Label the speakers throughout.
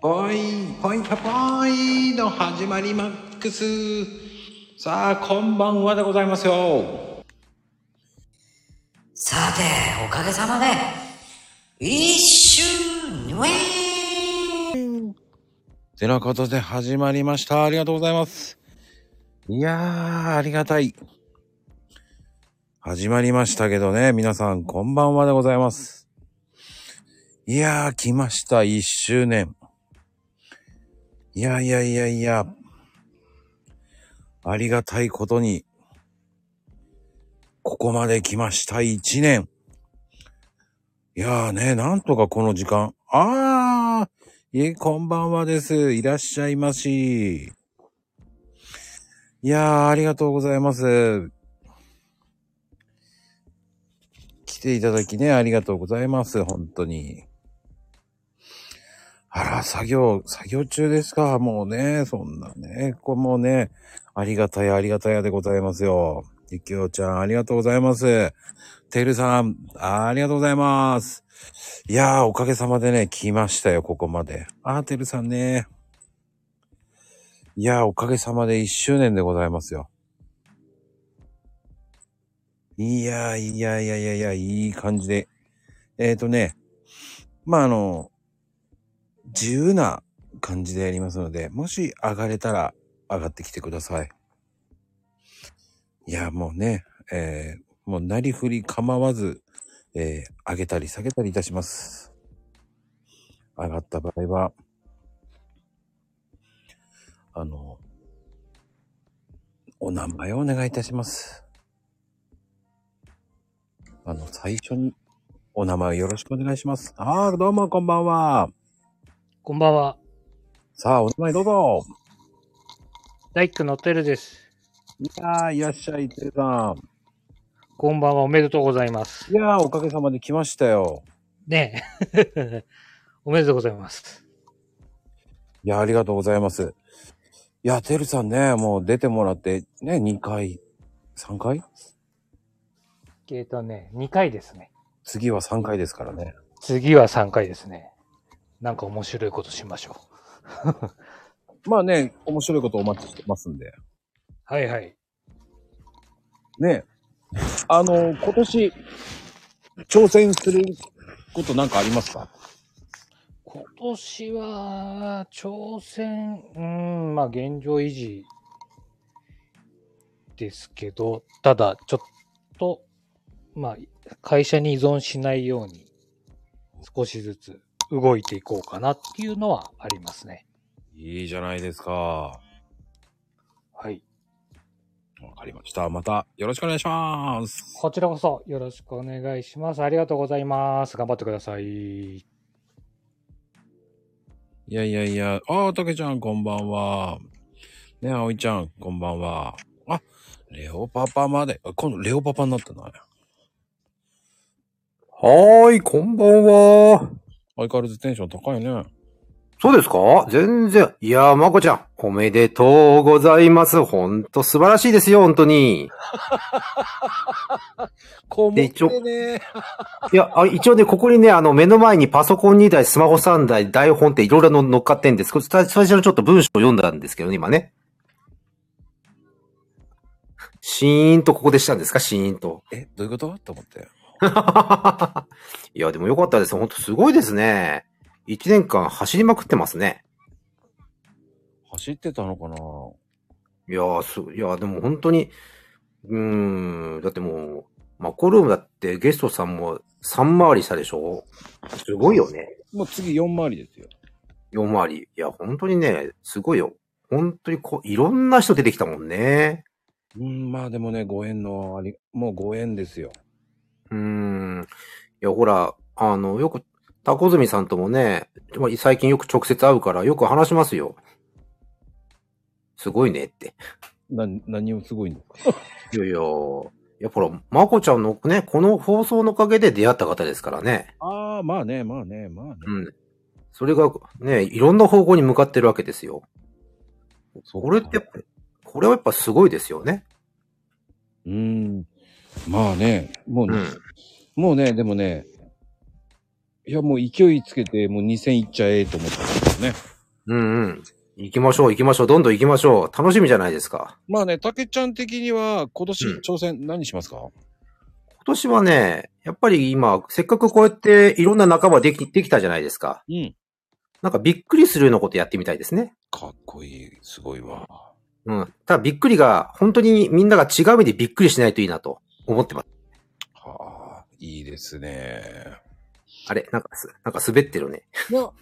Speaker 1: ボイン、ポイントボインの始まりマックス。さあ、こんばんはでございますよ。
Speaker 2: さて、おかげさまで、一周年
Speaker 1: てなことで始まりました。ありがとうございます。いやー、ありがたい。始まりましたけどね、皆さん、こんばんはでございます。いやー、来ました、1周年。いやいやいやいや、ありがたいことに、ここまで来ました、1年。いやーね、なんとかこの時間。あー、いえ、こんばんはです。いらっしゃいまし。いやー、ありがとうございます。来ていただきね、ありがとうございます。本当に。あら、作業、作業中ですか。もうね、そんなね、これもうね、ありがたや、ありがたやでございますよ。ゆきおちゃん、ありがとうございます。てるさん、ありがとうございます。いやー、おかげさまでね、来ましたよ、ここまで。あー、てるさんね。いやー、おかげさまで1周年でございますよ。いやー、いやいやいやいや、いい感じで。えーとね、まあ、あの、自由な感じでやりますので、もし上がれたら上がってきてください。いや、もうね、えー、もうなりふり構わず、えー、上げたり下げたりいたします。上がった場合は、あの、お名前をお願いいたします。あの、最初に、お名前をよろしくお願いします。ああ、どうも、こんばんは。
Speaker 3: こんばんは。
Speaker 1: さあ、お名前どうぞ。
Speaker 3: 大工のてるです。
Speaker 1: いやー、いらっしゃい、てるさん。
Speaker 3: こんばんは。おめでとうございます。
Speaker 1: いやー、おかげさまで来ましたよ。
Speaker 3: ね え。おめでとうございます。
Speaker 1: いや、ありがとうございます。いや、てるさんね、もう出てもらって、ね、2回、3回
Speaker 3: えっとね、2回ですね。
Speaker 1: 次は3回ですからね。
Speaker 3: 次は3回ですね。なんか面白いことしましょう。
Speaker 1: まあね、面白いことお待ちしてますんで。
Speaker 3: はいはい。
Speaker 1: ね。あの、今年、挑戦することなんかありますか
Speaker 3: 今年は、挑戦、うーん、まあ現状維持ですけど、ただ、ちょっと、まあ、会社に依存しないように、少しずつ動いていこうかなっていうのはありますね。
Speaker 1: いいじゃないですか。わ
Speaker 3: はい。
Speaker 1: かりました。また、よろしくお願いします。
Speaker 3: こちらこそよろしくお願いします。ありがとうございます。頑張ってください。
Speaker 1: いやいやいや、ああ、たけちゃん、こんばんは。ね、あおいちゃん、こんばんは。あ、レオパパまで。あ今度、レオパパになったな。
Speaker 4: はーい、こんばんは。
Speaker 1: 相変わらずテンション高 いね。
Speaker 4: そうですか全然。いやー、まこちゃん、おめでとうございます。ほんと素晴らしいですよ、ほんとに。
Speaker 1: こ
Speaker 4: で一応
Speaker 1: ね。
Speaker 4: いや、あ一応ね、ここにね、あの、目の前にパソコン2台、スマホ3台、台本っていろいろの乗っかってんです。これ最最初のちょっと文章を読んだんですけどね、今ね。シーンとここでしたんですかシーンと。
Speaker 1: え、どういうことと思って。
Speaker 4: いや、でもよかったです。ほんとすごいですね。1年間走りまくってますね。
Speaker 1: 走ってたのかない
Speaker 4: やーす、いやーでも本当に、うーん、だってもう、マコルームだってゲストさんも3回りしたでしょすごいよね。
Speaker 1: もう次4回りですよ。
Speaker 4: 4回り。いや、本当にね、すごいよ。本当にこう、いろんな人出てきたもんね。
Speaker 1: うん、まあでもね、ご縁のあり、もうご縁ですよ。
Speaker 4: うーん。いや、ほら、あの、よく、タコズミさんともね、まあ最近よく直接会うからよく話しますよ。すごいねって。
Speaker 1: な、何をすごいんですか
Speaker 4: いやいや、やっぱほら、まこちゃんのね、この放送のおかげで出会った方ですからね。
Speaker 1: ああ、まあね、まあね、まあね。
Speaker 4: うん。それがね、いろんな方向に向かってるわけですよ。
Speaker 1: そ
Speaker 4: これってやっぱり、これはやっぱすごいですよね。
Speaker 1: うん。まあね、もうね、
Speaker 4: うん
Speaker 1: もうね、でもね、いやもう勢いつけて、もう2000いっちゃえと思ったんですよね。
Speaker 4: うんうん。行きましょう、行きましょう。どんどん行きましょう。楽しみじゃないですか。
Speaker 1: まあね、たけちゃん的には今年
Speaker 4: うん
Speaker 1: 挑戦何しますか、
Speaker 4: 今年はね、やっぱり今、せっかくこうやっていろんな仲間できできたじゃないですか。
Speaker 1: うん。
Speaker 4: なんかびっくりするようなことやってみたいですね。
Speaker 1: かっこいい。すごいわ。
Speaker 4: うん。ただびっくりが、本当にみんなが違う意味でびっくりしないといいなと思ってます。
Speaker 1: はあ、いいですね。
Speaker 4: あれなんかす、なんか滑ってるね。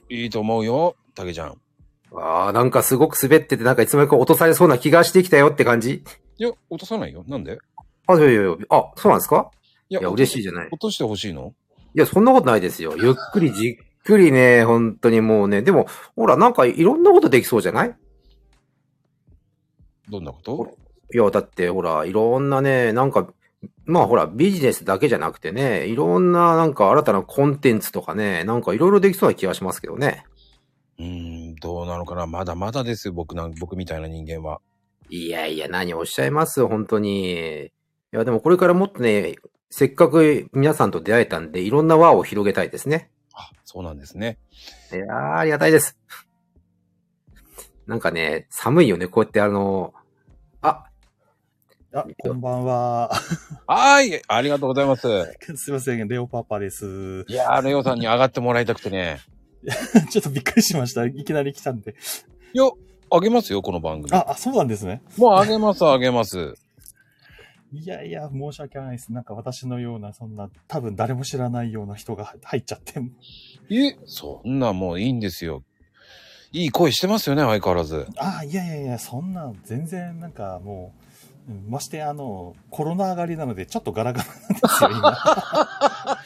Speaker 1: いいと思うよ、たけちゃん。
Speaker 4: ああ、なんかすごく滑ってて、なんかいつまでか落とされそうな気がしてきたよって感じ。
Speaker 1: いや、落とさないよ。なんで
Speaker 4: あ、いやいやいや、あ、そうなんですか
Speaker 1: い
Speaker 4: いや、嬉しいじゃない。
Speaker 1: 落としてほしいの
Speaker 4: いや、そんなことないですよ。ゆっくりじっくりね、本当にもうね。でも、ほら、なんかいろんなことできそうじゃない
Speaker 1: どんなこと
Speaker 4: いや、だってほら、いろんなね、なんか、まあほら、ビジネスだけじゃなくてね、いろんななんか新たなコンテンツとかね、なんかいろいろできそうな気がしますけどね。
Speaker 1: うーん、どうなのかなまだまだですよ、僕なん、僕みたいな人間は。
Speaker 4: いやいや、何をおっしゃいますよ、本当に。いや、でもこれからもっとね、せっかく皆さんと出会えたんで、いろんな輪を広げたいですね。
Speaker 1: あ、そうなんですね。
Speaker 4: いやー、ありがたいです。なんかね、寒いよね、こうやってあの、あ、
Speaker 5: あ、こんばんは。
Speaker 1: はーい、ありがとうございます。
Speaker 5: すいません、レオパパです。
Speaker 1: いやー、レオさんに上がってもらいたくてね。
Speaker 5: ちょっとびっくりしました。いきなり来たんで。
Speaker 1: よ、あげますよ、この番組。
Speaker 5: あ、あ、そうなんですね。
Speaker 1: もうあげます、あげます。
Speaker 5: いやいや、申し訳ないです。なんか私のような、そんな、多分誰も知らないような人が入入っちゃって。
Speaker 1: え、そんなもういいんですよ。いい声してますよね、相変わらず。
Speaker 5: あ、いやいやいや、そんな、全然、なんかもう、うんましてあの、コロナ上がりなので、ちょっとガラガラなん ですよ、今。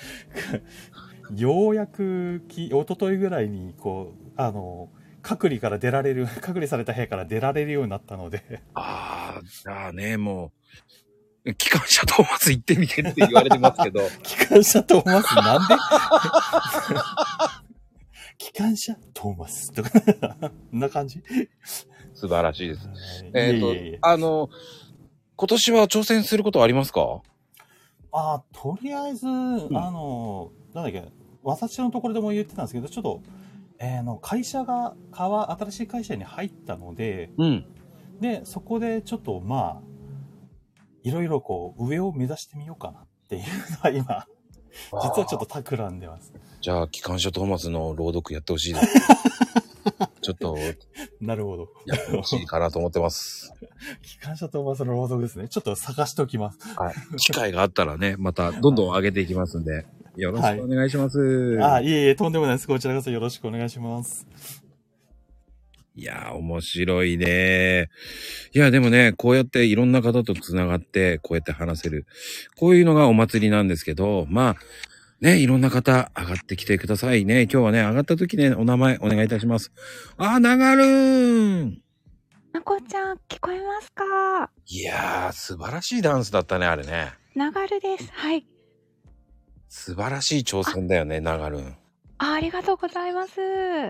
Speaker 5: ようやくき、一昨日ぐらいに、こう、あの、隔離から出られる、隔離された部屋から出られるようになったので、
Speaker 1: ああ、じゃあね、もう、機関車とまず行ってみてって言われてますけど。
Speaker 5: 機関車トーマスなんで 機関車トーマスとか、 こんな感じ
Speaker 1: 素晴らしいです。え
Speaker 5: えい
Speaker 1: っ、
Speaker 5: えいえ
Speaker 1: と、
Speaker 5: いえ
Speaker 1: あの、今年は挑戦することはありますか
Speaker 5: あー、とりあえず、あの、なんだっけ、私のところでも言ってたんですけど、ちょっと、えーの会社が変わ、新しい会社に入ったので、
Speaker 1: うん。
Speaker 5: で、そこでちょっと、まあ、いろいろこう、上を目指してみようかなっていうのは今、実はちょっと企んでます。
Speaker 1: じゃあ、機関車トーマスの朗読やってほし いです。ちょっと、
Speaker 5: なるほど。
Speaker 1: やってほしいかなと思ってます。
Speaker 5: 機関車トーマスの朗読ですね。ちょっと探しておきます。
Speaker 1: はい。機会があったらね、またどんどん上げていきますんで、よろしくお願いします。
Speaker 5: あ、
Speaker 1: い、
Speaker 5: いえいえ、とんでもないです。こちらこそよろしくお願いします。
Speaker 1: やー、面白いね。いや、でもね、こうやっていろんな方と繋がって、こうやって話せる。こういうのがお祭りなんですけど、まあ、ね、いろんな方上がってきてくださいね。今日はね、上がった時ね、お名前お願いいたします。あー、ながるーん
Speaker 6: まこちゃん、聞こえますか
Speaker 1: いやー、素晴らしいダンスだったね、あれね。
Speaker 6: 流るです。はい。
Speaker 1: 素晴らしい挑戦だよね、ながるん。
Speaker 6: あありがとうございます。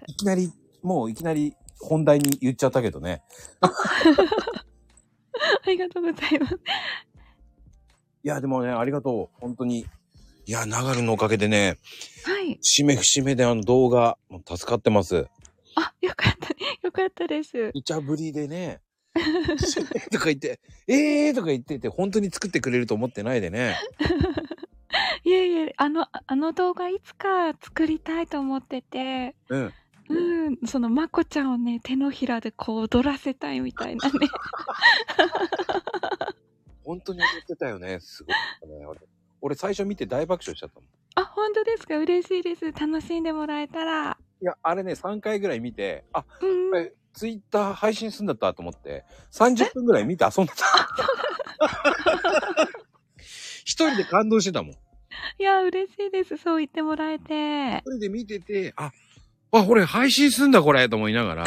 Speaker 1: いきなり、もういきなり本題に言っちゃったけど ね。
Speaker 6: ありがとうございます。
Speaker 1: いや、でもね、ありがとう。本当に。いや、ながるんのおかげでね、
Speaker 6: はい。
Speaker 1: 節目節目であの動画、もう助かってます。
Speaker 6: あ、よかった。よかったです。
Speaker 1: イチャぶりでね、 とか言って、えーとか言ってて、本当に作ってくれると思ってないでね。
Speaker 6: いえいえ、あの、あの動画いつか作りたいと思ってて、
Speaker 1: うん。
Speaker 6: うん、そのまこちゃんをね、手のひらでこう踊らせたいみたい なね。
Speaker 1: 本当に踊ってたよね。すごかったね、俺。俺最初見て大爆笑しちゃったもん。
Speaker 6: あ、本当ですか嬉しいです。楽しんでもらえたら。
Speaker 1: いや、あれね、3回ぐらい見て、あ、
Speaker 6: うん。
Speaker 1: えツイッター配信するんだったと思って、30分ぐらい見て遊んで た。一人で感動してたもん。一
Speaker 6: いや、嬉しいです。そう言ってもらえて。
Speaker 1: 人で見てて、あ、あ、これ配信すんだこれと思いながら。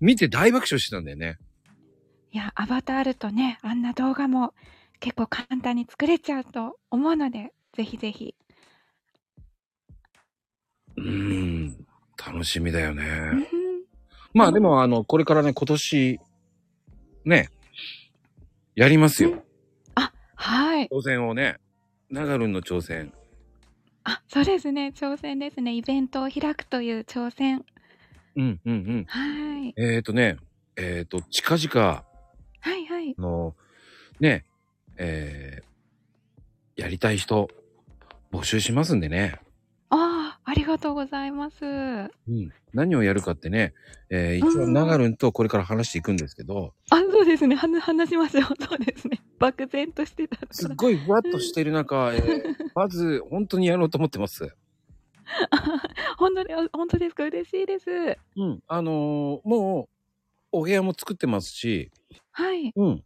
Speaker 1: 見て大爆笑してたんだよね。
Speaker 6: いや、アバターあるとね、あんな動画も結構簡単に作れちゃうと思うので、ぜひぜひ。
Speaker 1: うーん。楽しみだよ
Speaker 6: う
Speaker 1: ね。
Speaker 6: ん
Speaker 1: まあでも、あの、これからね、今年、ね、やりますよ。
Speaker 6: はい。
Speaker 1: 挑戦をね。ナガルンの挑戦。
Speaker 7: あ、そうですね。挑戦ですね。イベントを開くという挑戦。
Speaker 1: うんうんうん。
Speaker 7: はい。
Speaker 1: えっ、ー、とね、えっ、と、近々、
Speaker 7: はいはい。
Speaker 1: あの、ね、えー、やりたい人、募集しますんでね。
Speaker 7: ああ、ありがとうございます。あ、
Speaker 1: うん。何をやるかってね、えー、一応、
Speaker 7: うん
Speaker 1: ナガルンとこれから話していくんですけど、
Speaker 7: そうですね。はな話しましょう。 そうですね。漠然としてた か
Speaker 1: すっ
Speaker 7: ら。
Speaker 1: ごいふわっとしてる中、えー、まず、本当にやろうと思ってます。
Speaker 7: 本当で、本当ですか嬉しいです。
Speaker 1: うん。あのーもう、お部屋も作ってますし、
Speaker 7: はい。
Speaker 1: うん。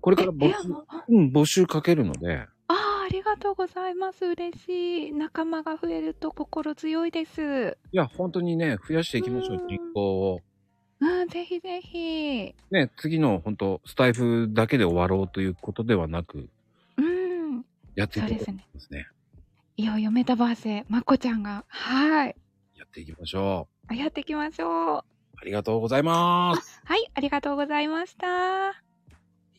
Speaker 1: これ
Speaker 7: え
Speaker 1: から
Speaker 7: 部
Speaker 1: 募
Speaker 7: 屋
Speaker 1: 集、
Speaker 7: もあ
Speaker 1: うん、募集かけるので、
Speaker 7: あー、ありがとうございます。嬉しい。仲間が増えると心強いです。
Speaker 1: いや、本当にね、増やしていきましょう
Speaker 7: う、ん
Speaker 1: 人口を。
Speaker 7: うん、ぜひぜひ。
Speaker 1: ね、次の本当スタイフだけで終わろうということではなく、
Speaker 7: うん。
Speaker 1: やってい
Speaker 7: そう
Speaker 1: こう
Speaker 7: で
Speaker 1: と
Speaker 7: す
Speaker 1: 思
Speaker 7: ね。
Speaker 1: いますね。
Speaker 7: いよいよメタバースへ、まこちゃんが、はい。
Speaker 1: やっていきましょ
Speaker 7: やっていきましょう。
Speaker 1: う。ありがとうございます。
Speaker 7: はい、ありがとうございました。
Speaker 1: い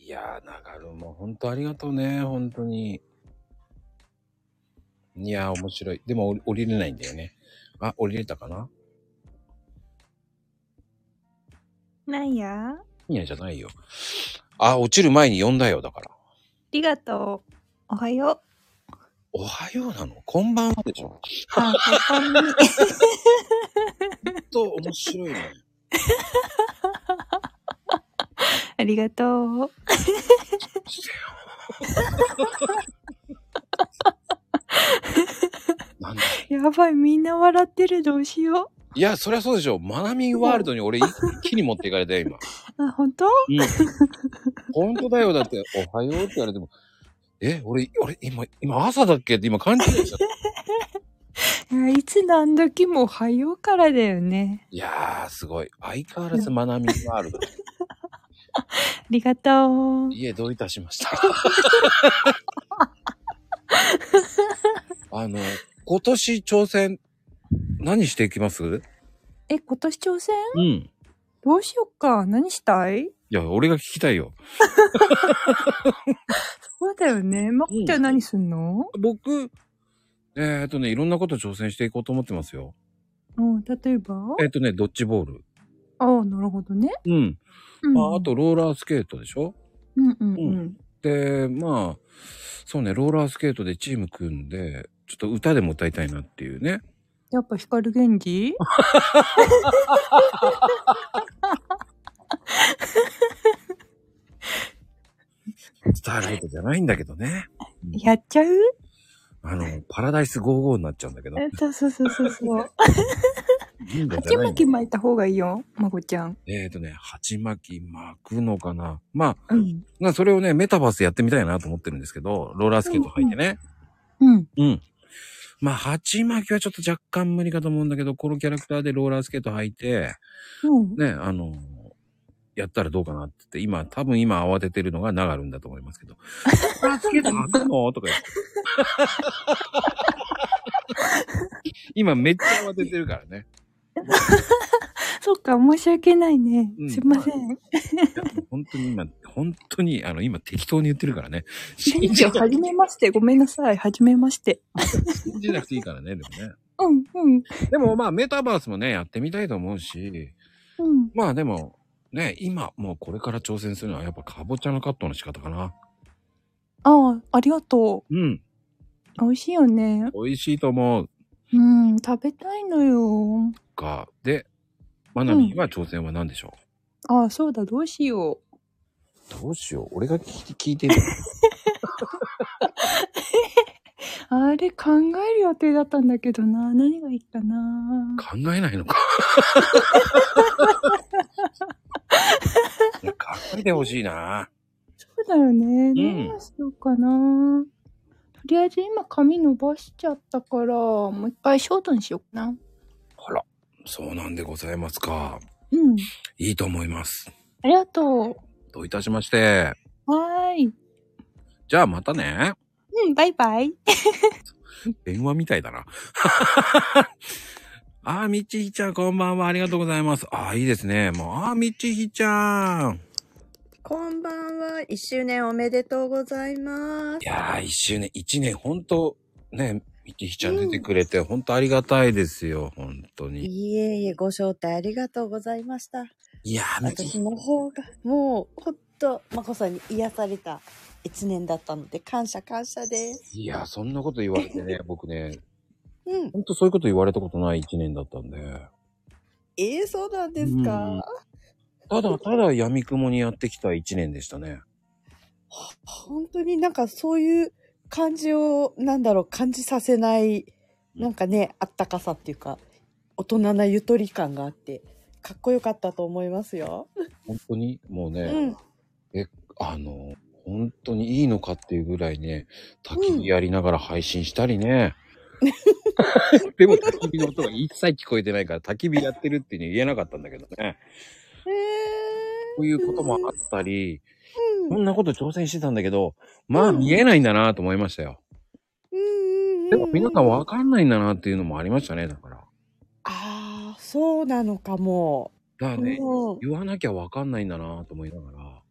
Speaker 1: やー、中野も本当ありがとうね、本当に。いやー、面白い。でも降り降りれないんだよね。あ、降りれたかな
Speaker 8: なんやあ
Speaker 1: いや、じゃないよ。あ、落ちる前に呼んだよ、だから。
Speaker 8: りがとう。おはよ
Speaker 1: おはようなのこんばんはでしょ。
Speaker 8: う。あ、こんばんみ。
Speaker 1: 本当面白い ね。
Speaker 8: ありがとう。
Speaker 1: なんだ
Speaker 8: やばい、みんな笑ってる。どうしよ
Speaker 1: いや、そりゃそうでしょ。マナミンワールドに俺一気に持っていかれたよ、今。
Speaker 8: う。あ、本当
Speaker 1: 本当だよ。だって、おはようって言われても、え、俺、俺、今、今朝だっけって今勘違いしちゃっ
Speaker 8: い
Speaker 1: た。
Speaker 8: やいつ何時もおはようからだよね。
Speaker 1: いやー、すごい。相変わらずマナミンワールド。
Speaker 8: ありがとう。
Speaker 1: 家どういたしました。あの、今年挑戦、何していきます
Speaker 8: え、今年挑戦
Speaker 1: うん。い
Speaker 8: どうしよっか。何したい
Speaker 1: や、俺が聞きたいよ。
Speaker 8: そうだよね。まこちゃん何すんの、
Speaker 1: 僕、えっ、ー、とね、いろんなこと挑戦していこうと思ってますよ。
Speaker 8: うん、例えば
Speaker 1: えっ、ー、とね、ドッジボール。
Speaker 8: ああ、なるほどね。
Speaker 1: うん。
Speaker 8: うん、
Speaker 1: ああと、ローラースケートでしょ
Speaker 8: うんうん
Speaker 1: う
Speaker 8: うん。
Speaker 1: で、まあ、そうね、ローラースケートでチーム組んで、ちょっと歌でも歌いたいなっていうね。
Speaker 8: やっぱ光源 氏
Speaker 1: スターライトじゃないんだけどね。
Speaker 8: やっちゃう
Speaker 1: あの、パラダイス55になっちゃうんだけど。
Speaker 8: えそうそうそうそうそう。
Speaker 1: 銀河じ
Speaker 8: 鉢
Speaker 1: ゃない
Speaker 8: 巻き
Speaker 1: の
Speaker 8: 巻いた方がいいよ、まこちゃん。
Speaker 1: えっ、ー、とね、鉢巻き巻くのかな。まあ、
Speaker 8: うん。
Speaker 1: まあそれをね、メタバースやってみたいなと思ってるんですけど、ローラースケート履いてね。
Speaker 8: うん。
Speaker 1: うん、まあ、鉢巻きはちょっと若干無理かと思うんだけど、このキャラクターでローラースケート履いて、
Speaker 8: うん。
Speaker 1: ね、あの、やったらどうかなって言って、今、多分今慌ててるのが流るんだと思いますけ ど。ローラースケート履くのとか言って。今めっちゃ慌ててるからね。
Speaker 8: そっか、申し訳ないね
Speaker 1: う。ん
Speaker 8: すいません。
Speaker 1: いやもう本当に今、本当に、あの、今適当に言ってるからね。
Speaker 8: 店
Speaker 1: 信じ
Speaker 8: 長、
Speaker 1: な
Speaker 8: はじめまして。ごめんなさい。はじめまして。
Speaker 1: 信じなくていいからね、でもね。
Speaker 8: うん、うん、
Speaker 1: でもまあ、メタバースもね、やってみたいと思うし、
Speaker 8: うん。
Speaker 1: まあでも、ね、今、もうこれから挑戦するのはやっぱかぼちゃのカットの仕方かな。
Speaker 8: ああ、ありがと
Speaker 1: うん、
Speaker 8: う。美味しいよね。
Speaker 1: 美味しいと思う
Speaker 8: うん、食べたいのよ。
Speaker 1: か。で、マナミは挑戦は何でしょ
Speaker 8: ああ、そうだ、どうしよう。
Speaker 1: う、どうしよう、俺が聞いてる。
Speaker 8: あれ、考える予定だったんだけどな。何がいいかな。
Speaker 1: 考えない のか。いや考えてほしいな。
Speaker 8: そうだよね。何をしようかな。とりあえず今髪伸ばしちゃったから、もう一回ショートにしようかな。
Speaker 1: あら、そうなんでございますか。
Speaker 8: うん。
Speaker 1: いいと思います。
Speaker 8: ありがと
Speaker 1: どういたしまして。
Speaker 8: う。はーい。
Speaker 1: じゃあまたね。
Speaker 8: うん、バイバイ。
Speaker 1: 電話みたいだな。 あー、みちひちゃん、こんばんは。ありがとうございます。あー、いいですね。もう、あー、みちひちゃん。
Speaker 9: こんばんは。一周年おめでとうございます
Speaker 1: い。やー、一周年、一年、ほんと、ね、ミキヒちゃん出てくれて、本当ありがたいですよ、本当に。
Speaker 9: いえいえ、ご招待ありがとうございました。
Speaker 1: いやー、ミキ
Speaker 9: 私の方が、もう、ほんと、まこさんに癒された一年だったので、感謝感謝です。
Speaker 1: いやー、そんなこと言われてね、僕ね、
Speaker 9: うん。
Speaker 1: 本当そういうこと言われたことない一年だったんで。
Speaker 9: ええそうなんです
Speaker 1: うん
Speaker 9: か。
Speaker 1: ただただ闇雲にやってきた一年でしたね。
Speaker 9: 本当になんかそういう感じを、なんだろう、感じさせない、なんかね、あったかさっていうか、大人なゆとり感があって、かっこよかったと思いますよ。
Speaker 1: 本当に、もうね、
Speaker 9: うん。
Speaker 1: あの、本当にいいのかっていうぐらいね、焚き火やりながら配信したり ね。でも焚き火の音が一切聞こえてないから、焚き火やってるっていうのは言えなかったんだけどね。
Speaker 9: ええ
Speaker 1: こういうこともあったり、
Speaker 9: うん
Speaker 1: こんなこと挑戦してたんだけど、まあ
Speaker 9: うん
Speaker 1: 見えないんだなと思いましたよ。
Speaker 9: うんうんうんうん
Speaker 1: でも皆さんわかんないんだなっていうのもありましたね、だから。
Speaker 9: ああ、そうなのかも。
Speaker 1: だ
Speaker 9: う
Speaker 1: から
Speaker 9: ん
Speaker 1: ね、
Speaker 9: うん
Speaker 1: 言わなきゃわかんないんだなと思いながら。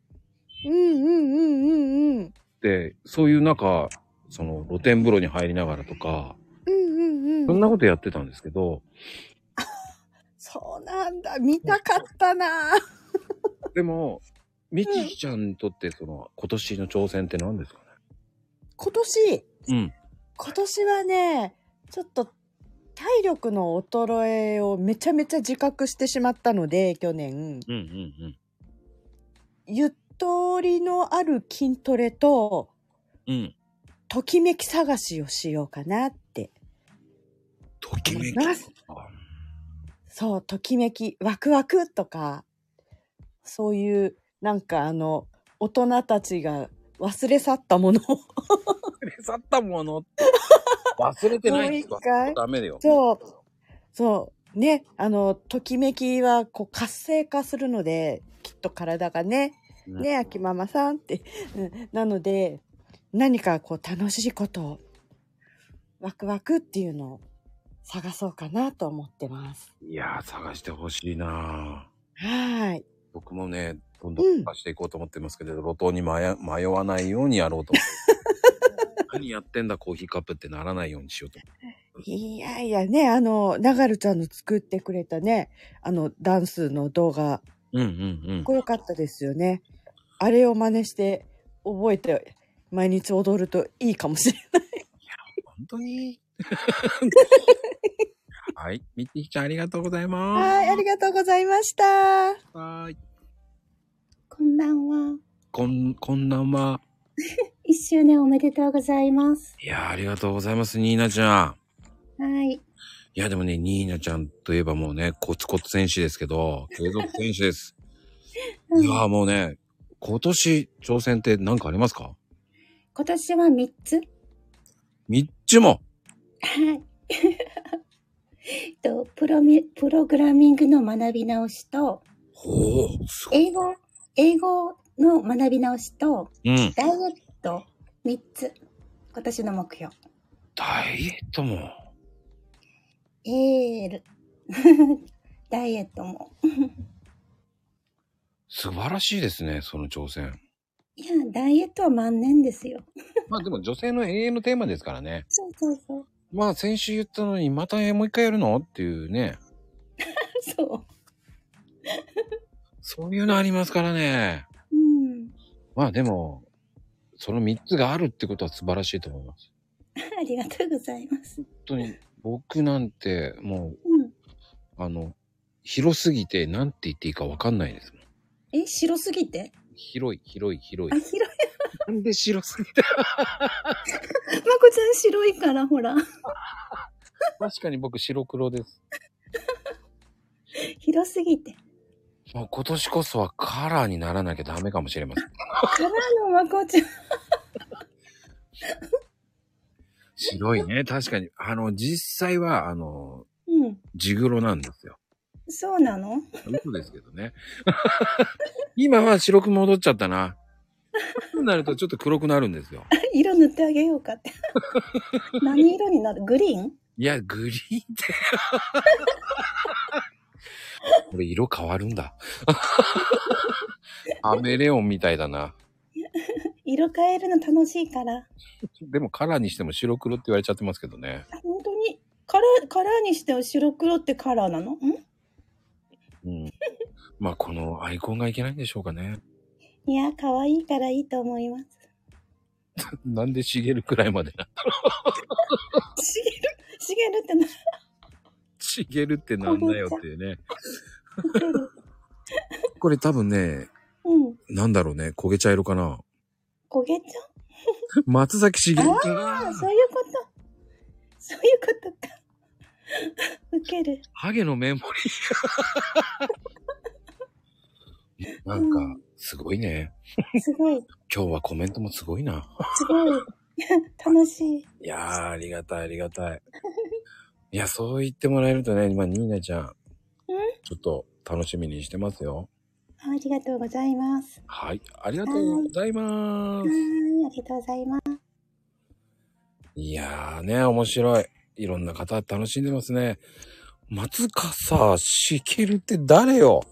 Speaker 9: うんうんうんうん。
Speaker 1: で、そういう中、その露天風呂に入りながらとか、
Speaker 9: うんう
Speaker 1: そん
Speaker 9: んうん。
Speaker 1: なことやってたんですけど、
Speaker 9: そうなんだ。見たかったな。
Speaker 1: でも、みちひちゃんにとってその今年の挑戦って何ですか
Speaker 9: 今年、
Speaker 1: ね
Speaker 9: 今年はね、ちょっと体力の衰えをめちゃめちゃ自覚してしまったので、去年、
Speaker 1: うん。うんうん
Speaker 9: ゆとりのある筋トレと、
Speaker 1: うん。うん。
Speaker 9: ときめき探しをしようかなって。
Speaker 1: ときめき。
Speaker 9: 思いますそう、ときめき、ワクワクとか、そういう、なんかあの、大人たちが忘れ去ったものを、
Speaker 1: 去ったも のって。忘れてないんです
Speaker 9: も
Speaker 1: か
Speaker 9: う一回
Speaker 1: ダメだよ。
Speaker 9: そう、そう、ね、あの、ときめきは、こう、活性化するので、きっと体がね、
Speaker 1: うん
Speaker 9: ね、秋ママさんって、うんなので、何かこう、楽しいことを、ワクワクっていうのを探そうかなと思ってます。
Speaker 1: いやー、探してほしいなぁ
Speaker 9: はい。
Speaker 1: 僕もね、どんどん探していこうと思ってますけど、路頭に迷迷わないようにやろうと思って。何やってんだ、コーヒーカップってならないようにしようと思って。
Speaker 9: いやいやね、あの、ながるちゃんの作ってくれたね、あの、ダンスの動画、か
Speaker 1: うんうんうん
Speaker 9: っ。こよかったですよね。あれを真似して、覚えて、毎日踊るといいかもしれない。
Speaker 1: 本当にはい。みちひちゃんありがとうございま
Speaker 9: はい、ありがとうございました。
Speaker 1: す。はーい。
Speaker 8: こんばんは。
Speaker 1: こん、こんなんは。
Speaker 8: 一周年おめでとうございます。
Speaker 1: いやーありがとうございます、ニーナちゃん。
Speaker 8: はい。
Speaker 1: いや、でもね、ニーナちゃんといえばもうね、コツコツ選手ですけど、継続選手です。
Speaker 8: うん
Speaker 1: いやーもうね、今年挑戦って何かありますか
Speaker 8: 今年は3つ。
Speaker 1: 三つも
Speaker 8: はい。えっとプロミ、プログラミングの学び直しと、
Speaker 1: ほう、すごい。
Speaker 8: 英語、英語の学び直しと、
Speaker 1: うん。
Speaker 8: ダイエット3つ。今年の目標。
Speaker 1: ダイエットも。
Speaker 8: えーる、 ダイエットも。
Speaker 1: 素晴らしいですね、その挑戦。
Speaker 8: いや、ダイエットは万年ですよ。
Speaker 1: まあでも女性の永遠のテーマですからね。
Speaker 8: そうそうそう。
Speaker 1: まあ先週言ったのに、またもう一回やるのっていうね。
Speaker 8: そ
Speaker 1: そういうのありますからね。
Speaker 8: う。うん。
Speaker 1: まあでも、その三つがあるってことは素晴らしいと思います。
Speaker 8: ありがとうございます。
Speaker 1: 本当に僕なんても
Speaker 8: うん。
Speaker 1: うあの広すぎて何て言っていいかわかんないですもん
Speaker 8: え、白すぎて
Speaker 1: 広い広い広
Speaker 8: あ、
Speaker 1: い
Speaker 8: 広い。
Speaker 1: なんで広すぎた
Speaker 8: まこちゃん白いから、ほら。
Speaker 1: 確かに僕白黒です
Speaker 8: 広すぎて。
Speaker 1: もう今年こそはカラーにならなきゃダメかもしれません
Speaker 8: からのまこちゃん。
Speaker 1: 白いね確かにあの実際はあの
Speaker 8: うん。
Speaker 1: 地黒なんですよ
Speaker 8: そうなの
Speaker 1: 嘘ですけどね 今は白く戻っちゃったなそうなるとちょっと黒くなるんですよ
Speaker 8: 色塗ってあげようかって。何色になるグリーン
Speaker 1: いやグリーンってこれ色変わるんだカメレオンみたいだな。
Speaker 8: い 色変えるの楽しいから。
Speaker 1: でもカラーにしても白黒って言われちゃってますけどね。
Speaker 8: あ本当にカラー、カラーにしても白黒ってカラーなのん
Speaker 1: うん。まあこのアイコンがいけないんでしょうかね。
Speaker 8: いや、可愛いからいいと思います。
Speaker 1: なんで茂るくらいまでな。
Speaker 8: しげる、しげるってな、
Speaker 1: 茂るってなんだよっていうね。
Speaker 8: ウケる
Speaker 1: これ多分ね、
Speaker 8: うん。
Speaker 1: なんだろうね、焦げ茶色かな。
Speaker 8: 焦げち
Speaker 1: 松崎しげるか
Speaker 8: ゃうあ、
Speaker 1: な
Speaker 8: そういうこと。そういうことか。ウケる。
Speaker 1: ハゲのメモリ ー。なんか、すごいね。
Speaker 8: すごい、
Speaker 1: 今日はコメントもすごいな。
Speaker 8: すごい。 楽しい。
Speaker 1: いやー、ありがたい、ありがた い。いや、そう言ってもらえるとね、今、ニーナちゃん、ちょっと楽しみにしてますよ。
Speaker 8: あありがとうございます。
Speaker 1: はい、ありがとうございま
Speaker 8: は
Speaker 1: す
Speaker 8: ー。い、ありがとうございます。
Speaker 1: いやーね、面白い。いろんな方楽しんでますね。松笠しけるって誰よ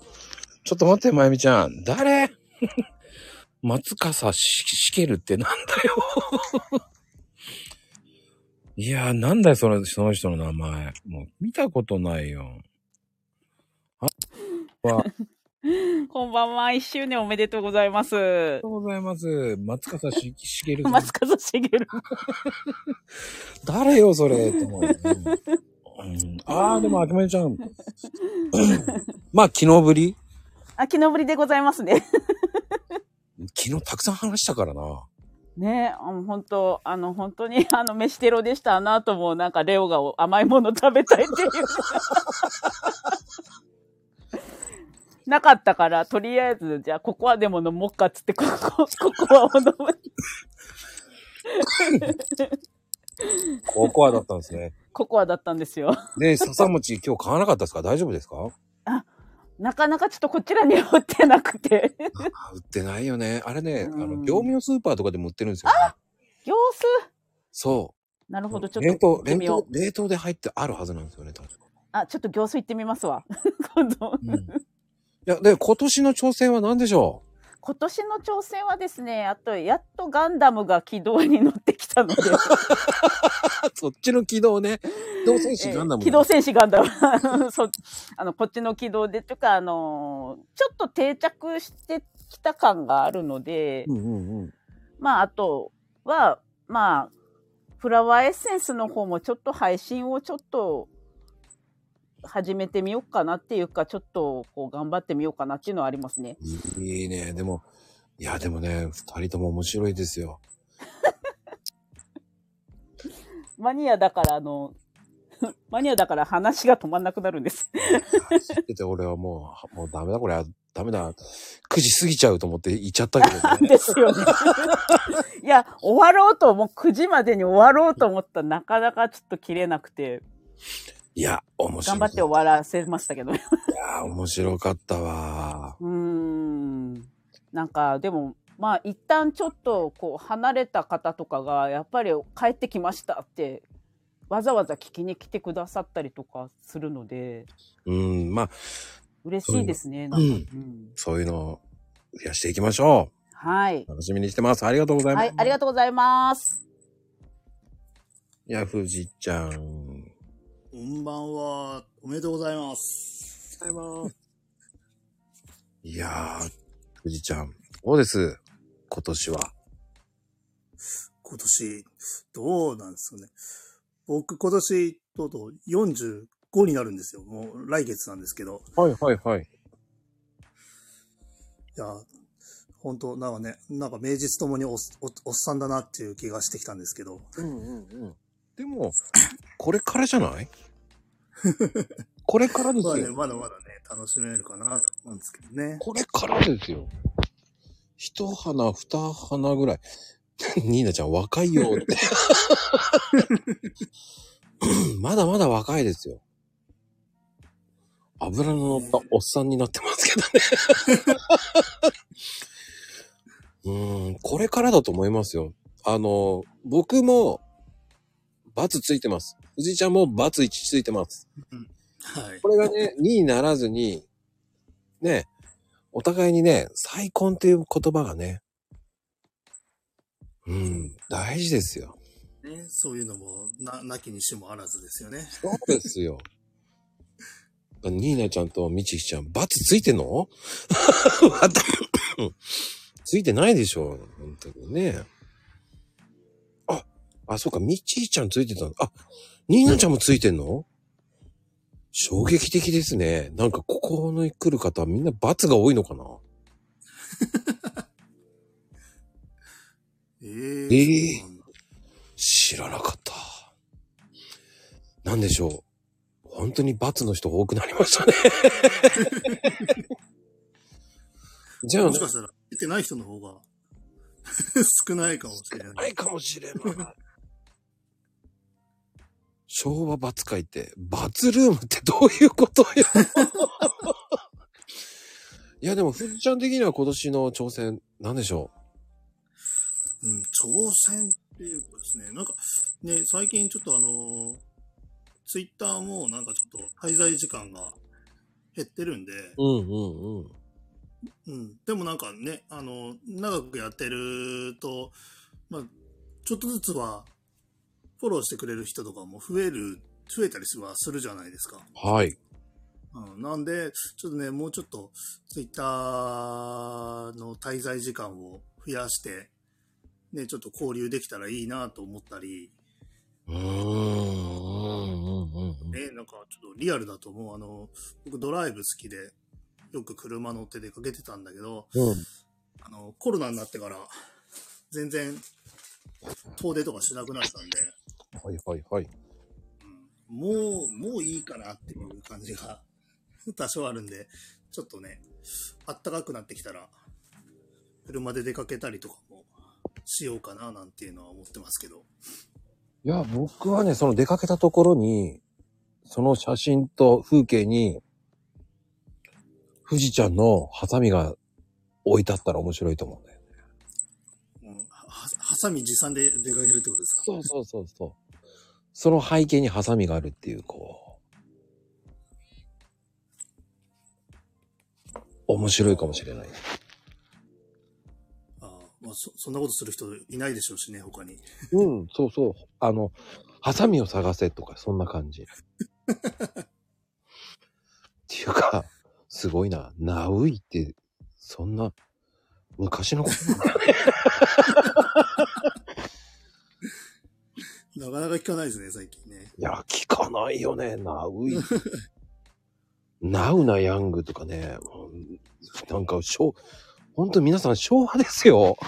Speaker 1: ちょっと待って、まゆみちゃん。誰 松笠ししけるってなんだよ。 いやー、なんだよ、そのその人の名前。もう見たことないよ。あは、あり
Speaker 10: こんばんは。1周年おめでとうございます
Speaker 1: がと。うございます。松笠ししける。
Speaker 10: 松風しげる。
Speaker 1: 誰よ、それ。と思う うんうんああ、でも、あきまりちゃん。まあ、昨日ぶり
Speaker 10: あ、昨日ぶりでございますね。
Speaker 1: 昨日たくさん話したからな。
Speaker 10: ねあの本当、あの、本当に、あの、飯テロでしたなとも、なんか、レオが甘いもの食べたいっていう。 なかったから、とりあえず、じゃあ、ここはでも飲もうかっつって、ここ、ここは飲 む。
Speaker 1: ココアだったんですね。
Speaker 10: ココアだったんですよ。
Speaker 1: で、笹餅 今日買わなかったですか大丈夫ですか
Speaker 10: なかなかちょっとこちらには売ってなくて。
Speaker 1: あ売ってないよね。あれね、あ
Speaker 10: うん
Speaker 1: の、業務用スーパーとかでも売ってるんですよ、
Speaker 10: 様子
Speaker 1: そ
Speaker 10: なるほど、ち
Speaker 1: う。
Speaker 10: ょ
Speaker 1: 冷
Speaker 10: っと行っ、
Speaker 1: 凍
Speaker 10: て
Speaker 1: 冷
Speaker 10: みよう
Speaker 1: 凍、。冷凍で入ってあるはずなんですよね、確か。
Speaker 10: あ、ちょっと行数行ってみますわ。 今度。
Speaker 1: うん。いや、で、今年の挑戦は何でしょ
Speaker 10: 今年の挑戦はですね、あと、やっとガンダムが軌道に乗ってきたので、
Speaker 1: う そっちの軌道ね。機動戦士ガンダム、
Speaker 10: えー機動戦士ガンダム。 あのそあの、こっちの軌道で、というか、あのーちょっと定着してきた感があるので、
Speaker 1: うんうんうん。
Speaker 10: まあ、あとは、まあ、フラワーエッセンスの方もちょっと配信をちょっと始めてみようかなっていうか、ちょっとこう頑張ってみようかなっていうのはありますね。
Speaker 1: いいね。でも、いや、でもね、二人とも面白いですよ。
Speaker 10: マニアだから、あの、マニアだから話が止まんなくなるんです。
Speaker 1: 知ってて、俺はもう、もうダメだ、これ、ダメだ。9時過ぎちゃうと思って行っちゃっ たけどね。
Speaker 10: ですよね。いや、終わろうと、もう9時までに終わろうと思ったらなかなかちょっと切れなくて、
Speaker 1: いや、面
Speaker 10: 頑
Speaker 1: 白い。
Speaker 10: 張って終わらせましたけどね。
Speaker 1: いや、面白かったわ。
Speaker 10: うーん。なんか、でも、まあ、一旦ちょっと、こう、離れた方とかが、やっぱり帰ってきましたって、わざわざ聞きに来てくださったりとかするので、
Speaker 1: うん、まあ、
Speaker 10: 嬉しいですね。
Speaker 1: う
Speaker 10: なんん
Speaker 1: う
Speaker 10: か
Speaker 1: ん
Speaker 10: うん
Speaker 1: そういうのを増やしていきましょ
Speaker 10: はい。
Speaker 1: う。楽しみにしてます。ありがとうございます。
Speaker 10: はい、ありがとうございます。
Speaker 1: いや、ふじちゃん。
Speaker 11: こんばんは。おめでとうございます。
Speaker 1: いやー、ふじちゃん、どうです今年は。
Speaker 11: 今年、どうなんですかね。僕、今年、とうとう45になるんですよ。もう来月なんですけど。
Speaker 1: はいはいはい。
Speaker 11: いや、本当なんかね、なんか名実ともにおっおっおっさんだなっていう気がしてきたんですけど。
Speaker 1: うんうんうん。でも、これからじゃ ないこれからです
Speaker 11: まあね、
Speaker 1: よ。
Speaker 11: まだまだね、楽しめるかなと思うんですけどね。
Speaker 1: これからですよ。一花二花ぐらい。 ニーナちゃん若いよって。 まだまだ若いですよ。油の乗ったおっさんになってますけどね。 うーん、これからだと思いますよ。あの、僕も、バツついてます。藤井ちゃんもバツ1ついてます。
Speaker 11: はい
Speaker 1: こ。れがね、2にならずに、ね、お互いにね、再婚っていう言葉がね、うん、大事ですよ。
Speaker 11: ね、そういうのもな、なきにしもあらずですよね。
Speaker 1: そうですよ。ニーナちゃんとミチヒちゃん、バツついてんの またついてないでしょ。本当にね。あ、あ、そうか、ミチヒちゃんついてたの。あ、ニーナちゃんもついてんの衝撃的ですね。なんか、ここに来る方はみんなバツが多いのかな
Speaker 11: え
Speaker 1: え
Speaker 11: ー
Speaker 1: ー、知らなかった。なんでしょう。本当に罰の人多くなりましたね。 じゃあ
Speaker 11: もしかしたら、出てない人の方が、 少ないかもしれない。
Speaker 1: ないかもしれない。昭和罰会って、罰ルームってどういうことよ。いや、でも、藤ちゃん的には今年の挑戦、なんでしょ
Speaker 11: うん、 挑戦っていうかですね、なんか、ね、最近ちょっとあの、ツイッターもなんかちょっと滞在時間が減ってるんで、
Speaker 1: う。うんうんうん。
Speaker 11: うん、でもなんかね、あの、長くやってると、まあ、ちょっとずつは、フォローしてくれる人とかも増える、増えたりはするじゃないですか。
Speaker 1: はい。
Speaker 11: うん、なんで、ちょっとね、もうちょっと、ツイッターの滞在時間を増やして、ね、ちょっと交流できたらいいなと思ったり、
Speaker 1: うーん。うんうんうん。
Speaker 11: ね、なんかちょっとリアルだと思う。あの、僕ドライブ好きで、よく車乗って出かけてたんだけど、
Speaker 1: うん。
Speaker 11: あの、コロナになってから、全然、遠出とかしなくなったんで、
Speaker 1: はいはいはい。
Speaker 11: もう、もういいかなっていう感じが 多少あるんで、ちょっとね、あったかくなってきたら、車で出かけたりとかもしようかななんていうのは思ってますけど。
Speaker 1: いや、僕はね、その出かけたところに、その写真と風景に、富士ちゃんのハサミが置いてあったら面白いと思うんだよ。
Speaker 11: はハサミ持参で出かけるってことですか
Speaker 1: そうそうそうそう。その背景にハサミがあるっていう、こう。面白いかもしれない。
Speaker 11: まあ、そそんなことする人いないでしょうしね、他に。
Speaker 1: うん、そうそう。あの、ハサミを探せとか、そんな感じ。っていうか、すごいな。ナウイって、そんな、昔のことなんだね
Speaker 11: なかなか聞かないですね、最近ね。
Speaker 1: いや、聞かないよね、ナ ウイ。ナウなヤングとかね、うんなんか、しょほんと皆さん昭和ですよ。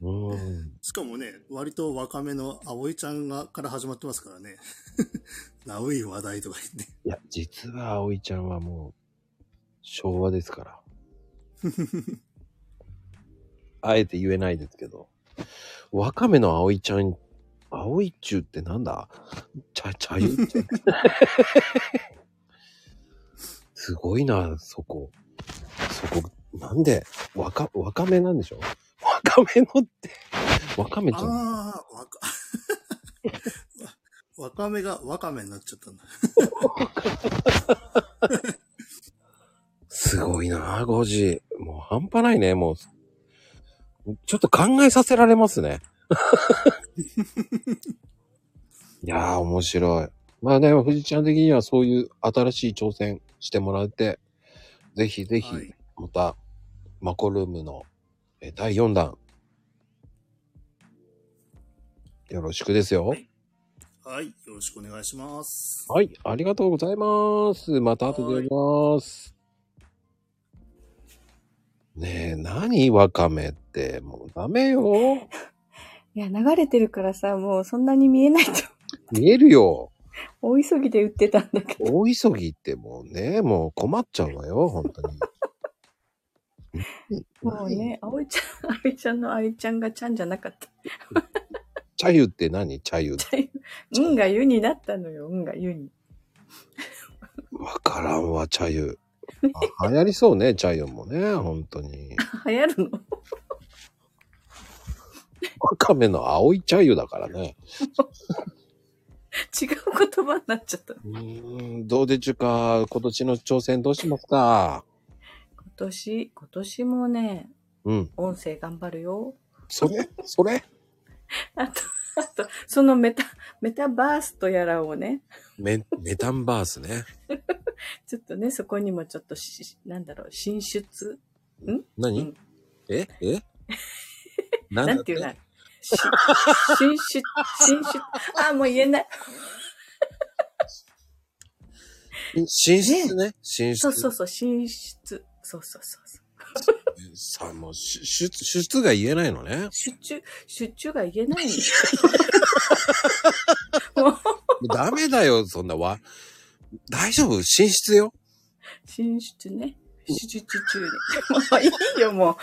Speaker 1: うん、
Speaker 11: しかもね、割と若めの葵ちゃんがから始まってますからね。 ナウい話題とか言って。
Speaker 1: いや、実は葵ちゃんはもう、昭和ですから。あえて言えないですけど。ワカメの葵ちゃん、葵中ってなんだちゃ、ちゃゆすごいな、そこ。そこ、なんで、わか、わかめなんでしょわかめのって、わかめちゃん。
Speaker 11: ああ、わか、わわかめがわかめになっちゃ ったんだ。
Speaker 1: すごいな、ゴジ。もう半端ないね、もう。ちょっと考えさせられますね。いやー、面白い。まあね、藤ちゃん的にはそういう新しい挑戦してもらって、ぜひぜひ、また、マコルームのえー第4弾、よろしくですよ。
Speaker 11: はい、よろしくお願いします。
Speaker 1: はい、ありがとうございます。また後でやります。ねえ、何わかめって、もうダメよ。
Speaker 12: いや、流れてるからさ、もうそんなに見えないと、
Speaker 1: 見えるよ。
Speaker 12: 大急ぎで売ってたんだけ
Speaker 1: 大急ぎってもうね、もう困っちゃうわよ、本当に。
Speaker 12: ど、もうね、葵ちゃん、 葵ちゃんの葵ちゃんがちゃんじゃなかった。
Speaker 1: 茶湯って何茶湯。
Speaker 12: うんが湯になったのよ、うんが湯に。
Speaker 1: わからんわ、茶湯。あ流行りそうね、茶湯もね、本当に。
Speaker 12: 流行るの
Speaker 1: わかめの青い茶湯だからね。
Speaker 12: 違う言葉になっちゃった。
Speaker 1: うーん、どうでちゅか、今年の挑戦どうしますか
Speaker 12: 今年、今年もね、
Speaker 1: うん。
Speaker 12: 音声頑張るよ。
Speaker 1: それそれ
Speaker 12: あと、あと、そのメタ、メタバースとやらをね、
Speaker 1: メ、メタンバースね。
Speaker 12: ちょっとね、そこにもちょっとし、なんだろう、進出ん
Speaker 1: 何、え えなんだ
Speaker 12: なんていうか、し 進出、進出、あ、もう言えない。
Speaker 1: 寝室ね。寝室。
Speaker 12: そうそうそう、進出。そうそうそうそう。
Speaker 1: さあ、もう、し出、出が言えないのね。
Speaker 12: 出中、出中が言えないんです
Speaker 1: ダメだよ、そんなわ。大丈夫寝室よ。
Speaker 12: 進出ね。手術中で。もういいよ、も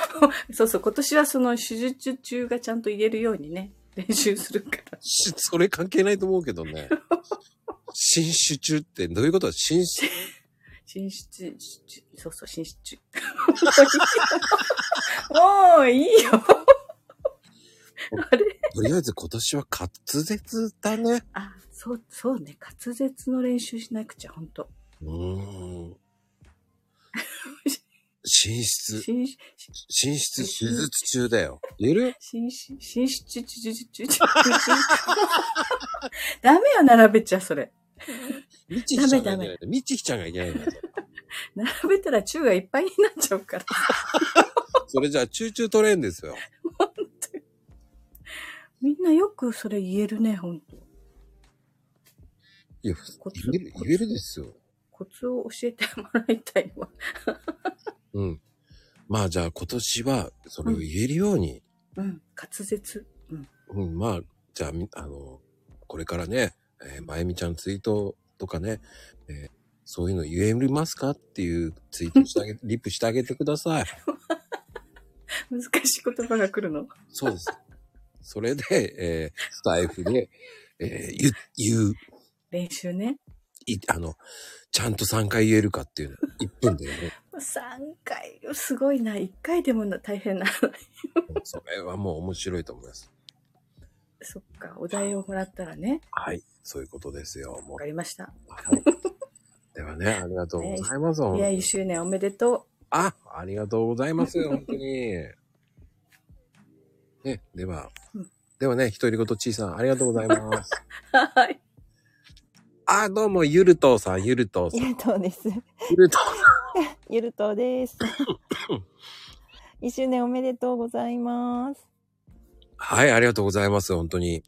Speaker 12: う。 そうそう、今年はその手術中がちゃんと言えるようにね、練習するから。
Speaker 1: しそれ関係ないと思うけどね。寝室中ってどういうこと寝室
Speaker 12: 進出、そうそう、進出中。もうい いよ。
Speaker 1: とりあえず今年は滑舌だね。
Speaker 12: あ、そう、そうね、滑舌の練習しなくちゃ、ほんと。
Speaker 1: うーん。寝室。
Speaker 12: 寝
Speaker 1: 室手術中だよ。言える
Speaker 12: 進出、進出、ちゅちゅちゅちゅちゅ。ダメよ、並べちゃ、それ。
Speaker 1: みちひちゃんがいけないんだ。みちひちゃんがいけないんだ。
Speaker 12: 並べたら中がいっぱいになっちゃうから。
Speaker 1: それじゃあ、チューチュートレーンですよ。
Speaker 12: みんなよくそれ言えるね、ほんと。
Speaker 1: いや、言える、言えるですよ。
Speaker 12: コツを教えてもらいたいわ。
Speaker 1: うん。まあじゃあ今年は、それを言えるように、
Speaker 12: うん、滑舌。うん。
Speaker 1: うん、まあ、じゃあみ、あの、これからね、えーまゆみちゃんのツイートとかね、えーそういうの言えますかっていうツイートしてあ げ、リップしてあげてください。
Speaker 12: 難しい言葉が来るの。
Speaker 1: そうです。それで、えースタイフで、えー言う、言う、
Speaker 12: 練習ね。
Speaker 1: いあの、ちゃんと3回言えるかっていうの、1分でね。
Speaker 12: 3回、すごいな。1回でもな大変なのに。
Speaker 1: それはもう面白いと思います。
Speaker 12: そっか、お題をもらったらね。
Speaker 1: はい、そういうことですよ。も
Speaker 12: わかりました。
Speaker 1: う、ではね、ありがとうございます。
Speaker 12: いや、1周年おめでと
Speaker 1: あ、ありがとうございます。本当に。ね、では、ではね、独り言ちいさん、ありがとうございます。
Speaker 12: う。はい。
Speaker 1: あ、どうも、ゆるとうさん、ゆるとうさん。
Speaker 13: ゆるとうです。
Speaker 1: ゆると
Speaker 13: ゆるとうです。一周年おめでとうございます。
Speaker 1: はい、ありがとうございます。本当に。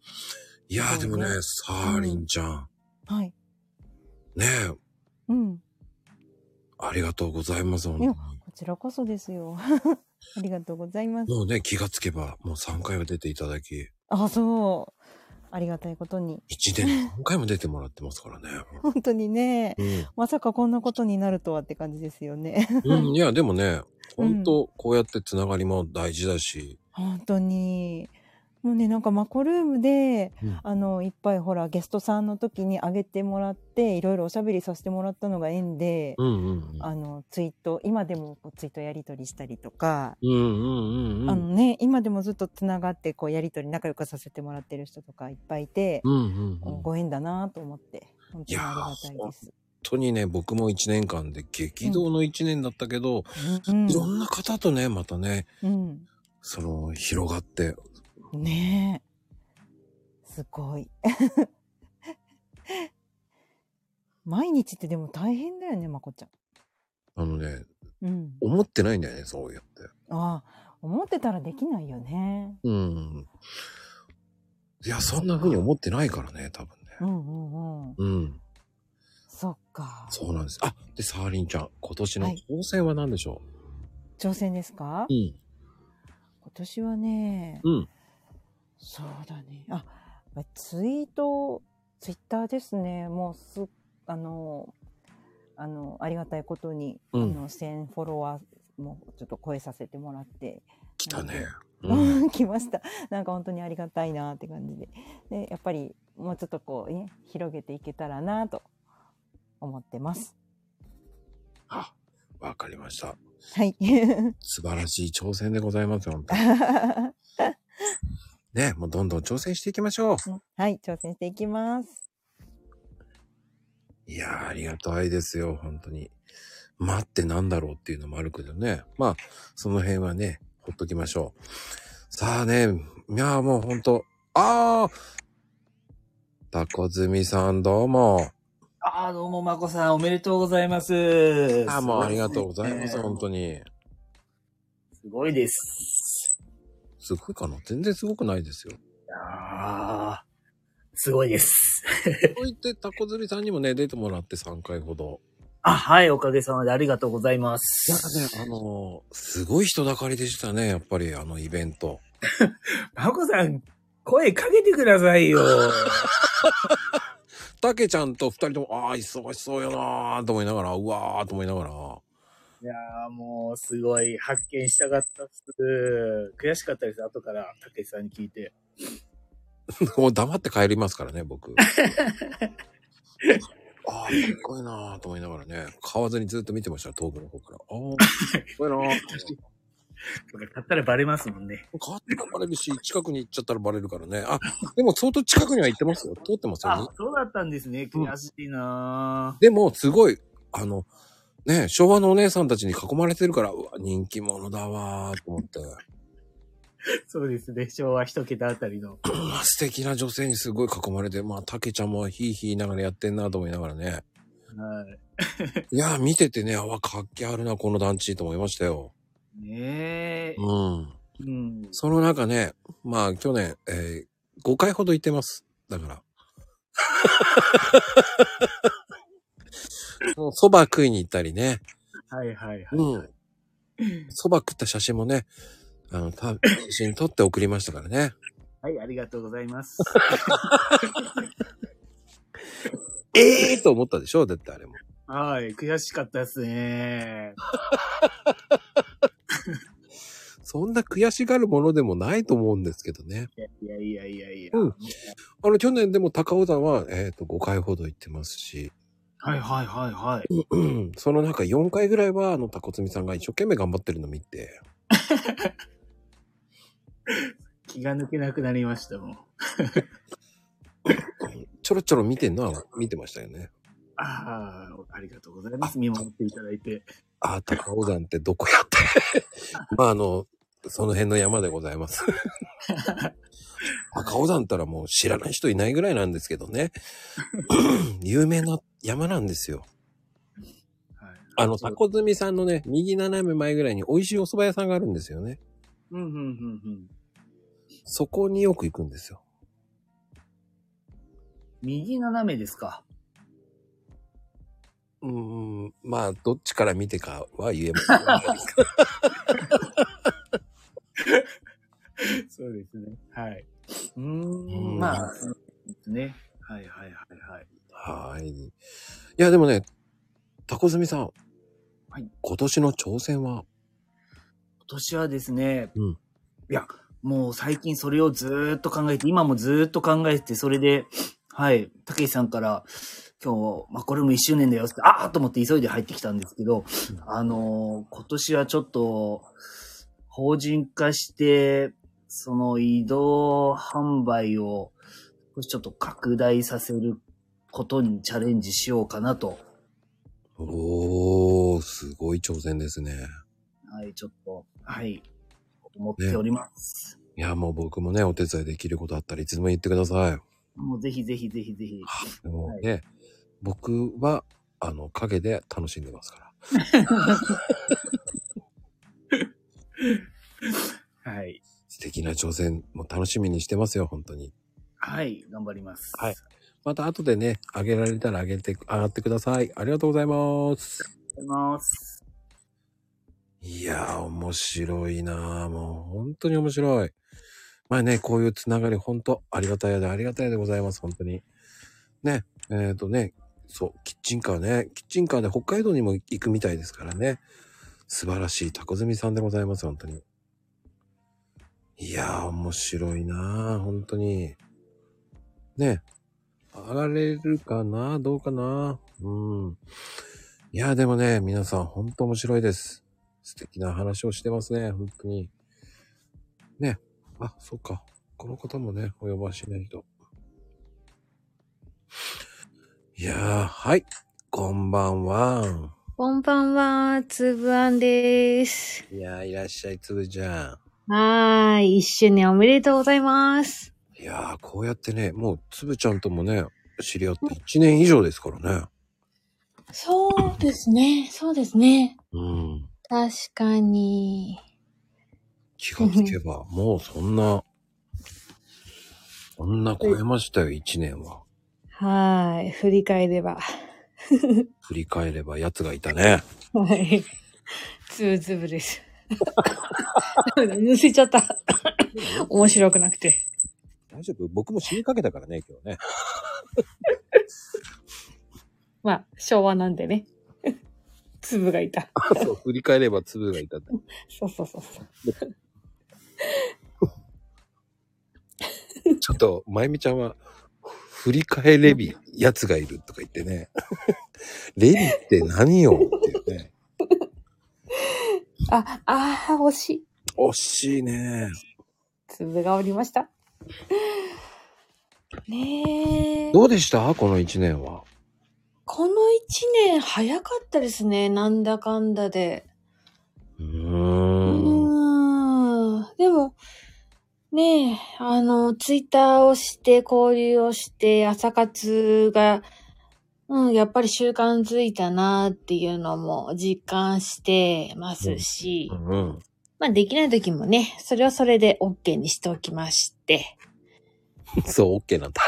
Speaker 1: いやー、で
Speaker 13: そう
Speaker 1: も
Speaker 13: ね
Speaker 1: ね、サーリンちゃん。
Speaker 13: はい。
Speaker 1: ねえ、
Speaker 13: うん。
Speaker 1: ありがとうございます。本
Speaker 13: い
Speaker 1: 当
Speaker 13: や、
Speaker 1: に
Speaker 13: こちらこそですよ。ありがとうございます。
Speaker 1: もうね、気がつけば、もう3回は出ていただき、
Speaker 13: あ、そう。ありがたいことに。
Speaker 1: 1年3回も出てもらってますからね。
Speaker 13: 本当にね、
Speaker 1: うん
Speaker 13: まさかこんなことになるとはって感じですよね。
Speaker 1: うん、いや、でもね、本当こうやってつながりも大事だし、
Speaker 13: 本当にもうねなんかマコルームで、
Speaker 1: うん
Speaker 13: あのいっぱいほらゲストさんの時にあげてもらっていろいろおしゃべりさせてもらったのが縁で、
Speaker 1: うんうんうん
Speaker 13: あのツイート今でもこうツイートやり取りしたりとか、
Speaker 1: うんうんうんうん。
Speaker 13: あのね今でもずっとつながってこうやり取り仲良くさせてもらってる人とかいっぱいいて、
Speaker 1: うんうんうん
Speaker 13: ご縁だなと思って本
Speaker 1: い
Speaker 13: 当に
Speaker 1: や
Speaker 13: あり
Speaker 1: ー、
Speaker 13: がたい
Speaker 1: 本
Speaker 13: です。
Speaker 1: 当にね、僕も1年間で激動の1年だったけど、
Speaker 13: うん
Speaker 1: いろんな方とね、またね、
Speaker 13: うん、
Speaker 1: その、広がって、
Speaker 13: ねえすごい 毎日ってでも大変だよねまこちゃん。
Speaker 1: あのね、
Speaker 13: うん、
Speaker 1: 思ってないんだよね、そうやって。
Speaker 13: ああ思ってたらできないよね。
Speaker 1: うん。いや、そんな風に思ってないからね、多分ね。
Speaker 13: うんうんうん。
Speaker 1: うん。
Speaker 13: そっか。
Speaker 1: そうなんです。あ、で、サーリンちゃん、今年の挑戦は何でしょ
Speaker 13: 挑戦ですか
Speaker 1: う、
Speaker 13: 今年はね、
Speaker 1: うん。うん。
Speaker 13: そうだね。あ、ツイート、ツイッターですね。もうす、あの、あの、ありがたいことに、
Speaker 1: うん
Speaker 13: あの、1000フォロワーもちょっと超えさせてもらって。
Speaker 1: 来たね。
Speaker 13: うん、 来ました。なんか本当にありがたいなって感じで。で、やっぱりもうちょっとこうね、広げていけたらなと思ってます。
Speaker 1: あ、わかりました。
Speaker 13: はい。
Speaker 1: 素晴らしい挑戦でございます、本当にね、もうどんどん挑戦していきましょう。
Speaker 13: はい、挑戦していきます。
Speaker 1: いやー、ありがたいですよ、本当に。待ってなんだろうっていうのもあるけどね。まあ、その辺はね、ほっときましょう。さあね、いやーもうほんと、あータコズミさんどうも。
Speaker 14: ああ、どうも、まこさん、おめでとうございます。
Speaker 1: あーもうありがとうございます、本当に。
Speaker 14: すごいです。
Speaker 1: すごいかな全然すごくないですよ。
Speaker 14: ああ、すごい です。
Speaker 1: そう言って、タコズミさんにもね、出てもらって3回ほど。
Speaker 14: あ、はい、おかげさまでありがとうございます。
Speaker 1: あのすごい人だかりでしたね、やっぱり、あのイベント。
Speaker 14: まこさん、声かけてください よ。
Speaker 1: たけちゃんと二人とも、ああ、忙しそうよなーと思いながら、うわーと思いながら。
Speaker 14: いやーもう、すごい発見したかったっす。悔しかったです、後から、たけしさんに聞いて。
Speaker 1: もう黙って帰りますから ね、僕。ああ、すっごいなーと思いながらね、買わずにずっと見てました、遠くの方から。ああ、すっごいなーって。
Speaker 14: 買ったらバレますもんね。
Speaker 1: 買ったらバレるし、近くに行っちゃったらバレるからね。あ、でも相当近くには行ってますよ。通ってますよ
Speaker 14: あ、そうだったんですね。悔しいな
Speaker 1: でも、すごい、あの、ね、昭和のお姉さんたちに囲まれてるから、うわ、人気者だわーと思って。
Speaker 14: ー、 そうですね。昭和一桁あたりの。
Speaker 1: まあ、素敵な女性にすごい囲まれて、まあ、たけちゃんもヒーヒー言いながらやってんなと思いながらね。
Speaker 14: はい。
Speaker 1: いやー、見ててね、あわ、活気あるな、この団地と思いましたよ。
Speaker 14: ねえ。
Speaker 1: うん。
Speaker 14: うん。
Speaker 1: その中ね、まあ、去年、えー5回ほど行ってます。だから。もうそば食いに行ったりね。
Speaker 14: はいはいはい。
Speaker 1: うん。そば食った写真もね、あの、た写真撮って送りましたからね。
Speaker 14: はい、ありがとうござい ます。
Speaker 1: ええー、と思ったでしょだってあれも。
Speaker 14: はい、悔しかったですね。
Speaker 1: そんな悔しがるものでもないと思うんですけどね。
Speaker 14: いやいやいやいや。
Speaker 1: うん。あの、去年でも高尾山は、えっ、と、5回ほど行ってますし、
Speaker 14: はいはいはいはい。
Speaker 1: うん その中4回ぐらいは、あの、タコツミさんが一生懸命頑張ってるの見て、
Speaker 14: 気が抜けなくなりましたもん。
Speaker 1: ちょろちょろ見てんのは見てましたよね。
Speaker 14: ああ、ありがとうございます。見守っていただいて。
Speaker 1: ああ、高尾山ってどこやって。 まあ、あの、その辺の山でござ います。高尾山ったらもう知らない人いないぐらいなんですけどね。 有名な山なんですよ。あの、タコ積みさんのね、右斜め前ぐらいに美味しいお蕎麦屋さんがあるんですよね。
Speaker 14: うんうんうんうん。
Speaker 1: そこによく行くんですよ。
Speaker 14: 右斜めですか。
Speaker 1: うーん、まあ、どっちから見てかは言えません。
Speaker 14: そうですね。はい。うーん、まあ、ね。はいはいはいはい。
Speaker 1: はい。いや、でもね、タコ積みさん。
Speaker 14: はい
Speaker 1: 今年の挑戦
Speaker 14: 今
Speaker 1: は
Speaker 14: 年はですね、
Speaker 1: うん
Speaker 14: いや、もう最近それをずーっと考えて、今もずーっと考えて、それで、はい、たけしさんから、今日、まあ、これも1周年だよって、ああと思って急いで入ってきたんですけど、あのー今年はちょっと、法人化して、その移動販売を、ちょっと拡大させることにチャレンジしようかなと
Speaker 1: おー、すごい挑戦ですね。
Speaker 14: はい、ちょっと、はい、思っております。
Speaker 1: いや、もう僕もね、お手伝いできることあったらいつでも言ってください。
Speaker 14: もうぜひぜひぜひぜひ。
Speaker 1: もうね、僕は、あの、陰で楽しんでますから。
Speaker 14: はい。
Speaker 1: 素敵な挑戦も楽しみにしてますよ、本当に。
Speaker 14: はい、頑張ります。
Speaker 1: はい。また後でね、あげられたらあげて、上がってください。ありがとうございます。
Speaker 14: ありがとうございます。
Speaker 1: いやー、面白いなーもう本当に面白い。まあね、こういうつながり、本当ありがたいで、ありがたいでございます、本当に。ね、えっ、とね、そう、キッチンカーね、キッチンカーで北海道にも行くみたいですからね。素晴らしいタコ積みさんでございます、本当に。いやー、面白いなー本当に。ね、上がれるかなどうかなうん。いやー、でもね、皆さん、本当面白いです。素敵な話をしてますね、本当に。ね。あ、そっか。この方もね、お呼ばしない人。いやー、はい。こんばんは。
Speaker 7: こんばんは、つぶあんです。
Speaker 1: いやー、いらっしゃい、つぶちゃん。
Speaker 7: はーい、一周年おめでとうございます。
Speaker 1: いやー、こうやってね、もう、つぶちゃんともね、知り合って1年以上ですからね。
Speaker 7: そうですね、そうですね。
Speaker 1: うん。
Speaker 7: 確かに。
Speaker 1: 気がつけば、もうそんな、そんな超えましたよ、1年は。
Speaker 7: はーい、振り返れば。
Speaker 1: 振り返れば奴がいたね。
Speaker 7: はい。つぶつぶです。むせちゃった。面白くなくて。
Speaker 1: 大丈夫僕も死にかけたからね、今 日ね。
Speaker 7: まあ、昭和なんでね。つぶがいた。
Speaker 1: そう、振り返れば粒がい たって。
Speaker 7: そうそうそうそう。
Speaker 1: ちょっと、まゆみちゃんは、振り返れび、奴がいるとか言ってね。 レビって何よっていうね。
Speaker 7: あ、あー、惜しい。
Speaker 1: 惜しいね。
Speaker 7: つぶがおりました。ねえ。
Speaker 1: どうでしたこの1年は。
Speaker 7: この一年早かったですね。なんだかんだで。うーん。でも、ねえ、あの、ツイッターをして、交流をして、朝活が、うん、やっぱり習慣づいたなっていうのも実感してますし、
Speaker 1: うん。
Speaker 7: まあできない時もね、それはそれで OK にしておきま して、
Speaker 1: そう、OK なんだ。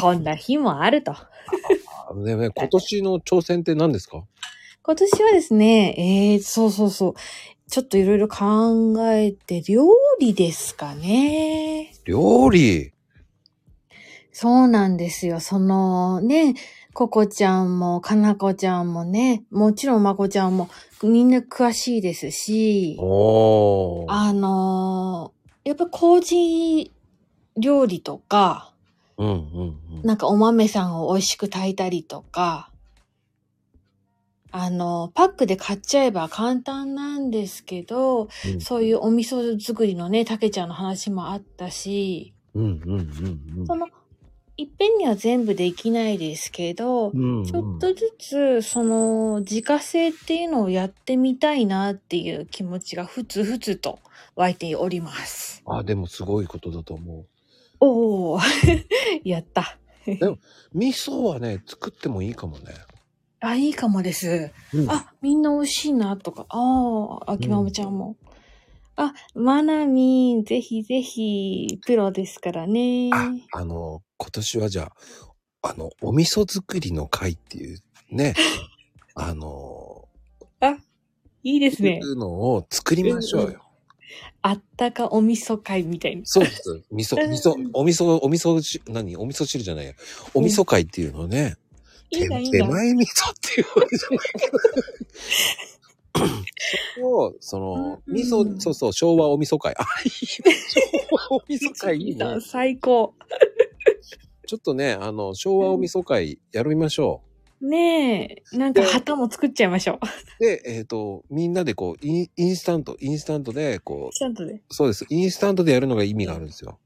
Speaker 7: こんな日もあると。
Speaker 1: あでもね、今年の挑戦って何ですか
Speaker 7: 今年はですね、えー、そうそうそう。ちょっといろいろ考えて、料理ですかね。
Speaker 1: 料理。
Speaker 7: そうなんですよ。そのね、ココちゃんも、かなこちゃんもね、もちろんまこちゃんも、みんな詳しいですし、
Speaker 1: おー。
Speaker 7: あのーやっぱ麹料理とか、
Speaker 1: うんうん。
Speaker 7: なんかお豆さんを美味しく炊いたりとか、あの、パックで買っちゃえば簡単なんですけど、
Speaker 1: うん
Speaker 7: そういうお味噌作りのね、たけちゃんの話もあったし、
Speaker 1: うんうんうんうん。
Speaker 7: その、いっぺんには全部できないですけど、
Speaker 1: うんうん
Speaker 7: ちょっとずつ、その、自家製っていうのをやってみたいなっていう気持ちがふつふつと湧いており ます。
Speaker 1: あ、でもすごいことだと 思う。
Speaker 7: おー、 やった。
Speaker 1: でも、味噌はね、作ってもいいかもね。
Speaker 7: あ、いいかもです。
Speaker 1: うん
Speaker 7: あ、みんな美味しいな、とか。ああ、秋ママちゃんも。あ、まなみん、ぜひぜひ、プロですからね。
Speaker 1: あの、今年はじゃあ、あの、お味噌作りの会っていう ね、あの、
Speaker 7: いいですね
Speaker 1: い。うのを作りましょうよ。
Speaker 7: あったかお味噌会みたいな。
Speaker 1: そうです。味噌、味噌、お味噌、お味噌汁、何お味噌汁じゃないや。お味噌会っていうのをね、
Speaker 7: いいな、いい
Speaker 1: 手
Speaker 7: な。
Speaker 1: 前味噌っていうわけじゃないけど。そこを、その、味噌、そうそう、昭和お味噌会。 あ、いいね。昭和お味噌会いいね。
Speaker 7: 最高。
Speaker 1: ちょっとね、あの、昭和お味噌会やりましょ
Speaker 7: ねえ、なんか旗も作っちゃいましょう。
Speaker 1: う。で、えっ、と、みんなでこう、インインスタント、インスタントで、こう、
Speaker 7: ちゃんとね。
Speaker 1: そうです。インスタントでやるのが意味があるんですよ。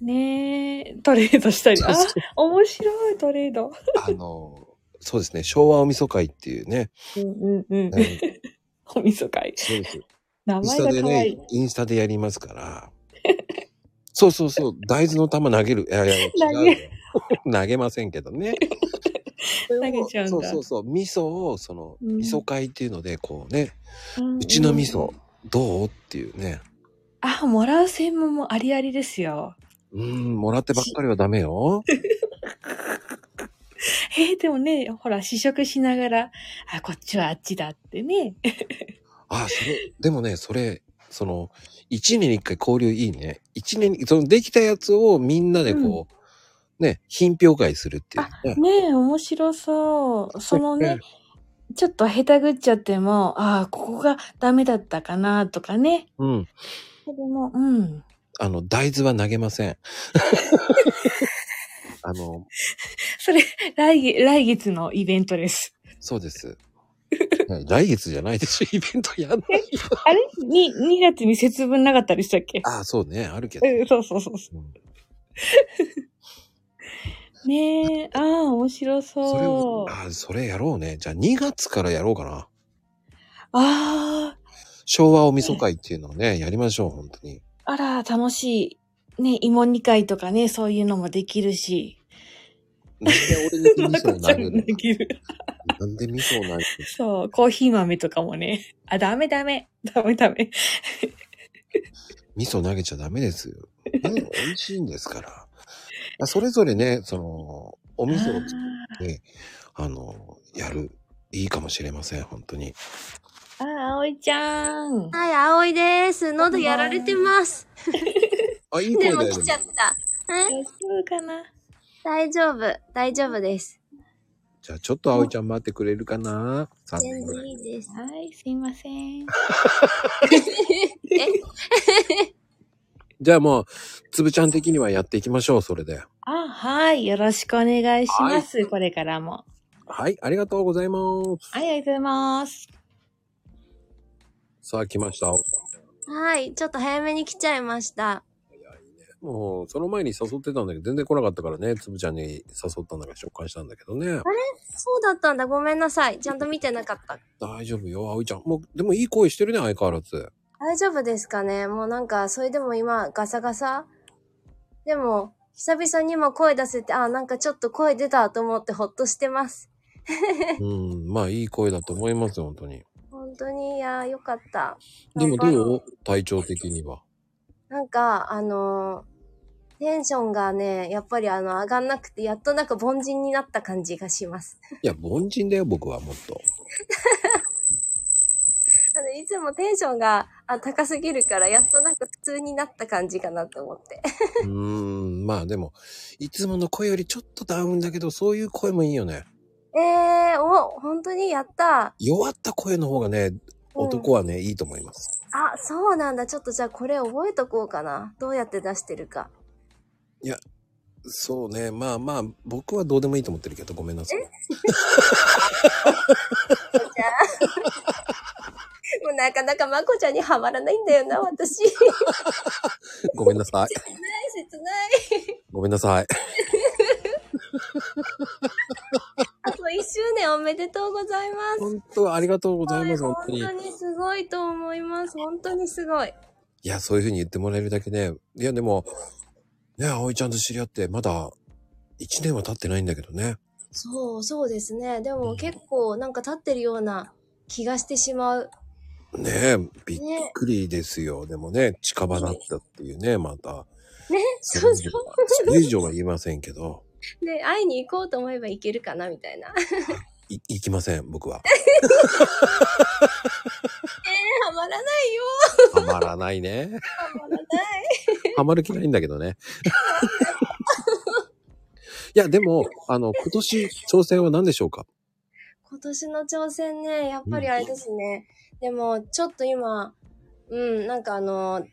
Speaker 7: ねえ、トレードしたり。あ、面白いトレード。
Speaker 1: あの、そうですね、昭和お味噌会っていうね。
Speaker 7: うんうんうん。 お味噌会。
Speaker 1: そうです。
Speaker 7: 名
Speaker 1: インス
Speaker 7: 前
Speaker 1: タ
Speaker 7: が
Speaker 1: で
Speaker 7: 可愛い
Speaker 1: ね。、インスタでやりますから。 そうそうそう、大豆の玉投げる。いやいや、違
Speaker 7: 投
Speaker 1: うよ
Speaker 7: げ、
Speaker 1: 投げませんけどね。
Speaker 7: 投げちゃうんだ。
Speaker 1: そうそうそう、味噌を、その、
Speaker 7: うん
Speaker 1: 味噌会っていうので、こうね、
Speaker 7: うんうん
Speaker 1: うちの味噌、どうっていうね。
Speaker 7: あ、もらう専門もありありですよ。
Speaker 1: うーん、もらってばっかりはダメよ。
Speaker 7: えーでもね、ほら、試食しながら、あ、こっちはあっちだってね。
Speaker 1: あ、それ、でもね、それ、その、一年に一回交流いいね。一年に、その、できたやつをみんなでこう、ね、品評会するっていうね。
Speaker 7: ねえ、面白そう。そのね、ちょっと下手ぐっちゃっても、ああ、ここがダメだったかな、とかね。
Speaker 1: うん。
Speaker 7: それも、うん。
Speaker 1: あの、大豆は投げません。 あの、
Speaker 7: それ、来月、来月のイベントです。
Speaker 1: そうです。ね来月じゃないでしょ、イベントやんないよ。
Speaker 7: あれに、2月に節分なかったでしたっけ
Speaker 1: ああ、そうね、あるけど。
Speaker 7: うん、そうそうそうそう。ねえ、ああ、面白そう。
Speaker 1: あ、それやろうね。じゃあ2月からやろうかな。
Speaker 7: あ
Speaker 1: 昭和おみそ会っていうのをね、やりましょう、本当に。
Speaker 7: あ、あら、楽しい。ね、芋煮会とかね、そういうのもできるし。
Speaker 1: なんで俺に味噌を投げるできる。なんで味噌を投げる
Speaker 7: そう、コーヒー豆とかもね。あ、ダメダメ。ダメダメ。
Speaker 1: 味噌投げちゃダメですよ。ね美味しいんですから。あそれぞれね、その、お味噌を作って、あの、やる。いいかもしれません、本当に。
Speaker 7: あ、葵ちゃん。
Speaker 15: はい、葵です。喉やられてます。
Speaker 1: あ、いい声
Speaker 15: でも
Speaker 1: だよ。
Speaker 15: 来ちゃった。大丈
Speaker 7: 夫かな
Speaker 15: 大丈夫。大丈夫です。
Speaker 1: じゃあちょっと葵ちゃん待ってくれるかなさ
Speaker 15: 全然いいです。
Speaker 7: はい、すいません。
Speaker 1: じゃあもう、つぶちゃん的にはやっていきましょう、それで。
Speaker 7: あ、はい。よろしくお願いします。これからも。
Speaker 1: はい、ありがとうございます。
Speaker 7: はい、ありがとうございます。
Speaker 1: さあ、来ました。
Speaker 15: はい、ちょっと早めに来ちゃいました。
Speaker 1: もう、その前に誘ってたんだけど、全然来なかったからね、つぶちゃんに誘ったんだけど、紹介したんだけどね
Speaker 15: あ。れそうだったんだ。ごめんなさい。ちゃんと見てなかった。
Speaker 1: 大丈夫よ、葵ちゃん。もう、でもいい声してるね、相変わらず。
Speaker 15: 大丈夫ですかねもうなんか、それでも今、ガサガサでも、久々に今声出せて、あ、なんかちょっと声出たと思ってほっとしてます。
Speaker 1: うん、まあいい声だと思いますよ、本当に。
Speaker 15: 本当に、いやー、よかった。
Speaker 1: でもどう体調的には。
Speaker 15: なんか、あのーテンションがね、やっぱりあの、上がんなくて、やっとなんか凡人になった感じがします。
Speaker 1: いや、凡人だよ、僕はもっと。
Speaker 15: あの、いつもテンションがあ高すぎるから、やっとなんか普通になった感じかなと思って。
Speaker 1: うーん、まあでも、いつもの声よりちょっとダウンだけど、そういう声もいいよね。
Speaker 15: えー、お、本当にやった。
Speaker 1: 弱った声の方がね、
Speaker 15: うん
Speaker 1: 男はね、いいと思います。
Speaker 15: あ、そうなんだ。ちょっとじゃあこれ覚えとこうかな。どうやって出してるか。
Speaker 1: いや、そうね、まあまあ、僕はどうでもいいと思ってるけど、ごめんなさい。
Speaker 15: じゃ あ。もうなかなかまこちゃんにはまらないんだよな、私。切
Speaker 1: ごめんなさい。
Speaker 15: ない、切ない。
Speaker 1: ごめんなさい。
Speaker 15: あと1周年おめでとうございます。
Speaker 1: 本当はありがとうございます、本当に。い
Speaker 15: 本当にすごいと思います。本当にすごい。
Speaker 1: や、そういうふうに言ってもらえるだけね。いや、でも、ね、葵ちゃんと知り合って、まだ、1年は経ってないんだけどね。
Speaker 15: そう、そうですね。でも結構なんか立ってるような気がしてしまう。
Speaker 1: ねえ、びっ
Speaker 15: ね。
Speaker 1: くりですよ。でもね、近場だったっていうね、また。
Speaker 15: ね、そうそ
Speaker 1: それ以上は言いませんけど、
Speaker 15: う。で、会いに行こうと思えば行けるかな、みたいな。
Speaker 1: い、行きません、僕は。
Speaker 15: えー、はまらないよ。
Speaker 1: はまらないね。
Speaker 15: はまらない。
Speaker 1: はまる気ないんだけどね。いや、でも、あの、今年挑戦は何でしょうか
Speaker 15: 今年の挑戦ね、やっぱりあれですね。でも、ちょっと今、うん、なんかあの、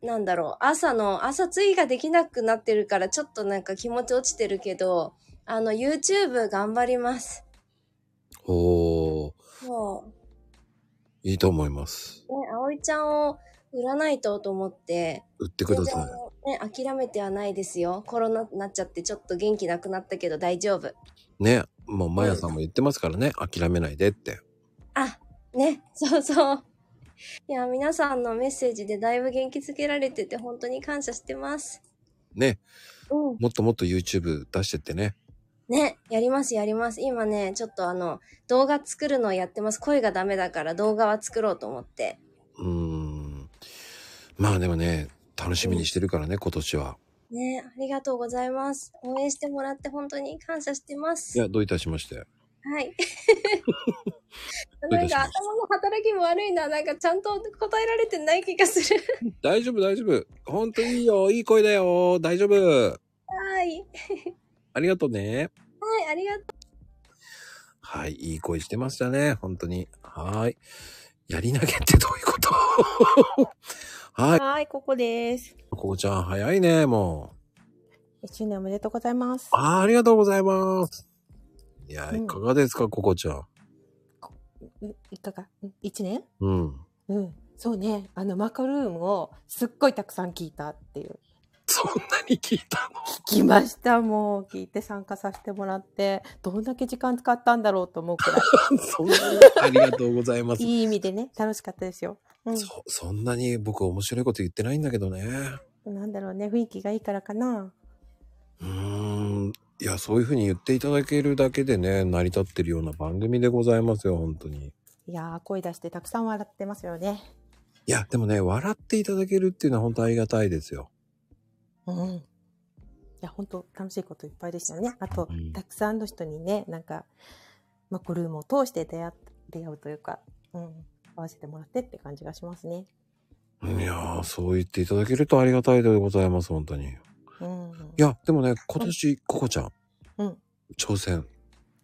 Speaker 15: なんだろう、朝の、朝追ができなくなってるから、ちょっとなんか気持ち落ちてるけど、あの、YouTube 頑張ります。
Speaker 1: おー、
Speaker 15: もう、
Speaker 1: いいと思います。
Speaker 15: ね、葵ちゃんを売らないとと思って、
Speaker 1: 売ってください。
Speaker 15: ね、諦めてはないですよ。コロナになっちゃってちょっと元気なくなったけど大丈夫。
Speaker 1: ね、もう、まやさんも言ってますからね、諦めないでって。
Speaker 15: あ、ね、そうそう。いや、皆さんのメッセージでだいぶ元気づけられてて本当に感謝してます。
Speaker 1: ね、
Speaker 15: うん。
Speaker 1: もっともっと YouTube 出してってね。
Speaker 15: ね、やりますやります。今ね、ちょっとあの、動画作るのをやってます。声がダメだから動画は作ろうと思って。
Speaker 1: うーん。まあでもね、楽しみにしてるからね、今年は。
Speaker 15: ね、ありがとうございます。応援してもらって本当に感謝してます。
Speaker 1: いや、どういたしまして。
Speaker 15: はい。
Speaker 1: どう
Speaker 15: ないん
Speaker 1: たしま
Speaker 15: か
Speaker 1: し
Speaker 15: 頭の働きも悪いな。なんかちゃんと答えられてない気がす る。
Speaker 1: 大丈夫、大丈夫。ほんといいよ。いい声だよ。大丈夫。
Speaker 15: はい。
Speaker 1: ありがとうね。
Speaker 15: はい、ありがと
Speaker 1: はい、いい声してましたね。本当に。はーい。やり投げってどういうこと はい。
Speaker 16: はい、ここです。
Speaker 1: こうちゃん、早いね、も
Speaker 16: 1周年おめでとうございます。
Speaker 1: う。あーありがとうございます。いや、いかがですか、ここちゃ ん。
Speaker 16: ういかが ?1 年
Speaker 1: うん。
Speaker 16: うん。そうね。あの、マカルームをすっごいたくさん聞いたっていう。そんなに聞いたの聞きました、もう。聞いて参加させてもらって、どんだけ時間使ったんだろうと思うくらい。
Speaker 1: そんなにありがとうございます。
Speaker 16: いい意味でね、楽しかったですよ。うん。
Speaker 1: そんなに僕面白いこと言ってないんだけどね。
Speaker 16: なんだろうね、雰囲気がいいからかな。
Speaker 1: うーん。いや、そういうふうに言っていただけるだけでね、成り立ってるような番組でございますよ、本当に。
Speaker 16: いやー、声出してたくさん笑ってますよね。
Speaker 1: いや、でもね、笑っていただけるっていうのは本当ありがたいですよ。
Speaker 16: うん。いや、本当楽しいこといっぱいでしたよね。あと、たくさんの人にね、なんか、マコルームを通して出会出会うというか、うん、会わせてもらってって感じがしますね。
Speaker 1: いやー、そう言っていただけるとありがたいでございます、本当に。い
Speaker 16: うん。
Speaker 1: や、でもね、今年、ココちゃん、
Speaker 16: うん。
Speaker 1: 挑戦。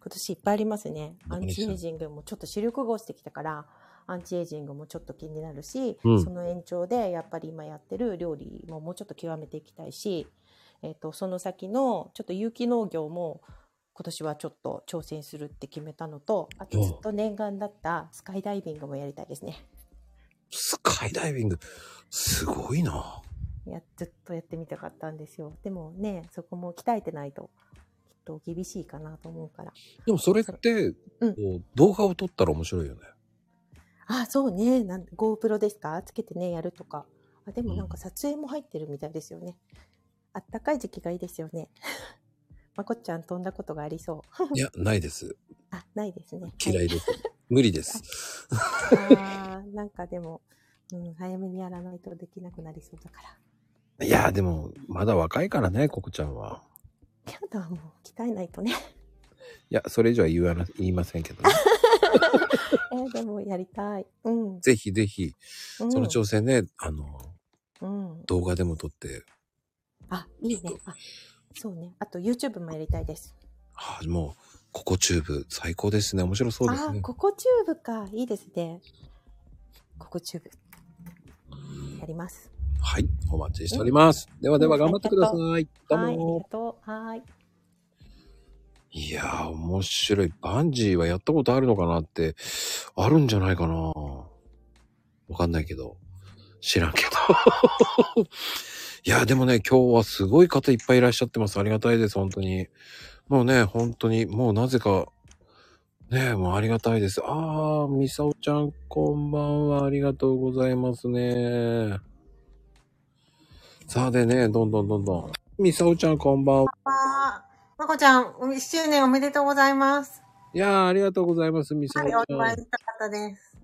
Speaker 16: 今年いっぱいありますね。アン
Speaker 1: 何し
Speaker 16: チ
Speaker 1: た
Speaker 16: エイジングもちょっと視力が落ちてきたから、アンチエイジングもちょっと気になるし、
Speaker 1: うん
Speaker 16: その延長でやっぱり今やってる料理ももうちょっと極めていきたいし、えっ、と、その先のちょっと有機農業も今年はちょっと挑戦するって決めたのと、あとずっと念願だったスカイダイビングもやりたいですね。
Speaker 1: スカイダイビング、すごいな。
Speaker 16: いや、ずっとやってみたかったんですよ。でもね、そこも鍛えてないと、きっと厳しいかなと思うから。
Speaker 1: でもそれって、こう動画を撮ったら面白いよね。
Speaker 16: あ、そうね。なん GoPro ですかつけてね、やるとか。あ、でもなんか撮影も入ってるみたいですよね。あったかい時期がいいですよね。 まこっちゃん飛んだことがありそう。
Speaker 1: いや、ないです。
Speaker 16: あ、ないですね。
Speaker 1: 嫌いです。無理です。
Speaker 16: あー なんかでも、うん、早めにやらないとできなくなりそうだから。
Speaker 1: いや、でも、まだ若いからね、ココちゃんは。
Speaker 16: やだ、もう鍛えないとね。
Speaker 1: いや、それ以上は言わな、言いませんけどね。
Speaker 16: えーでもやりたい。うん。
Speaker 1: ぜひぜひ、
Speaker 16: うん
Speaker 1: その挑戦ね、あの、
Speaker 16: うん。
Speaker 1: 動画でも撮って、
Speaker 16: あ、いいね。あ、そうね。あと YouTube もやりたいです。
Speaker 1: あもう、ココチューブ、最高ですね。面白そうです
Speaker 16: あ
Speaker 1: ね
Speaker 16: ー、。ここチューブか。いいですね。ここチューブ。やります。
Speaker 1: はい、お待ちしております。ではでは、
Speaker 16: うん
Speaker 1: 頑張ってください。どう
Speaker 16: はい、あり
Speaker 1: も。
Speaker 16: がとう。はい。
Speaker 1: いやー、面白い。バンジーはやったことあるのかなって、あるんじゃないかなわかんないけど。知らんけど。 いやー、でもね、今日はすごい方いっぱいいらっしゃってます。ありがたいです、本当に。もうね、本当に、もうなぜか、ねえ、もうありがたいです。あー、みさおちゃん、こんばんは。ありがとうございますね。さあ、でね、どんどんどんどん。みさおちゃん、こんばんは。
Speaker 17: あーまこちゃん、1周年おめでとうございます。
Speaker 1: いやー、ありがとうございます、みさお
Speaker 17: は
Speaker 1: ち
Speaker 17: い、
Speaker 1: ゃん
Speaker 17: お。祝いしたかったです。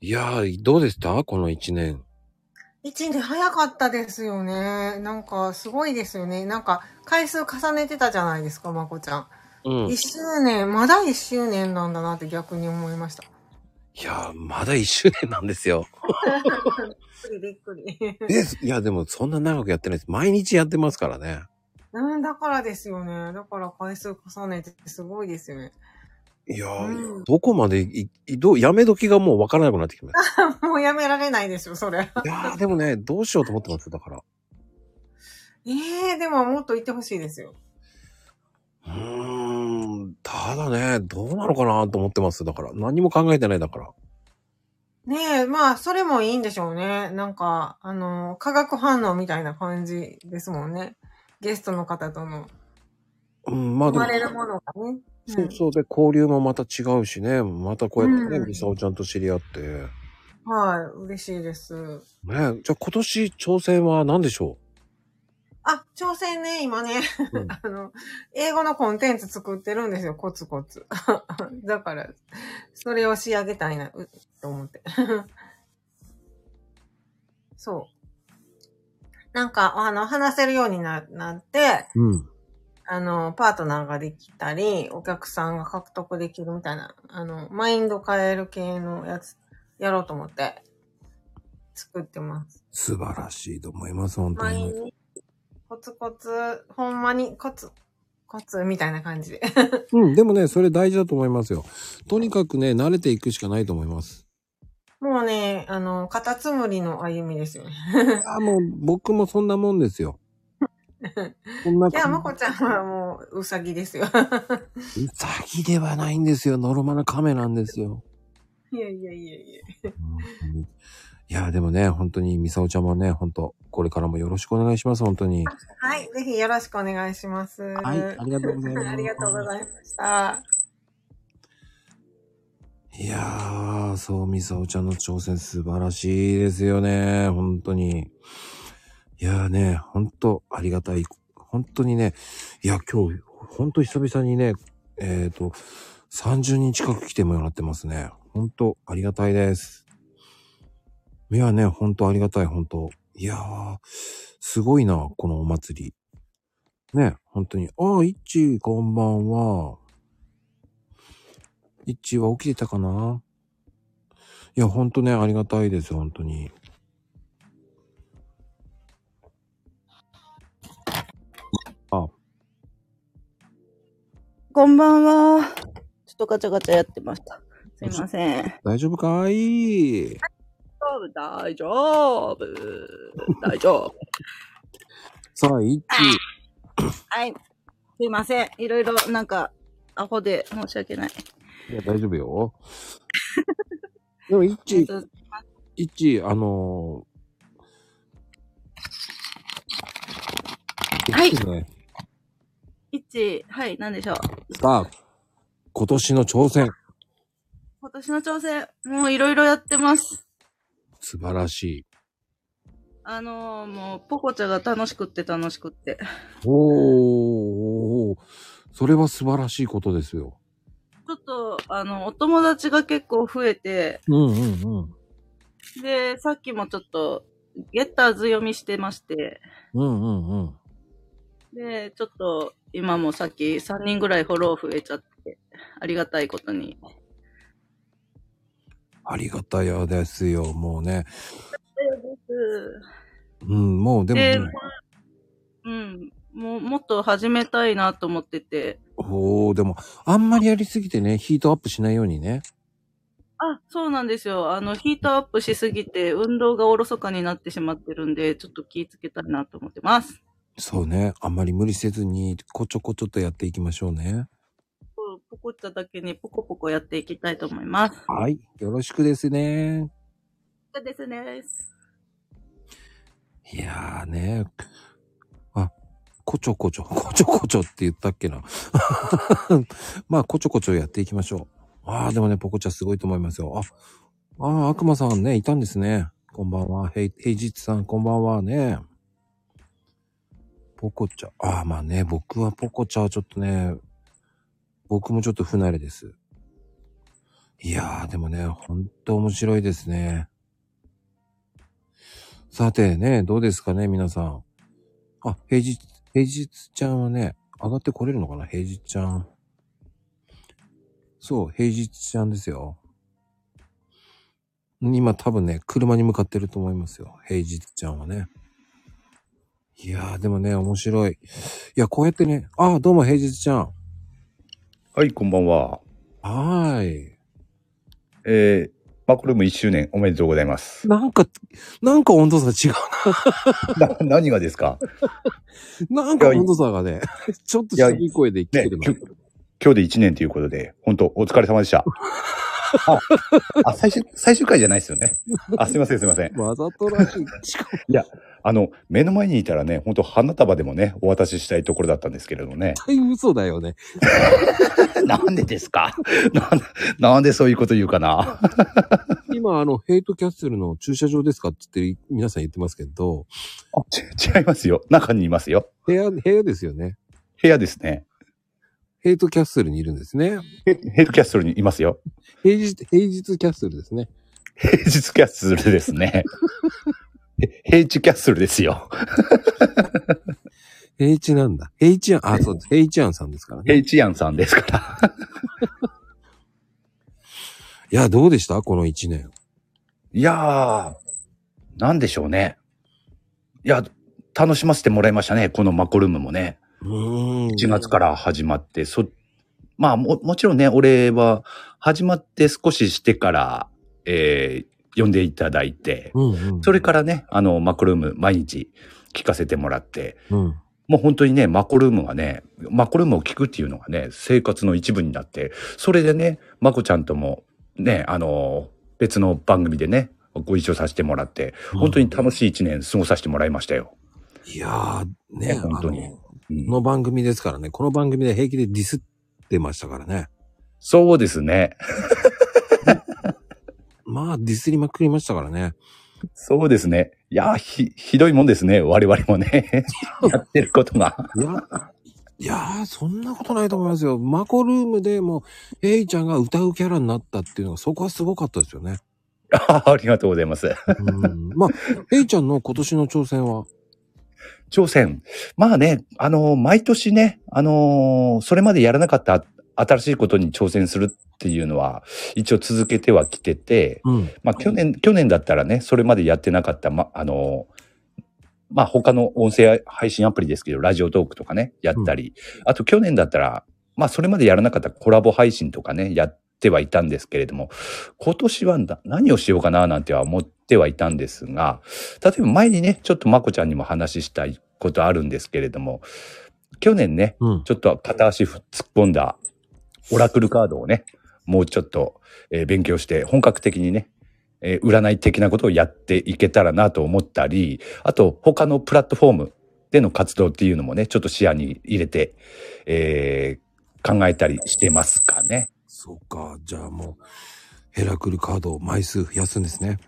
Speaker 1: いやー、どうでしたこの一年。
Speaker 17: 1年早かったですよね。なんか、すごいですよね。なんか、回数重ねてたじゃないですか、まこちゃん。
Speaker 1: うん。
Speaker 17: 1
Speaker 1: い
Speaker 17: 周年、まだ1周年なんだなって逆に思い ました。
Speaker 1: やー、まだ一周年なんですよ。
Speaker 17: びっくりびっく
Speaker 1: で
Speaker 17: り。
Speaker 1: す。いや、でもそんな長くやってないです。毎日やってますからね。
Speaker 17: うん、だからですよね。だから回数重ねててすごいですよね。
Speaker 1: いやー、
Speaker 17: うん
Speaker 1: どこまでい、いどう、やめ時がもうわからなくなってきまし
Speaker 17: もうやめられないでしょ、それ。
Speaker 1: た。いやー、でもね、どうしようと思ってますだから。
Speaker 17: ええでももっと言ってほしいですよ。
Speaker 1: うーん、ただね、どうなのかなと思ってます。だから、何も考えてないだから。
Speaker 17: ねえ、まあ、それもいいんでしょうね。なんか、あの、化学反応みたいな感じですもんね。ゲストの方との
Speaker 1: うん、ま
Speaker 17: 生
Speaker 1: あでも
Speaker 17: ま、れるものがね。
Speaker 1: そうそうで、交流もまた違うしね、またこうやって
Speaker 17: う
Speaker 1: ね、
Speaker 17: ん
Speaker 1: みさおちゃんと知り合って。ね
Speaker 17: はい、嬉しいです。
Speaker 1: じゃあ今年挑戦は何でしょ
Speaker 17: あ、挑戦ね、今ね、 あの、英語のコンテンツ作ってるんですよ、コツコツ。 だから、それを仕上げたいな、うと思って。 そう。なんか、あの、話せるようにななって、
Speaker 1: ううん。
Speaker 17: あの、パートナーができたり、お客さんが獲得できるみたいな、あの、マインド変える系のやつ、やろうと思って、作ってます。
Speaker 1: 素晴らしいと思います、本当
Speaker 17: マイ
Speaker 1: に。
Speaker 17: ンコツコツ、ほんまにコツ、コツみたいな感じで。
Speaker 1: うん、でもね、それ大事だと思いますよ。とにかくね、慣れていくしかないと思い ます。
Speaker 17: もうね、あの、カタツムリの歩みですよね。
Speaker 1: あもう、僕もそんなもんですよ。こんない
Speaker 17: や、まこちゃんはもう、うさぎですよ。
Speaker 1: うさぎではないんですよ。ノルマな亀なんですよ。
Speaker 17: いやいやいやいや。
Speaker 1: いやーでもね、本当にみさおちゃんもね、本当これからもよろしくお願いします、本当に。
Speaker 17: はい、ぜひよろしくお願いします。はい
Speaker 1: ありがとうございま す
Speaker 17: ありがとうございました。
Speaker 1: いやー、そう、みさおちゃんの挑戦素晴らしいですよね。本当に。いやーね、本当ありがたい。本当にね、いや、今日、本当久々にね、えっ、と、30人近く来てもらってますね。本当ありがたいです。いやね、本当ありがたい、本当いやー、すごいな、このお祭り。ね、本当に。ああ、いっちー、こんばんは。いっちーは起きてたかないや、ほんとね、ありがたいです、ほんとに。あ、
Speaker 18: こんばんは。ちょっとガチャガチャやってました。すいません。
Speaker 1: 大丈夫か
Speaker 18: 大丈
Speaker 1: い
Speaker 18: 夫、大丈夫、大丈夫。
Speaker 1: さあ、いっちー。
Speaker 18: はい。すいません。いろいろ、なんか、アホで申し訳ない。
Speaker 1: いや、大丈夫よ。でも、いっちー、いっちー、あのー、はい。ね、
Speaker 18: 一、はい、なんでしょう。
Speaker 1: さあ、今年の挑戦、
Speaker 18: 今年の挑戦、もういろいろやってます。
Speaker 1: 素晴らしい。
Speaker 18: あのー、もう、ポコチャが楽しくって楽しくって。
Speaker 1: おー、それは素晴らしいことですよ。
Speaker 18: ちょっと、あの、お友達が結構増えて、
Speaker 1: うんうん
Speaker 18: で、さっきもちょっと、ゲッターズ読みしてまして、
Speaker 1: うん。うんうんうん。
Speaker 18: で、ちょっと、今もさっき3人ぐらいフォロー増えちゃって、ありがたいことに。
Speaker 1: ありがたやですよ、もうね。
Speaker 18: です。
Speaker 1: うん、もうでもね、
Speaker 18: でうん。もう、もっと始めたいなと思ってて。
Speaker 1: おー、でも、あんまりやりすぎてね、ヒートアップしないようにね。
Speaker 18: あ、そうなんですよ。あの、ヒートアップしすぎて、運動がおろそかになってしまってるんで、ちょっと気ぃつけたいなと思ってます。
Speaker 1: そうね、あんまり無理せずに、こちょこちょっとやっていきましょうね。
Speaker 18: そうポコチャだけにポコポコやっていきたいと思います。
Speaker 1: はい、よろしくですね。
Speaker 18: そうですね。
Speaker 1: いやーね、あ、こちょ こちょ、こちょこちょって言ったっけな。 まあ、こちょこちょやっていきましょう。ああ、でもね、ポコちゃんすごいと思いますよ。あ、ああ、悪魔さんね、いたんですね。こんばんは。へい、平日さん、こんばんはね。ポコちゃん、ああ、まあね、僕はポコちゃんはちょっとね、僕もちょっと不慣れです。いやー、でもね、ほんと面白いですね。さてね、どうですかね、皆さん。あ、平日、平日ちゃんはね、上がってこれるのかな平日ちゃん。そう、平日ちゃんですよ。今多分ね、車に向かってると思いますよ。平日ちゃんはね。いやー、でもね、面白い。いや、こうやってね、あ、どうも平日ちゃん。
Speaker 19: はい、こんばんは。
Speaker 1: はーい。
Speaker 19: えー、マコルーム1周年おめでとうございます。
Speaker 1: なんか、なんか温度差違 う
Speaker 19: な。何がですか
Speaker 1: なんか温度差がね、ちょっと低い声で聞けてます。
Speaker 19: 今日で1年ということで、本当お疲れ様で した。ああ、最終、最終回じゃないですよね。あ、すいません、すいません。
Speaker 1: わざとら し い。
Speaker 19: いや、あの、目の前にいたらね、本当花束でもね、お渡ししたいところだったんですけれどもね。
Speaker 1: 絶対嘘だよね。
Speaker 19: なんでですか なんなんでそういうこと言うかな。
Speaker 1: 今、あの、ヘイトキャッスルの駐車場ですかって言って、皆さん言ってますけど、
Speaker 19: 違いますよ。中にいますよ。
Speaker 1: 部屋、部屋ですよね。
Speaker 19: 部屋ですね。
Speaker 1: ヘイトキャッスルにいるんですね。
Speaker 19: ヘヘイトキャッスルにいますよ。
Speaker 1: 平日、平日キャッスルですね。
Speaker 19: 平日キャッスルですね。へ平地キャッスルですよ。
Speaker 1: 平地なんだ。平地アン、あ、そうです。平地アンさんですからね。
Speaker 19: 平地アンさんですから。
Speaker 1: いや、どうでしたこの1年。
Speaker 19: いやー、なんでしょうね。いや、楽しませてもらいましたね。このマコルームもね。1月から始まって、そ、まあも、もちろんね、俺は始まって少ししてから、えー、呼んでいただいて、それからね、あの、マコルーム毎日聞かせてもらって、
Speaker 1: うん。
Speaker 19: もう本当にね、マコルームがね、マコルームを聞くっていうのがね、生活の一部になって、それでね、マコちゃんとも、ね、あの、別の番組でね、ご一緒させてもらって、本当に楽しい一年過ごさせてもらいましたよ。
Speaker 1: いやー、ね、本当に。この番組ですからね、この番組で平気でディスってましたからね。
Speaker 19: そうですね。
Speaker 1: まあ、ディスりまくりましたからね。
Speaker 19: そうですね。いやー、ひ、ひどいもんですね。我々も ね。やってることが。
Speaker 1: いやー、そんなことないと思いますよ。マコルームでもう、エイちゃんが歌うキャラになったっていうのが、そこはすごかったですよね。
Speaker 19: あありがとうございます。
Speaker 1: まあ、エイちゃんの今年の挑戦は
Speaker 19: 挑戦。まあね、あのー毎年ね、あのーそれまでやらなかった新しいことに挑戦するっていうのは、一応続けてはきてて、まあ去年、去年だったらね、それまでやってなかった、ま、あのーまあ他の音声配信アプリですけど、ラジオトークとかね、やったり、あと去年だったら、まあそれまでやらなかったコラボ配信とかね、やってはいたんですけれども、今年はな何をしようかななんては思ってはいたんですが、例えば前にね、ちょっとまこちゃんにも話ししたいことあるんですけれども、去年ね、ちょっと片足突っ込んだオラクルカードをね、もうちょっと、えー勉強して本格的にね、えー占い的なことをやっていけたらなと思ったり、あと他のプラットフォームでの活動っていうのもね、ちょっと視野に入れて、えー考えたりしてますかね。
Speaker 1: そっか、じゃあもう、ヘラクルカードを枚数増やすんですね。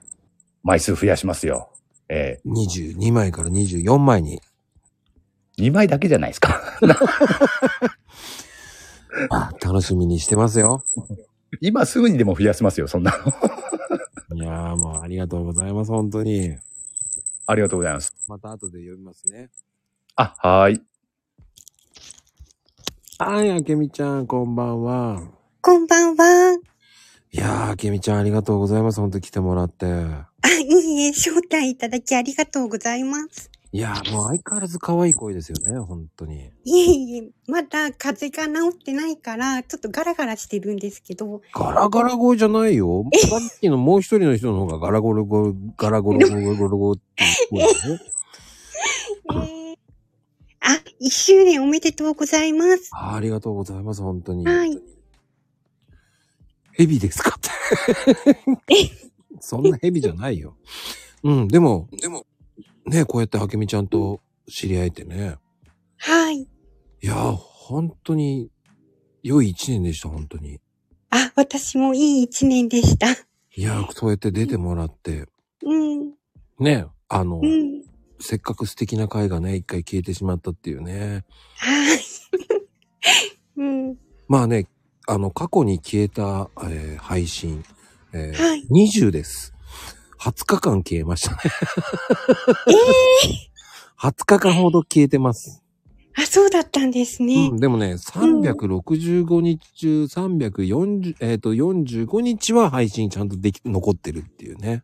Speaker 19: 枚数増やしますよ。え
Speaker 1: え22枚から24枚に。
Speaker 19: 2枚だけじゃないですか。
Speaker 1: あ、楽しみにしてますよ。
Speaker 19: 今すぐにでも増やせますよ、そんなの。
Speaker 1: いやーもうありがとうございます、本当に。
Speaker 19: ありがとうございます。
Speaker 1: また後で読みますね。
Speaker 19: あ、はーい。
Speaker 1: はい、あけみちゃん、こんばんは。
Speaker 20: こんばんは。
Speaker 1: いやー、あけみちゃんありがとうございます、本当に来てもらって。
Speaker 20: あ、いいえ、招待いただきありがとうございます。
Speaker 1: いやー、もう相変わらず可愛い声ですよね、本当に。
Speaker 20: いえいえ、まだ風邪が治ってないから、ちょっとガラガラしてるんですけど。
Speaker 1: ガラガラ声じゃないよ。さっきのもう一人の人の方がガラゴロゴロ、ガラゴロゴロゴロゴロっていう声だね。
Speaker 20: あ、一周年おめでとうございます。
Speaker 1: あーありがとうございます、本当に。
Speaker 20: はい。
Speaker 1: ヘビですかって。そんなヘビじゃないよ。うん、でも、でも、ね、こうやってあけみちゃんと知り合えてね。
Speaker 20: はい。
Speaker 1: いやー、本当に、良い一年でした、本当に。
Speaker 20: あ、私もいい一年でした。
Speaker 1: いやー、そうやって出てもらって、
Speaker 20: うん。
Speaker 1: ね、あの、
Speaker 20: うん。
Speaker 1: せっかく素敵な回がね、一回消えてしまったっていうね。
Speaker 20: はい。うん。
Speaker 1: まあね、あの、過去に消えた、えー配信、えー
Speaker 20: はい
Speaker 1: 20です。20日間消えましたね。20日間ほど消えてます。
Speaker 20: あ、そうだったんですね。
Speaker 1: うん、でもね、365日中340、えっ、と、45日は配信ちゃんとでき、残ってるっていうね。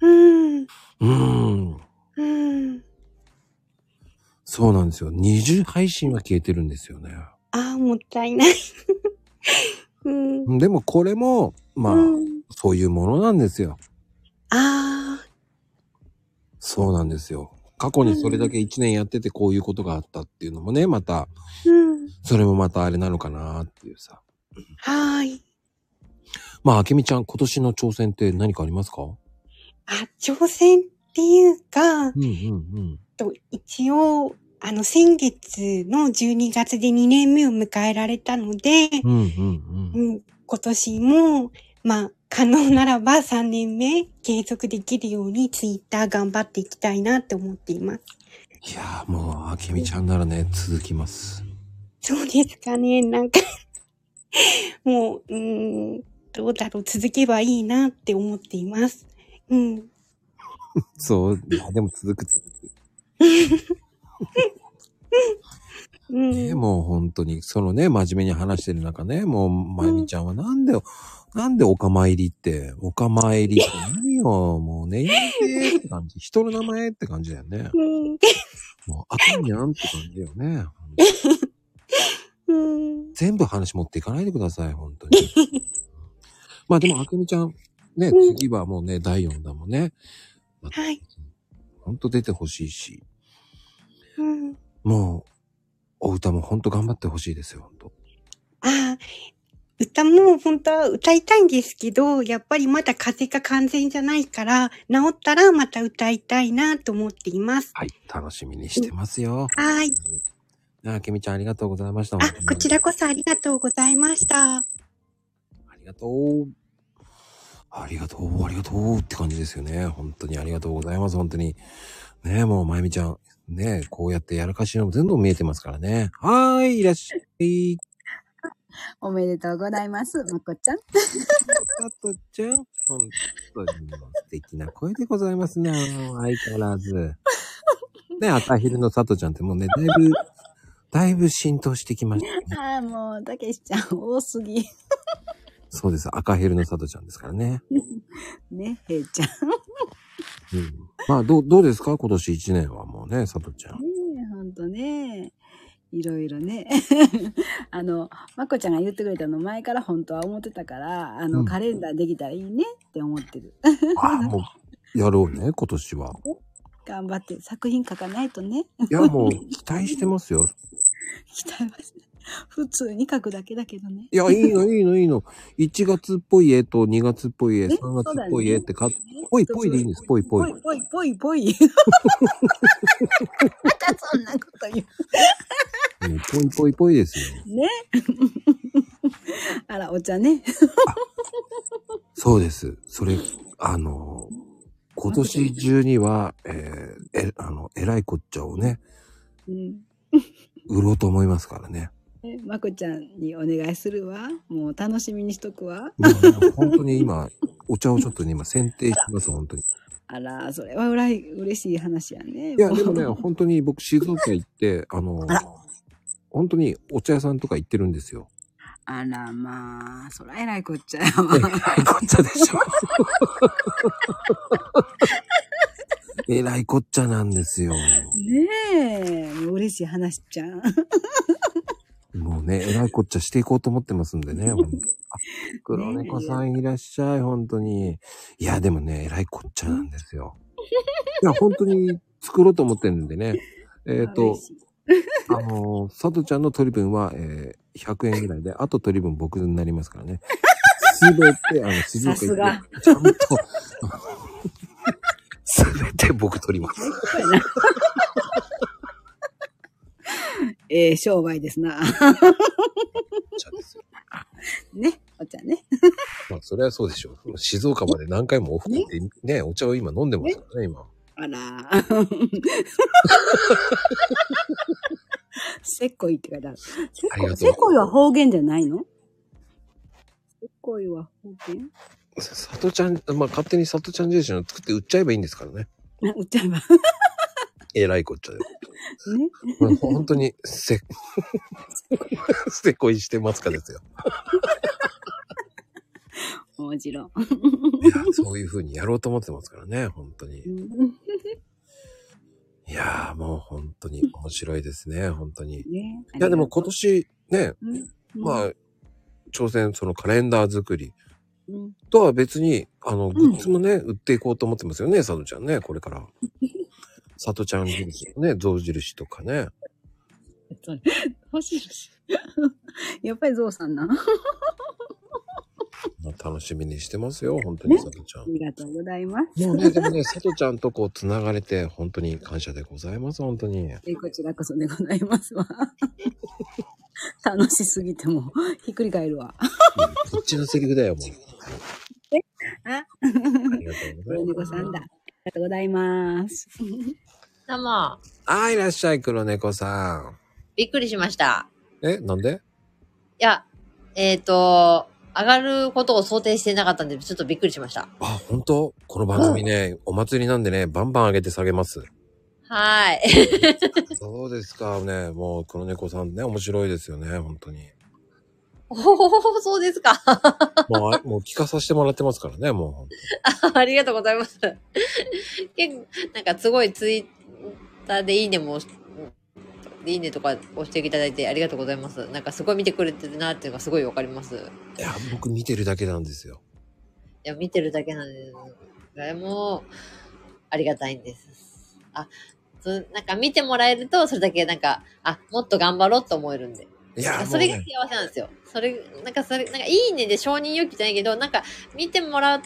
Speaker 20: うん。
Speaker 1: うーん。
Speaker 20: うん。
Speaker 1: そうなんですよ。20配信は消えてるんですよね。
Speaker 20: あー、もったいない。うん。
Speaker 1: でもこれも、まあ、
Speaker 20: うん
Speaker 1: そういうものなんですよ。
Speaker 20: あー、
Speaker 1: そうなんですよ。過去にそれだけ1年やっててこういうことがあったっていうのもね、また、
Speaker 20: うん。
Speaker 1: それもまたあれなのかなっていうさ。
Speaker 20: はーい。
Speaker 1: まあ、あけみちゃん、今年の挑戦って何かありますか
Speaker 20: あ、挑戦っていうか、
Speaker 1: うんうん
Speaker 20: と一応、あの、先月の12月で2年目を迎えられたので、
Speaker 1: うん。うんうん
Speaker 20: うん今年も、まあ、可能ならば3年目継続できるようにツイッター頑張っていきたいなって思っています。
Speaker 1: いやーもう、あけみちゃんならね、続きます。
Speaker 20: そうですかね。な んか、もう、うーん、どうだろう。続けばいいなって思っています。 うん。
Speaker 1: そう、いやでも続く。
Speaker 20: うん、
Speaker 1: ね、もう本当に、そのね、真面目に話してる中ね、もう、まゆみちゃんはなんで、なんでお釜入りって、お釜入りって何よ、もうね、やめてって感じ。人の名前って感じだよね。
Speaker 20: うん。
Speaker 1: もう、あかんやんって感じだよね。
Speaker 20: うん。
Speaker 1: 全部話持っていかないでください、本当に。まあでも、あけみちゃん、ね、次はもうね、第4弾もね、
Speaker 20: はい。
Speaker 1: ほんと出てほしいし、
Speaker 20: うん。
Speaker 1: もう、お歌もほんと頑張ってほしいですよ、ほんと。
Speaker 20: ああ、
Speaker 13: 歌も本当は歌いたいんですけど、やっぱりまだ風邪が完全じゃないから、治ったらまた歌いたいなと思っています。
Speaker 1: はい、楽しみにしてますよ。
Speaker 13: はい。
Speaker 1: あけみちゃんありがとうございました。あ
Speaker 13: こちらこそありがとうございました。
Speaker 1: りがとう。ありがとう、ありがとうって感じですよね。本当にありがとうございます、本当に。ねえ、もう、まゆみちゃん。ねえ、こうやってやらかしのも全部見えてますからね。はーい、いらっしゃい。
Speaker 21: おめでとうございます、まこちゃん。
Speaker 1: まこちゃん。本当にもう素敵な声でございますね。相変わらず。ね、赤昼のさとちゃんってもうね、だいぶ、だいぶ浸透してきました。
Speaker 21: ああ、もう、たけしちゃん多すぎ。
Speaker 1: そうです。赤ヘルのさとちゃんですからね。
Speaker 21: ね、へいちゃん。
Speaker 1: うん。まあ、どう、どうですか今年1年はもうね、さとちゃん。
Speaker 21: ねえ、ほんとね。いろいろね。 あの、まこちゃんが言ってくれたの前から本当は思ってたから、あの、
Speaker 1: うん
Speaker 21: カレンダーできたらいいねって思ってる。
Speaker 1: ああ、もう、やろうね、今年は。
Speaker 21: 頑張って作品書かないとね。
Speaker 1: いや、もう、期待してますよ。
Speaker 21: 期待はして普通に書くだけだけどね。
Speaker 1: いや、いいの、いいの、いいの。1月っぽい絵と2月っぽい絵、
Speaker 21: え
Speaker 1: 3月っぽい絵ってか、ぽいぽいでいいんです、ぽいぽ
Speaker 21: ぽ
Speaker 1: い
Speaker 21: い。ぽいぽいぽい。またそんなこと言
Speaker 1: うんぽいぽいぽいですよ。
Speaker 21: う。ね。あら、お茶ね。
Speaker 1: そうです。それ、あの、今年中には、えーえ、あの、えらいこっちゃをね、
Speaker 21: うん。
Speaker 1: 売ろうと思いますからね。
Speaker 21: えまこちゃんにお願いするわ。もう楽しみにしとくわ。
Speaker 1: 本当に今、お茶をちょっとね、今、選定してます、本当に。
Speaker 21: あら、それはうらい嬉しい話やね。
Speaker 1: いや、でもね、
Speaker 21: う
Speaker 1: 本当に僕、静岡行って、あの、本当にお茶屋さんとか行ってるんですよ。
Speaker 21: あら、まあ、そらえらいこっちゃやわ。
Speaker 1: えらいこっちゃでしょ。えらいこっちゃなんですよ。
Speaker 21: ねえ、もう嬉しい話じゃん。
Speaker 1: もうね、えらいこっちゃしていこうと思ってますんでね。ほんとあ黒猫さんいらっしゃい、本当に。いや、でもね、えらいこっちゃなんですよ。いや、本当 に作ろうと思ってるんでね。えっ、と、あのー、さとちゃんの取り分は、えー100円ぐらいで、あと取り分僕になりますからね。すべて、あの、静岡行って、ちゃんと、すべて僕取ります。
Speaker 21: ええ商売ですな。 ね、お茶ね。
Speaker 1: まあ、それはそうでしょう。静岡まで何回も往復って、ね、お茶を今飲んでますからね、今。
Speaker 21: あら。せっこいって書いてある。せっ
Speaker 1: ありが
Speaker 21: こと
Speaker 1: う
Speaker 21: せっこいは方言じゃないのせっこいは方言
Speaker 1: さとちゃん、まあ、勝手にさとちゃん印の作って売っちゃえばいいんですからね。
Speaker 21: な、うっち ゃえば。
Speaker 1: えらいこっちゃで。
Speaker 21: ね。
Speaker 1: これ本当にせ、 せっこいしてますかですよ。
Speaker 21: もちろん。
Speaker 1: いや、そういう風にやろうと思ってますからね、本当に。いやー、もう本当に面白いですね、本当に。い
Speaker 21: ね
Speaker 1: や、でも今年ね、ま
Speaker 21: あ、
Speaker 1: あ、挑戦、そのカレンダー作り
Speaker 21: うん
Speaker 1: とは別に、あの、グッズもね、売っていこうと思ってますよね、さとちゃんね、こ れから。さとちゃん印ね、象印とかね。
Speaker 21: それ欲しいし。 やっぱりゾウさんな。
Speaker 1: まあ楽しみにしてますよ、本当に、さとちゃん
Speaker 21: あ。りがとうございます。
Speaker 1: もうね、でもね、 さとちゃんとこう、つながれて、本当に感謝でございます、本当に。
Speaker 21: えこちらこそでございます わ。楽しすぎても、ひっくり返るわ。
Speaker 1: こっちのセリフだよ、もう。
Speaker 21: えあ、
Speaker 1: 黒
Speaker 21: 猫さんだ。ありがとうございます。
Speaker 22: どうも、
Speaker 1: あー、いらっしゃい、黒猫さ
Speaker 22: びっくりしました。
Speaker 1: ん。え、なんで
Speaker 22: いや、えっ、と、上がることを想定してなかったんで、ちょっとびっくりしました。
Speaker 1: あ、本当この番組ね、お祭りなんでね、バンバン上げて下げます。
Speaker 22: はーい。
Speaker 1: そうですか、ね、もう、黒猫さんね、面白いですよね、本当に。
Speaker 22: おー、そうですか。
Speaker 1: もう、あ もう聞かさせてもらってますからね、も。
Speaker 22: ありがとうございます。結構、なんかすごいツイッターでいいねも、いいねとか押していただいてありがとうございます。なんかすごい見てくれてるなっていうのがすごいわかります。いう
Speaker 1: いや、僕見てるだけなんですよ。
Speaker 22: や、見てるだけなんです。誰も、ありがたいんです。あ、そうなんか見てもらえると、それだけなんか、あ、もっと頑張ろうと思えるんで。
Speaker 1: いや
Speaker 22: なん
Speaker 1: ー
Speaker 22: か
Speaker 1: も
Speaker 22: そうれが幸
Speaker 1: ね、
Speaker 22: せなんですよ。それ、なんかそれ、なんかいいねで承認欲求じゃないけど、なんか見てもらっ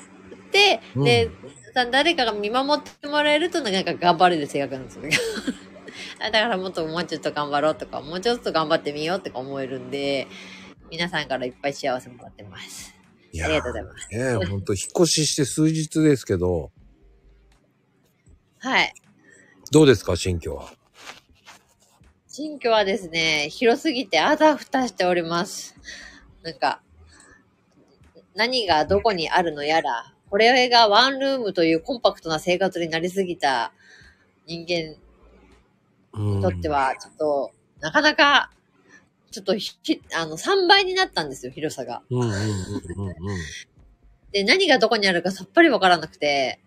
Speaker 22: て、
Speaker 1: うん
Speaker 22: で、さ誰かが見守ってもらえると、なんか頑張れる性格なんですよ。 あだからもっともうちょっと頑張ろうとか、もうちょっと頑張ってみようとか思えるんで、皆さんからいっぱい幸せもらってます。
Speaker 1: い
Speaker 22: あ
Speaker 1: や
Speaker 22: りがとうございます。
Speaker 1: ねえ、ほんと引っ越しして数日ですけど、
Speaker 22: はい。
Speaker 1: どうですか、新居は。
Speaker 22: 新居はですね、広すぎてあざふたしております。なんか、何がどこにあるのやら、これがワンルームというコンパクトな生活になりすぎた人間にとっては、ちょっと、なかなか、ちょっとひ、ひあの、3倍になったんですよ、広さが。
Speaker 1: うんうんうんうんうん。
Speaker 22: で、何がどこにあるかさっぱりわからなくて、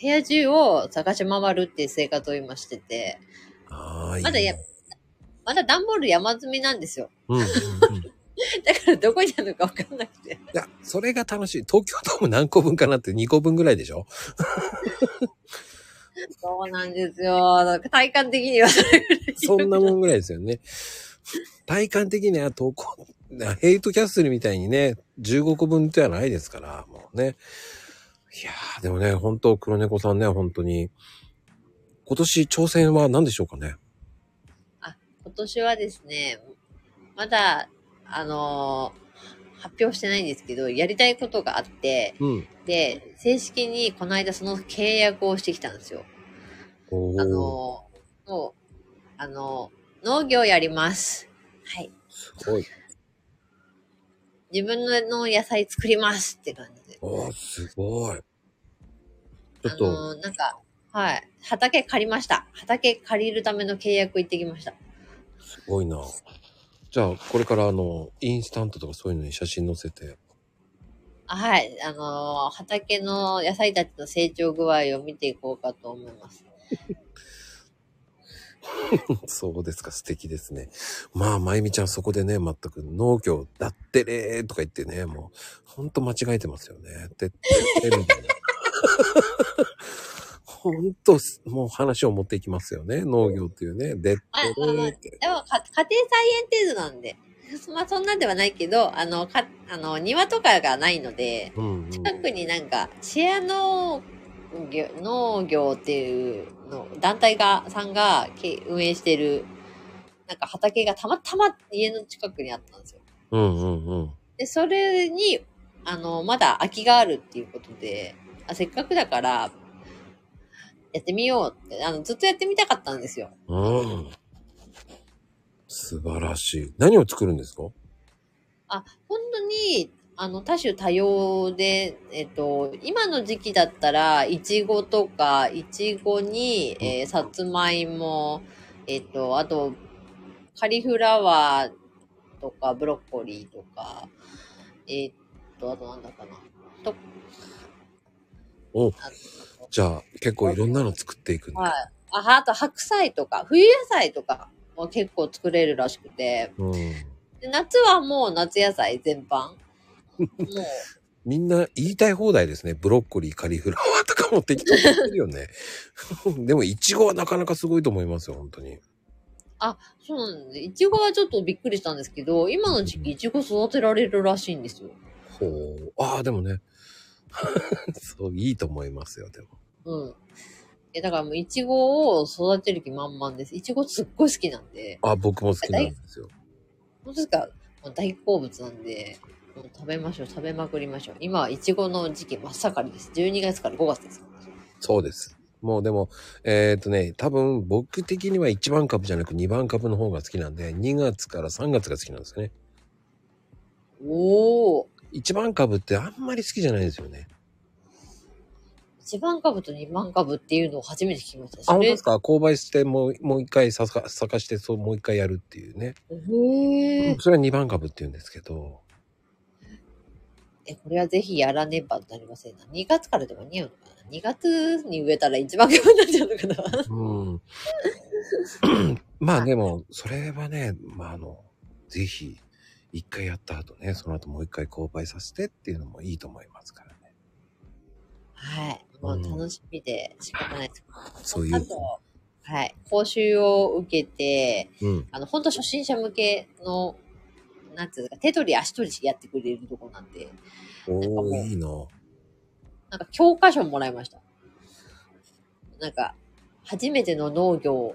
Speaker 22: 部屋中を探し回るっていう生活を今してて、
Speaker 1: ま
Speaker 22: だや、まだ段ボール山積みなんですよ。
Speaker 1: うんうんうん。
Speaker 22: だからどこにあるのかわかんなくて。
Speaker 1: いや、それが楽しい。東京ドーム何個分かなって2個分ぐらいでしょ
Speaker 22: そうなんですよ。なんか体感的には。
Speaker 1: そんなもんぐらいですよね。体感的には東京、ヘイトキャッスルみたいにね、15個分ではないですから、もうね。いやー、でもね、本当黒猫さんね、本当に。今年挑戦は何でしょうかね。
Speaker 22: 今年はですね、まだ、あのー発表してないんですけど、やりたいことがあって、
Speaker 1: うん。
Speaker 22: で、正式にこの間その契約をしてきたんですよ。
Speaker 1: お
Speaker 22: あのーもう、あのー農業やります。はい。
Speaker 1: すごい。
Speaker 22: 自分の野菜作りますって感じ。
Speaker 1: おー、すごい。ちょっ
Speaker 22: あ
Speaker 1: と、
Speaker 22: のーなんか、はい。畑借りました。畑借りるための契約行ってきました。
Speaker 1: すごいな。じゃあ、これからあの、インスタントとかそういうのに写真載せて。
Speaker 22: あはい。あのー畑の野菜たちの成長具合を見ていこうかと思います。
Speaker 1: そうですか、素敵ですね。まあ、まゆみちゃんそこでね、全く農業だってれーとか言ってね、もう、ほんと間違えてますよね。てってってみたいな。 ほんと、もう話を持っていきますよね、農業っていうね。でって
Speaker 22: あ、あ
Speaker 1: れ
Speaker 22: の、
Speaker 1: ー
Speaker 22: でも
Speaker 1: って。
Speaker 22: か、家庭菜園程度なんで。 まあ、そんなんではないけど、あの、か、あの、庭とかがないので、
Speaker 1: うん
Speaker 22: 近くになんか、シェア農業、農業っていうの、団体が、さんがけ運営してる、なんか畑がたまたま家の近くにあったんですよ。
Speaker 1: うんうんうん。
Speaker 22: で、それに、あの、まだ空きがあるっていうことで、あせっかくだから、やってみようって、あの、ずっとやってみたかったんですよ。
Speaker 1: うん。素晴らしい。何を作るんですか
Speaker 22: あ、本当に、あの、多種多様で、えっと、今の時期だったら、いちごとか、いちごに、えーさつまいも、えっと、あと、カリフラワーとか、ブロッコリーとか、えっと、あとなんだかな。と、
Speaker 1: おじゃあ、結構いろんなの作っていくんだ。
Speaker 22: はい。あ、あと白菜とか、冬野菜とかも結構作れるらしくて、
Speaker 1: うん。
Speaker 22: で夏はもう夏野菜全般。もう、
Speaker 1: みんな言いたい放題ですね。ブロッコリー、カリフラワーとかも適当に言ってるよね。 でも、イチゴはなかなかすごいと思いますよ、本当に。
Speaker 22: あ、そうなんです。いちごはちょっとびっくりしたんですけど、今の時期いちご育てられるらしいんですよ。
Speaker 1: ほう。ああ、でもね。 そう、いいと思いますよ、でも。
Speaker 22: うん。え、だからもういちごを育てる気満々です。いちごすっごい好きなんで、
Speaker 1: あ、僕も好きなんですよ。
Speaker 22: 本当ですかもう大好物なんで、もう食べましょう、食べまくりましょう。今はいちごの時期真っ盛りです。12月から5月です。
Speaker 1: そうです。もうでも、えーっとね、多分僕的には1番株じゃなく2番株の方が好きなんで、2月から3月が好きなんですよね。
Speaker 22: おお。
Speaker 1: 1番株ってあんまり好きじゃないんですよね。
Speaker 22: 1番株と2番株っていうのを初めて聞きました。
Speaker 1: あ、
Speaker 22: そ
Speaker 1: 本当
Speaker 22: れ
Speaker 1: ですか購買してもう、もう一回咲か咲かして、そう、もう一回やるっていうね。
Speaker 22: へえ。
Speaker 1: それは2番株って言うんですけど。
Speaker 22: え、これはぜひやらねばなりませんな。2月からでも間に合うのかな ?2 月に植えたら1番株になっちゃうのかな
Speaker 1: うん。まあでも、それはね、まああの、ぜひ、一回やった後ね、その後もう一回購買させてっていうのもいいと思いますからね。
Speaker 22: はい。もう楽しみで仕方ないです。
Speaker 1: そういう
Speaker 22: あと、はい。講習を受けて、
Speaker 1: うん。
Speaker 22: あの、本当初心者向けのなんていうか、手取り足取りやってくれるとこなんで、
Speaker 1: おー、いいな。
Speaker 22: なんか教科書もらいました。なんか、初めての農業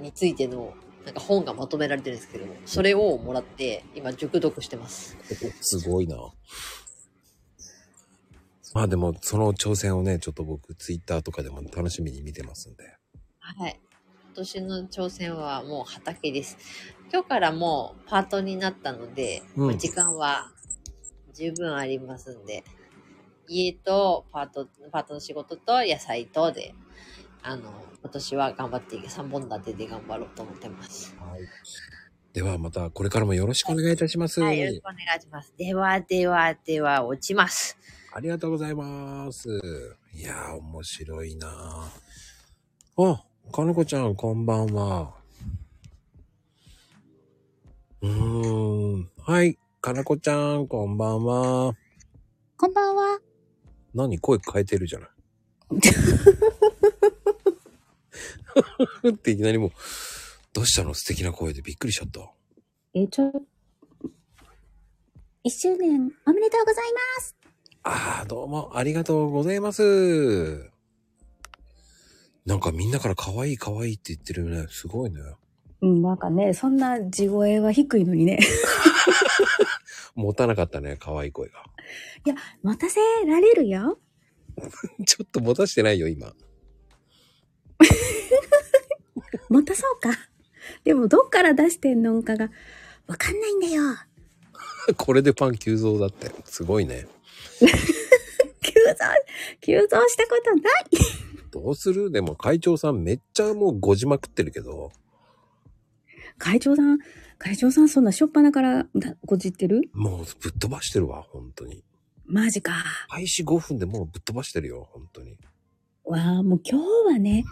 Speaker 22: についての、なんか本がまとめられてるんですけど、それをもらって、今熟読してます。
Speaker 1: すごいな。まあでも、その挑戦をね、ちょっと僕、ツイッターとかでも楽しみに見てますんで。
Speaker 22: はい。今年の挑戦はもう畑です。今日からもうパートになったので、
Speaker 1: うん
Speaker 22: まあ時間は十分ありますんで、家とパート、パートの仕事と野菜とで、あの、今年は頑張って、3本立てで頑張ろうと思ってます。
Speaker 1: はい。では、また、これからもよろしくお願いいたします。
Speaker 22: よろしくお願いします。ではではでは落ちます。
Speaker 1: ありがとうございます。いやー、面白いなーあ、かのこちゃん、こんばんは。うーん。はい、かなこちゃん、こんばんは。
Speaker 21: こんばんは。
Speaker 1: 何声変えてるじゃない。っていきなりもう、どうしたの素敵な声でびっくりしちゃった。
Speaker 21: えーちょ、1周年おめでとうございます。
Speaker 1: ああ、どうもありがとうございます。なんかみんなから可愛い可愛いって言ってるね。すごいね。
Speaker 21: うん、なんかね、そんな地声は低いのにね。
Speaker 1: 持たなかったね、可愛い声が。
Speaker 21: いや、持たせられるよ。
Speaker 1: ちょっと持たしてないよ、今。
Speaker 21: 持たそうか。でも、どっから出してんのんかが、わかんないんだよ。
Speaker 1: これでパン急増だって。すごいね。
Speaker 21: 急増、急増したことない。
Speaker 1: どうするでも会長さんめっちゃもうごじまくってるけど。
Speaker 21: 会長さん、会長さん、そんなしょっぱなからだごじってる
Speaker 1: もうぶっ飛ばしてるわ、本当に。
Speaker 21: マジか。
Speaker 1: 開始5分でもうぶっ飛ばしてるよ、本当に。
Speaker 21: わあ、もう今日はね、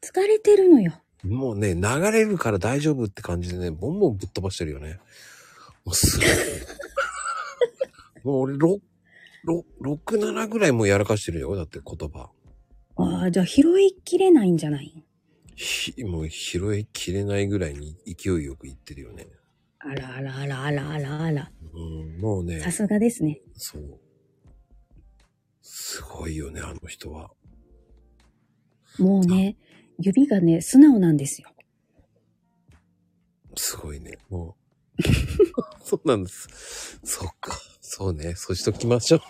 Speaker 21: 疲れてるのよ。
Speaker 1: もうね、流れるから大丈夫って感じでね、ボンボンぶっ飛ばしてるよね。もうすごい。 もう俺6、6、6、7ぐらいもうやらかしてるよ。だって言葉。
Speaker 21: ああ、じゃあ拾いきれないんじゃない
Speaker 1: ひもう拾いきれないぐらいに勢いよく言ってるよね。
Speaker 21: あらあらあらあらあらあら。
Speaker 1: うん、もうね。
Speaker 21: さすがですね。
Speaker 1: そう。すごいよね、あの人は。
Speaker 21: もうね、指がね、素直なんですよ。
Speaker 1: すごいね。もう。 そうなんです。そっか。そうね。そうしときましょう。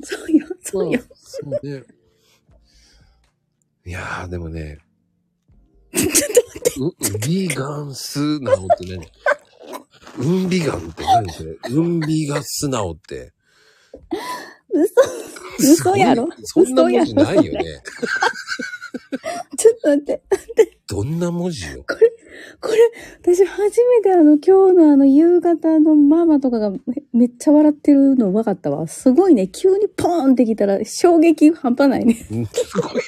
Speaker 21: そうよ、そうよ。
Speaker 1: そうね。いやー、でもね。う、ビーガン素直って何うんビガンって何それうんビが素直って。
Speaker 21: 嘘、嘘やろ
Speaker 1: そんな文字ないよ。
Speaker 21: 嘘やろ
Speaker 1: ね。
Speaker 21: ちょっと待って。
Speaker 1: どんな文字よ。
Speaker 21: これ、私初めてあの、今日のあの、夕方のママとかがめめっちゃ笑ってるの分かったわ。すごいね。急にポーンってきたら衝撃半端ないね。
Speaker 1: うんすごいよね。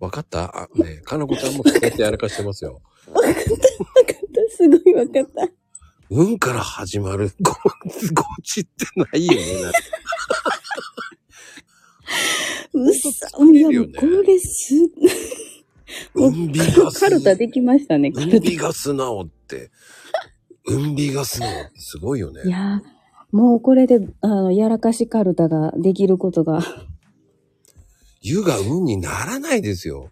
Speaker 1: わかったあ、ねかなこちゃんもそうやってやらかしてますよ。
Speaker 21: すごい分かった。
Speaker 1: うんから始まる。ご、ごちってないよね。なんか
Speaker 21: 嘘。いや、もうこれす、
Speaker 1: うんびが
Speaker 21: カルタできましたね。カルタ
Speaker 1: ビが素直って。うんびが素直ってすごいよね。
Speaker 21: いやーもうこれで、あの、やらかしカルタができることが。
Speaker 1: 湯が運にならないですよ。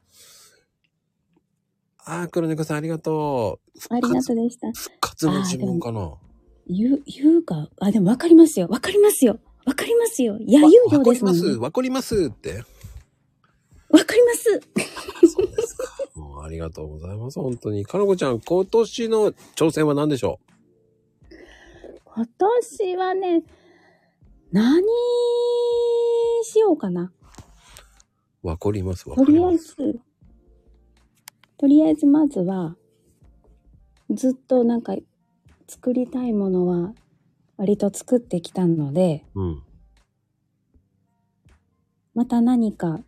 Speaker 1: ああ、黒猫さんありがとう。
Speaker 21: ありがとうでした。
Speaker 1: カツの呪文かな。
Speaker 21: 言う、言うか、あ、でもわかりますよ。わかりますよ。わかりますよ。やゆうようですもんね。
Speaker 1: わかりますって。
Speaker 21: わかります。
Speaker 1: もうありがとうございます。本当に。かのこちゃん、今年の挑戦は何でしょ
Speaker 21: 今年はね、何しようかな。
Speaker 1: うわかりますわか
Speaker 21: とりあえず、とりあえずまずは、ずっとなんか作りたいものは割と作ってきたので、
Speaker 1: うん
Speaker 21: また何か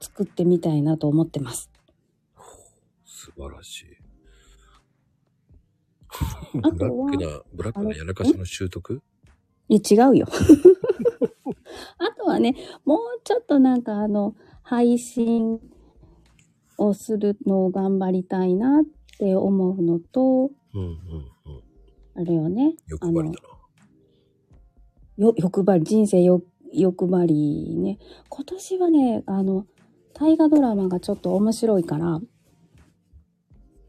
Speaker 21: 作ってみたいなと思ってます。
Speaker 1: 素晴らしい。
Speaker 21: あ
Speaker 1: ブ
Speaker 21: とは
Speaker 1: ラックな、ブラックなやらかしの習得
Speaker 21: え、違うよ。 あとはね、もうちょっとなんかあの、配信をするのを頑張りたいなって思うのと、
Speaker 1: うんうんうん。
Speaker 21: あれよね。欲張りだよ、欲張り、人生よ欲張りね。今年はね、あの、大河ドラマがちょっと面白いから、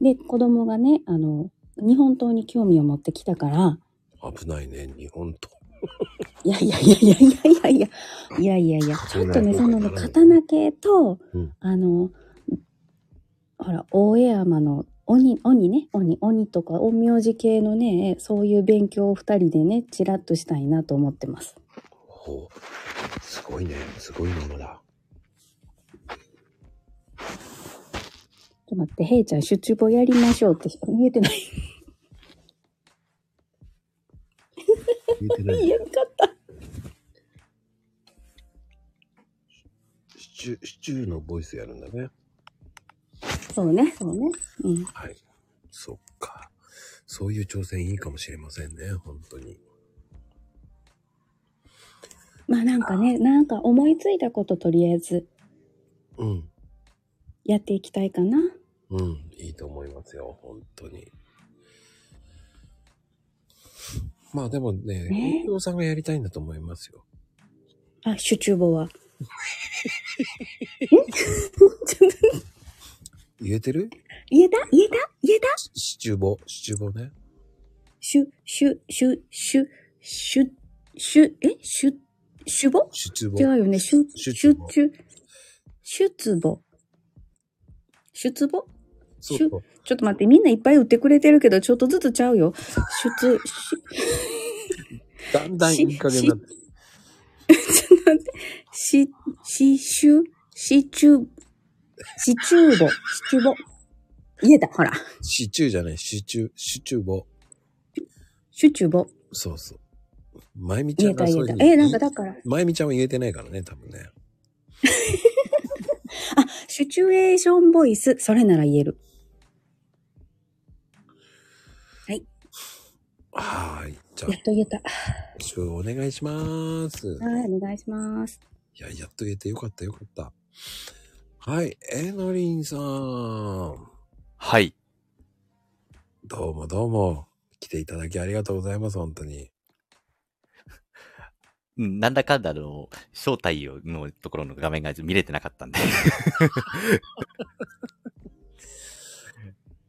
Speaker 21: で、子供がね、あの、日本刀に興味を持ってきたから、
Speaker 1: 危ないね、日本と。
Speaker 21: いやいやいやいやいやいやいやいやいやいや、ちょっとね、そのね、刀系と、あの、ほら、大江山の鬼、鬼ね、鬼、鬼とか、陰陽師系のね、そういう勉強を二人でね、ちらっとしたいなと思ってます。
Speaker 1: ほう。すごいね、すごいのまだ。
Speaker 21: ちょっと待って、ヘイちゃん、出張やりましょうって言えてない。
Speaker 1: 言えてない。
Speaker 21: 言えなかった。
Speaker 1: シチュー、シチューのボイスやるんだね。
Speaker 21: そうね、そうね。うん。
Speaker 1: はい。そっか。そういう挑戦いいかもしれませんね、本当に。
Speaker 21: まあなんかね、なんか思いついたこととりあえず
Speaker 1: うん、
Speaker 21: やっていきたいかな。
Speaker 1: うん、いいと思いますよ、本当に。まあでもね、
Speaker 21: ね
Speaker 1: 営業さんがやりたいんだと思いますよ。
Speaker 21: あ、手中棒は。
Speaker 1: 言えてる
Speaker 21: 言えた言えた言えた
Speaker 1: シチューボ、シチューボね。
Speaker 21: シュ、シュ、シュ、シュ、シュ、シュ、えシュ、シュボ
Speaker 1: シュツボ
Speaker 21: 違うよね。シュ、シュ、シュ、シュ、シュツボ。シュツボシ
Speaker 1: そう
Speaker 21: ュ、ちょっと待って、みんないっぱい売ってくれてるけど、ちょっとずつちゃうよ。シュツ、シュ、
Speaker 1: だんだんいい加減になって。
Speaker 21: し、し、しゅ、しちゅ、しちゅうぼ、しちゅぼ。言えた、ほら。
Speaker 1: シチューじゃない、シチュー、シチューボ。
Speaker 21: シュチュぼ。
Speaker 1: そうそう。まゆみち
Speaker 21: 言
Speaker 1: ゃ
Speaker 21: え
Speaker 1: ん
Speaker 21: た、
Speaker 1: がそ
Speaker 21: 言
Speaker 1: う
Speaker 21: え
Speaker 1: い
Speaker 21: た
Speaker 1: うふ。うに
Speaker 21: え、なんかだから、
Speaker 1: まゆみちゃんは言えてないからね、多分ね。
Speaker 21: シチュエーションボイス、それなら言える。
Speaker 1: はーい。じゃあ
Speaker 21: や、っと言えた。は
Speaker 1: シチューお願いします。
Speaker 21: い、お願いします。
Speaker 1: いや、やっと言えてよかったよかった。はい、えのりんさん。
Speaker 3: はい。
Speaker 1: どうもどうも。来ていただきありがとうございます、本当に。
Speaker 3: うんなんだかんだあの、招待をのところの画面が見れてなかったん で。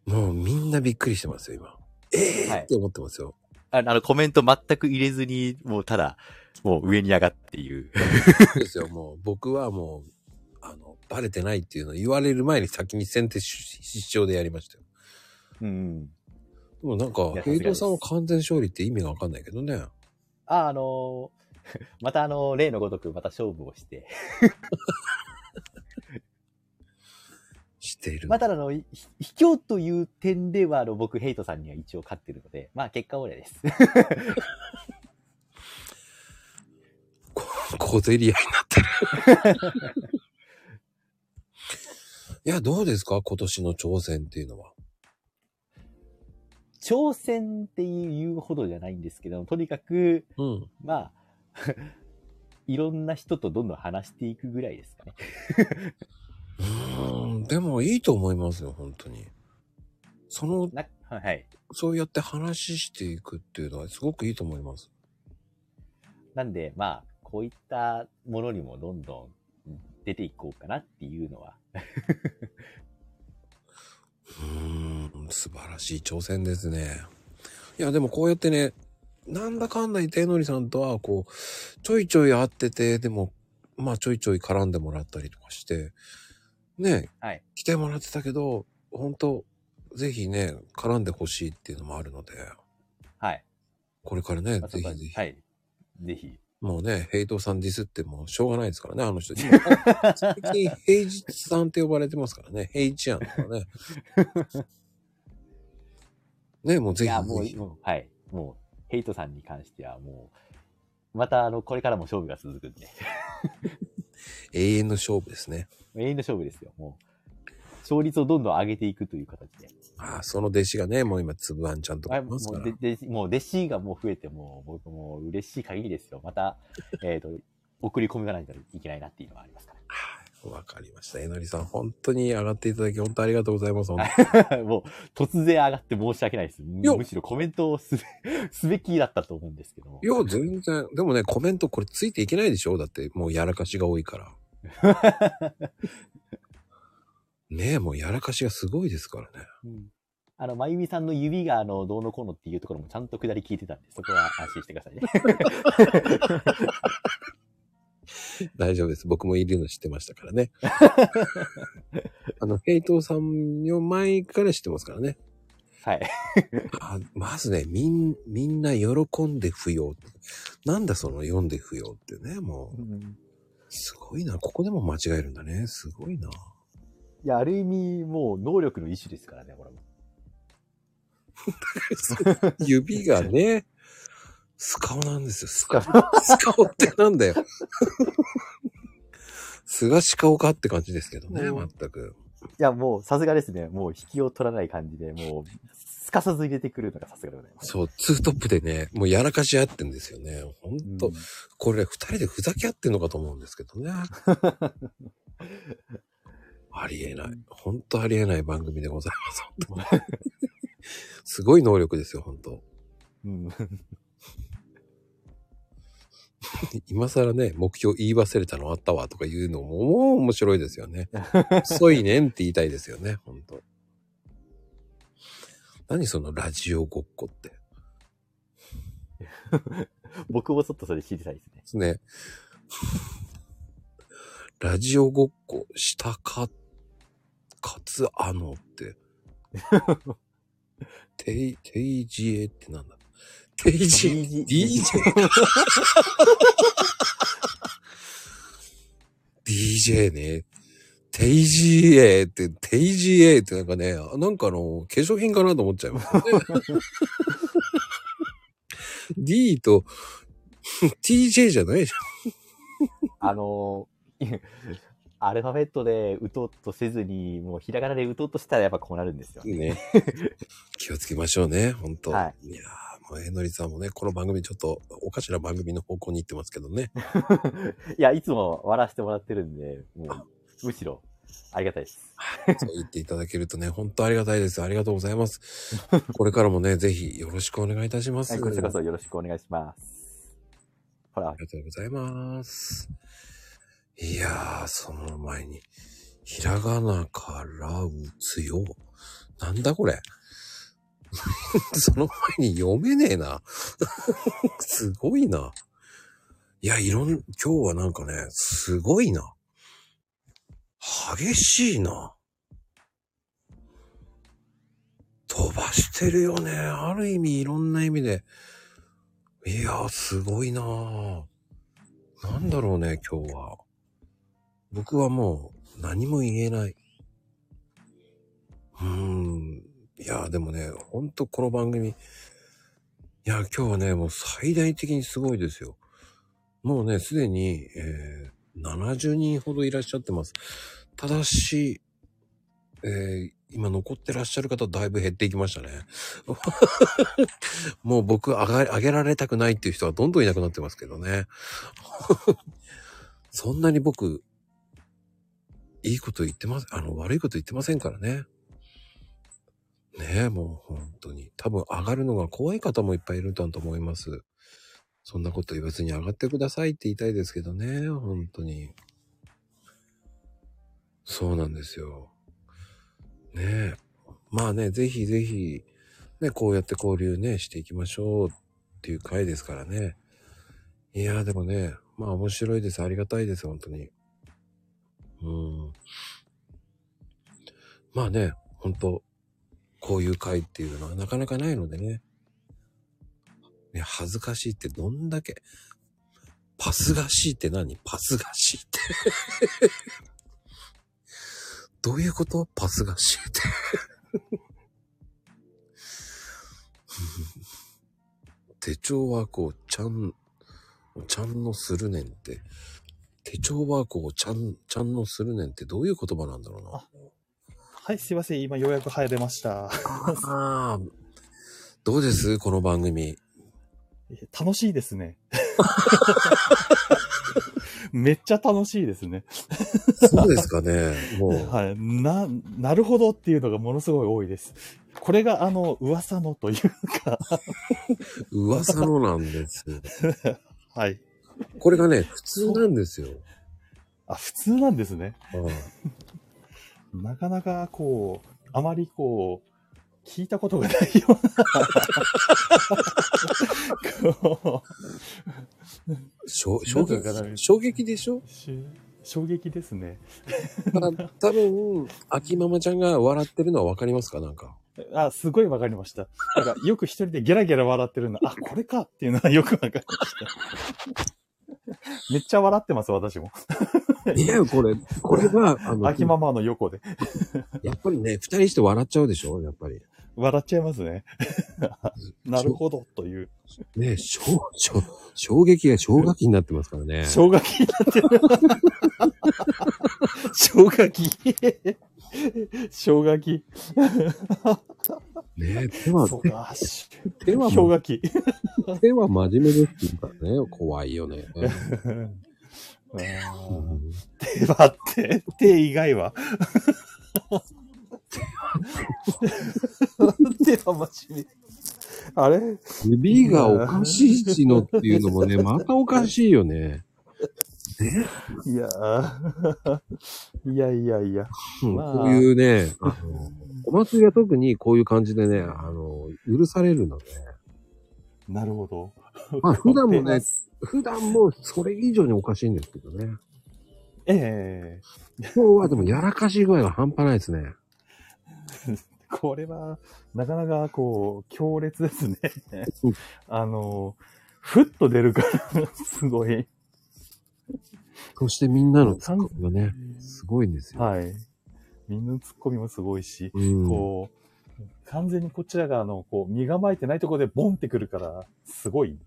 Speaker 1: もうみんなびっくりしてますよ、今。ええー、って思ってますよ。
Speaker 3: あの、あのコメント全く入れずに、もうただ、もう上に上がっていう。
Speaker 1: そうですよ、もう僕はもう、あの、バレてないっていうのを言われる前に先に先手し失笑でやりましたよ。
Speaker 3: うん。で
Speaker 1: もなんか
Speaker 3: いや、さすが
Speaker 1: 平
Speaker 3: です
Speaker 1: 等さんは完全勝利って意味がわかんないけどね。
Speaker 3: あ、あのーまたあのー例のごとくまた勝負をして。
Speaker 1: している。
Speaker 3: まあ、ただあの、い卑怯という点では、あの、僕、ヘイトさんには一応勝ってるので、まあ、結果オーライです。
Speaker 1: 小競り合いになってる。いや、どうですか今年の挑戦っていうのは。
Speaker 3: 挑戦っていうほどじゃないんですけど、とにかく、まあ、 いろんな人とどんどん話していくぐらいですかね。
Speaker 1: うん、でもいいと思いますよ、本当に。その、
Speaker 3: はい。
Speaker 1: そうやって話していくっていうのはすごくいいと思います。
Speaker 3: なんで、まあ、こういったものにもどんどん出ていこうかなっていうのは。
Speaker 1: うん、素晴らしい挑戦ですね。いや、でもこうやってね、なんだかんだ言って、えのりさんとは、こう、ちょいちょい会ってて、でも、まあ、ちょいちょい絡んでもらったりとかして、ね、
Speaker 3: はい
Speaker 1: 来てもらってたけど、本当ぜひね、絡んでほしいっていうのもあるので、
Speaker 3: はい。
Speaker 1: これからね、
Speaker 3: まあ
Speaker 1: ぜひぜ
Speaker 3: そ
Speaker 1: ひ。
Speaker 3: こははい。ぜひ。
Speaker 1: もうね、ヘイトさんディスってもしょうがないですからね、あの 人。今最近、平日さんって呼ばれてますからね、平一案とか ね。ね、もうぜ
Speaker 3: い
Speaker 1: ひ
Speaker 3: や、も
Speaker 1: ぜひ
Speaker 3: う、もうはい。もう、ヘイトさんに関してはもう、また、あの、これからも勝負が続くんで。
Speaker 1: 永遠の勝負ですね。
Speaker 3: 永遠の勝負ですよ。もう、勝率をどんどん上げていくという形で。
Speaker 1: ああ、その弟子がね、もう今、つぶあんちゃんとか
Speaker 3: はいい、もう
Speaker 1: ますから。
Speaker 3: で弟子もう弟子がもう増えて、もう僕も う嬉しい限りですよ。また、えっ、と、送り込みがないといけないなっていうのはありますから。
Speaker 1: わかりました。えのりさん、本当に上がっていただき、本当ありがとうございます。本当 に
Speaker 3: もう、突然上がって申し訳ないです。むしろコメントをすべ、 すべきだったと思うんですけども。
Speaker 1: いや、全然。でもね、コメントこれついていけないでしょだって、もうやらかしが多いから。 ねえ、もうやらかしがすごいですからね。
Speaker 3: あの、まゆみさんの指が、あの、どうのこうのっていうところもちゃんと下り聞いてたんで、そこは安心してくださいね。
Speaker 1: 大丈夫です。僕もいるの知ってましたか らね。あの、ヘイトさんの前から知ってますからね。
Speaker 3: はい。
Speaker 1: あまずね、みん、みんな喜んで不要。なんだその読んで不要ってね、もう。すごいな。ここでも間違えるんだね。すごいな。
Speaker 3: いや、ある意味、もう能力の一種ですからね、これも。
Speaker 1: 指がね、スカオなんですよ。ス カオ。スカオってなんだよ。すがしかおかって感じです けどね、
Speaker 3: うん
Speaker 1: 全く。
Speaker 3: いや、もう、さすがですね。もう、引きを取らない感じで、もう、すかさず入れてくるのがさすがでございます。
Speaker 1: そう、ツートップでね、もうやらかし合ってんですよね。ほんと、これ二人でふざけ合ってんのかと思うんですけどね。 ありえない。ほんとありえない番組でございます。本当に すごい能力ですよ、ほんと。
Speaker 3: うん。
Speaker 1: 今更ね、目標言い忘れたのあったわとか言うのももう面白いですよね。遅いねんって言いたいですよね、ほんと。何そのラジオごっこって。
Speaker 3: 僕もちょっとそれ知りたいですね。
Speaker 1: ですね。ラジオごっこしたか、かつあの って。てい、ていじえってなんだていじえ、DJ。DJ ね。ていじえって、ていじえってなんかね、なんかあの、化粧品かなと思っ ちゃいます、ね。D と TJ じゃないじ
Speaker 3: あの ーアルファベットで打とうとせずに、もうひらがなで打とうとしたらやっぱこうなるんですよね。
Speaker 1: ね気をつけましょうね、本当、、
Speaker 3: はい
Speaker 1: やー、もうえのりさんもね、この番組ちょっとおかしな番組の方向に行ってますけどね。
Speaker 3: いや、いつも笑わせてもらってるんで、もう、むしろ、ありがたいです。
Speaker 1: そう言っていただけるとね、本当ありがたいです。ありがとうございます。 これからもね、ぜひよろしくお願いいたします。
Speaker 3: はいこちらこそよろしくお願いします。ほら。あ
Speaker 1: りがとうございます。いやー、その前に、ひらがなから打つよ。なんだこれ。 その前に読めねえな。 すごいな。いや、いろん、今日はなんかね、すごいな。激しいな。飛ばしてるよね。ある意味、いろんな意味で。いやー、すごいなーなんだろうね、今日は。僕はもう何も言えない。うーん。いやー、でもね、ほんとこの番組。いやー、今日はね、もう最大的にすごいですよ。もうね、すでに、えー、70人ほどいらっしゃってます。ただし、えー、今残ってらっしゃる方だいぶ減っていきましたね。 もう僕上が、上げられたくないっていう人はどんどんいなくなってますけどね。 そんなに僕、いいこと言ってます、あの、悪いこと言ってませんからね。ねえ、もう本当に。多分上がるのが怖い方もいっぱいいるんだと思います。そんなこと言わずに上がってくださいって言いたいですけどね、本当に。そうなんですよ。ねえ。まあね、ぜひぜひ、ね、こうやって交流ね、していきましょうっていう回ですからね。いやーでもね、まあ面白いです。ありがたいです、本当に。うん。まあね、本当こういう回っていうのはなかなかないのでね。ね、恥ずかしいってどんだけ。パスがしいって何パスがしいって。 どういうことパスがしいって。 手帳はこう、ちゃん、ちゃんのするねんって。手帳はこう、ちゃん、ちゃんのするねんってどういう言葉なんだろうな。
Speaker 4: はい、すいません。今ようやく入れました。
Speaker 1: ああ、どうですこの番組。
Speaker 4: 楽しいですね。
Speaker 5: めっちゃ楽しいですね。
Speaker 1: そうですかね。もう。
Speaker 5: はい。な、なるほどっていうのがものすごい多いです。これが、あの、噂のというか。
Speaker 1: 噂のなんですよ。
Speaker 5: はい。
Speaker 1: これがね、普通なんですよ。
Speaker 5: あ、普通なんですね。
Speaker 1: う
Speaker 5: なかなか、こう、あまりこう、聞いたことがない ような。 こう。
Speaker 1: 衝衝撃衝撃でしょ
Speaker 5: 衝撃ですね。
Speaker 1: ん。ただ多分、秋ママちゃんが笑ってるのはわかりますかなんか。
Speaker 5: あ、すごいわかりました。なんかよく一人でゲラゲラ笑ってるの、あ、これかっていうのはよくわかりました。めっちゃ笑ってます、私も。
Speaker 1: いや、これ、これは、あの
Speaker 5: 秋ママの横で。
Speaker 1: やっぱりね、二人して笑っちゃうでしょやっぱり。
Speaker 5: 笑っちゃいますね。なるほど、という。
Speaker 1: ね衝、衝、衝撃が衝撃になってますからね。
Speaker 5: 衝 撃になってる。衝撃。衝撃。
Speaker 1: ね手は、
Speaker 5: そうか、
Speaker 1: 手は、
Speaker 5: 氷河期。
Speaker 1: 手は真面目ですって言うからね、怖い よね。
Speaker 5: 手はって、手以外は。手は真面目。あれ
Speaker 1: 指がおかしいしのっていうのもね、 またおかしいよね。
Speaker 5: いやーいやいやいや。
Speaker 1: うん
Speaker 5: まあ
Speaker 1: こういうね、あの、お祭りは特にこういう感じでね、あの、許されるので。
Speaker 5: なるほど。、
Speaker 1: まあ、普段もね普段もそれ以上におかしいんですけどね。
Speaker 5: え
Speaker 1: 今日はでもやらかし具合が半端ないですね。
Speaker 5: これは、なかなかこう、強烈ですね。あの、ふっと出るから、すごい。
Speaker 1: そしてみんなのツッコミがね、すごいんですよ。
Speaker 5: はい。みんなのツッコミもすごいし、
Speaker 1: うん
Speaker 5: こう、完全にこちらが、あの、こう、身構えてないところでボンってくるから、すごい。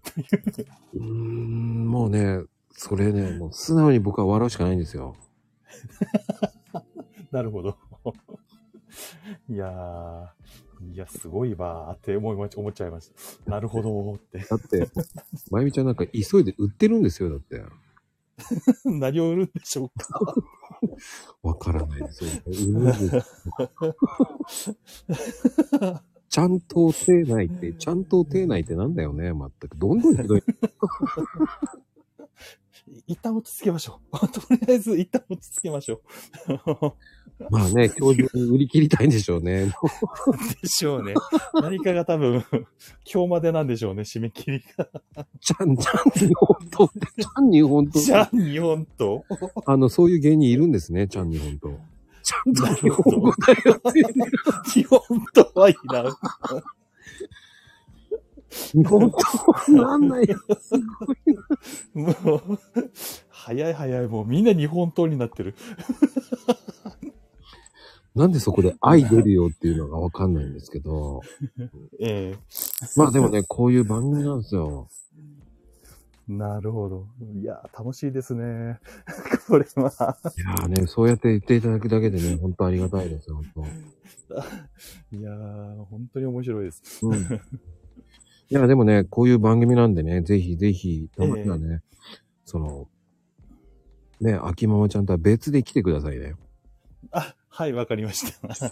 Speaker 1: うんもうね、それね、もう素直に僕は笑うしかないんですよ。
Speaker 5: なるほど。 いやー、いや、すごいわーって思いま思っちゃいました。なるほどーって。
Speaker 1: だって、まゆみちゃんなんか急いで売ってるんですよ、だって。
Speaker 5: 何を売るんでしょうか。
Speaker 1: わからないですよ。売るんですよちゃんと手内って、ちゃんと手内ってなんだよね、まったく。どんどんひどい。
Speaker 5: 一旦落ち着けましょう。 とりあえず、一旦落ち着けましょう。
Speaker 1: まあね、 今日中に売り切りたいんでしょうね。
Speaker 5: でしょうね。何かが多分、 今日までなんでしょうね、締め切りが。
Speaker 1: ちゃん、ちゃん日本刀って、ちゃん日本刀
Speaker 5: じゃん日本刀
Speaker 1: あの、そういう芸人いるんですね、ちゃん日本刀。ちゃんと日本語だよって。
Speaker 5: 日本刀はいらん。
Speaker 1: 日本刀なんな いよ。すごい
Speaker 5: もう、早い早い、もうみんな日本刀になって る。
Speaker 1: なんでそこで愛出るよっていうのがわかんないんですけど。
Speaker 5: ええ
Speaker 1: まあでもね、こういう番組なんですよ。
Speaker 5: なるほど。いやー、楽しいですね。 これは。
Speaker 1: いやーね、そうやって言っていただくだけでね、本当ありがたいですよ、本
Speaker 5: いやー、本当に面白いです。
Speaker 1: 当。うん。いや、でもね、こういう番組なんでね、ぜひぜひ、たまにはね、その、ね、秋ママちゃんとは別で来てくださいね。
Speaker 5: あ、はい、わかりました。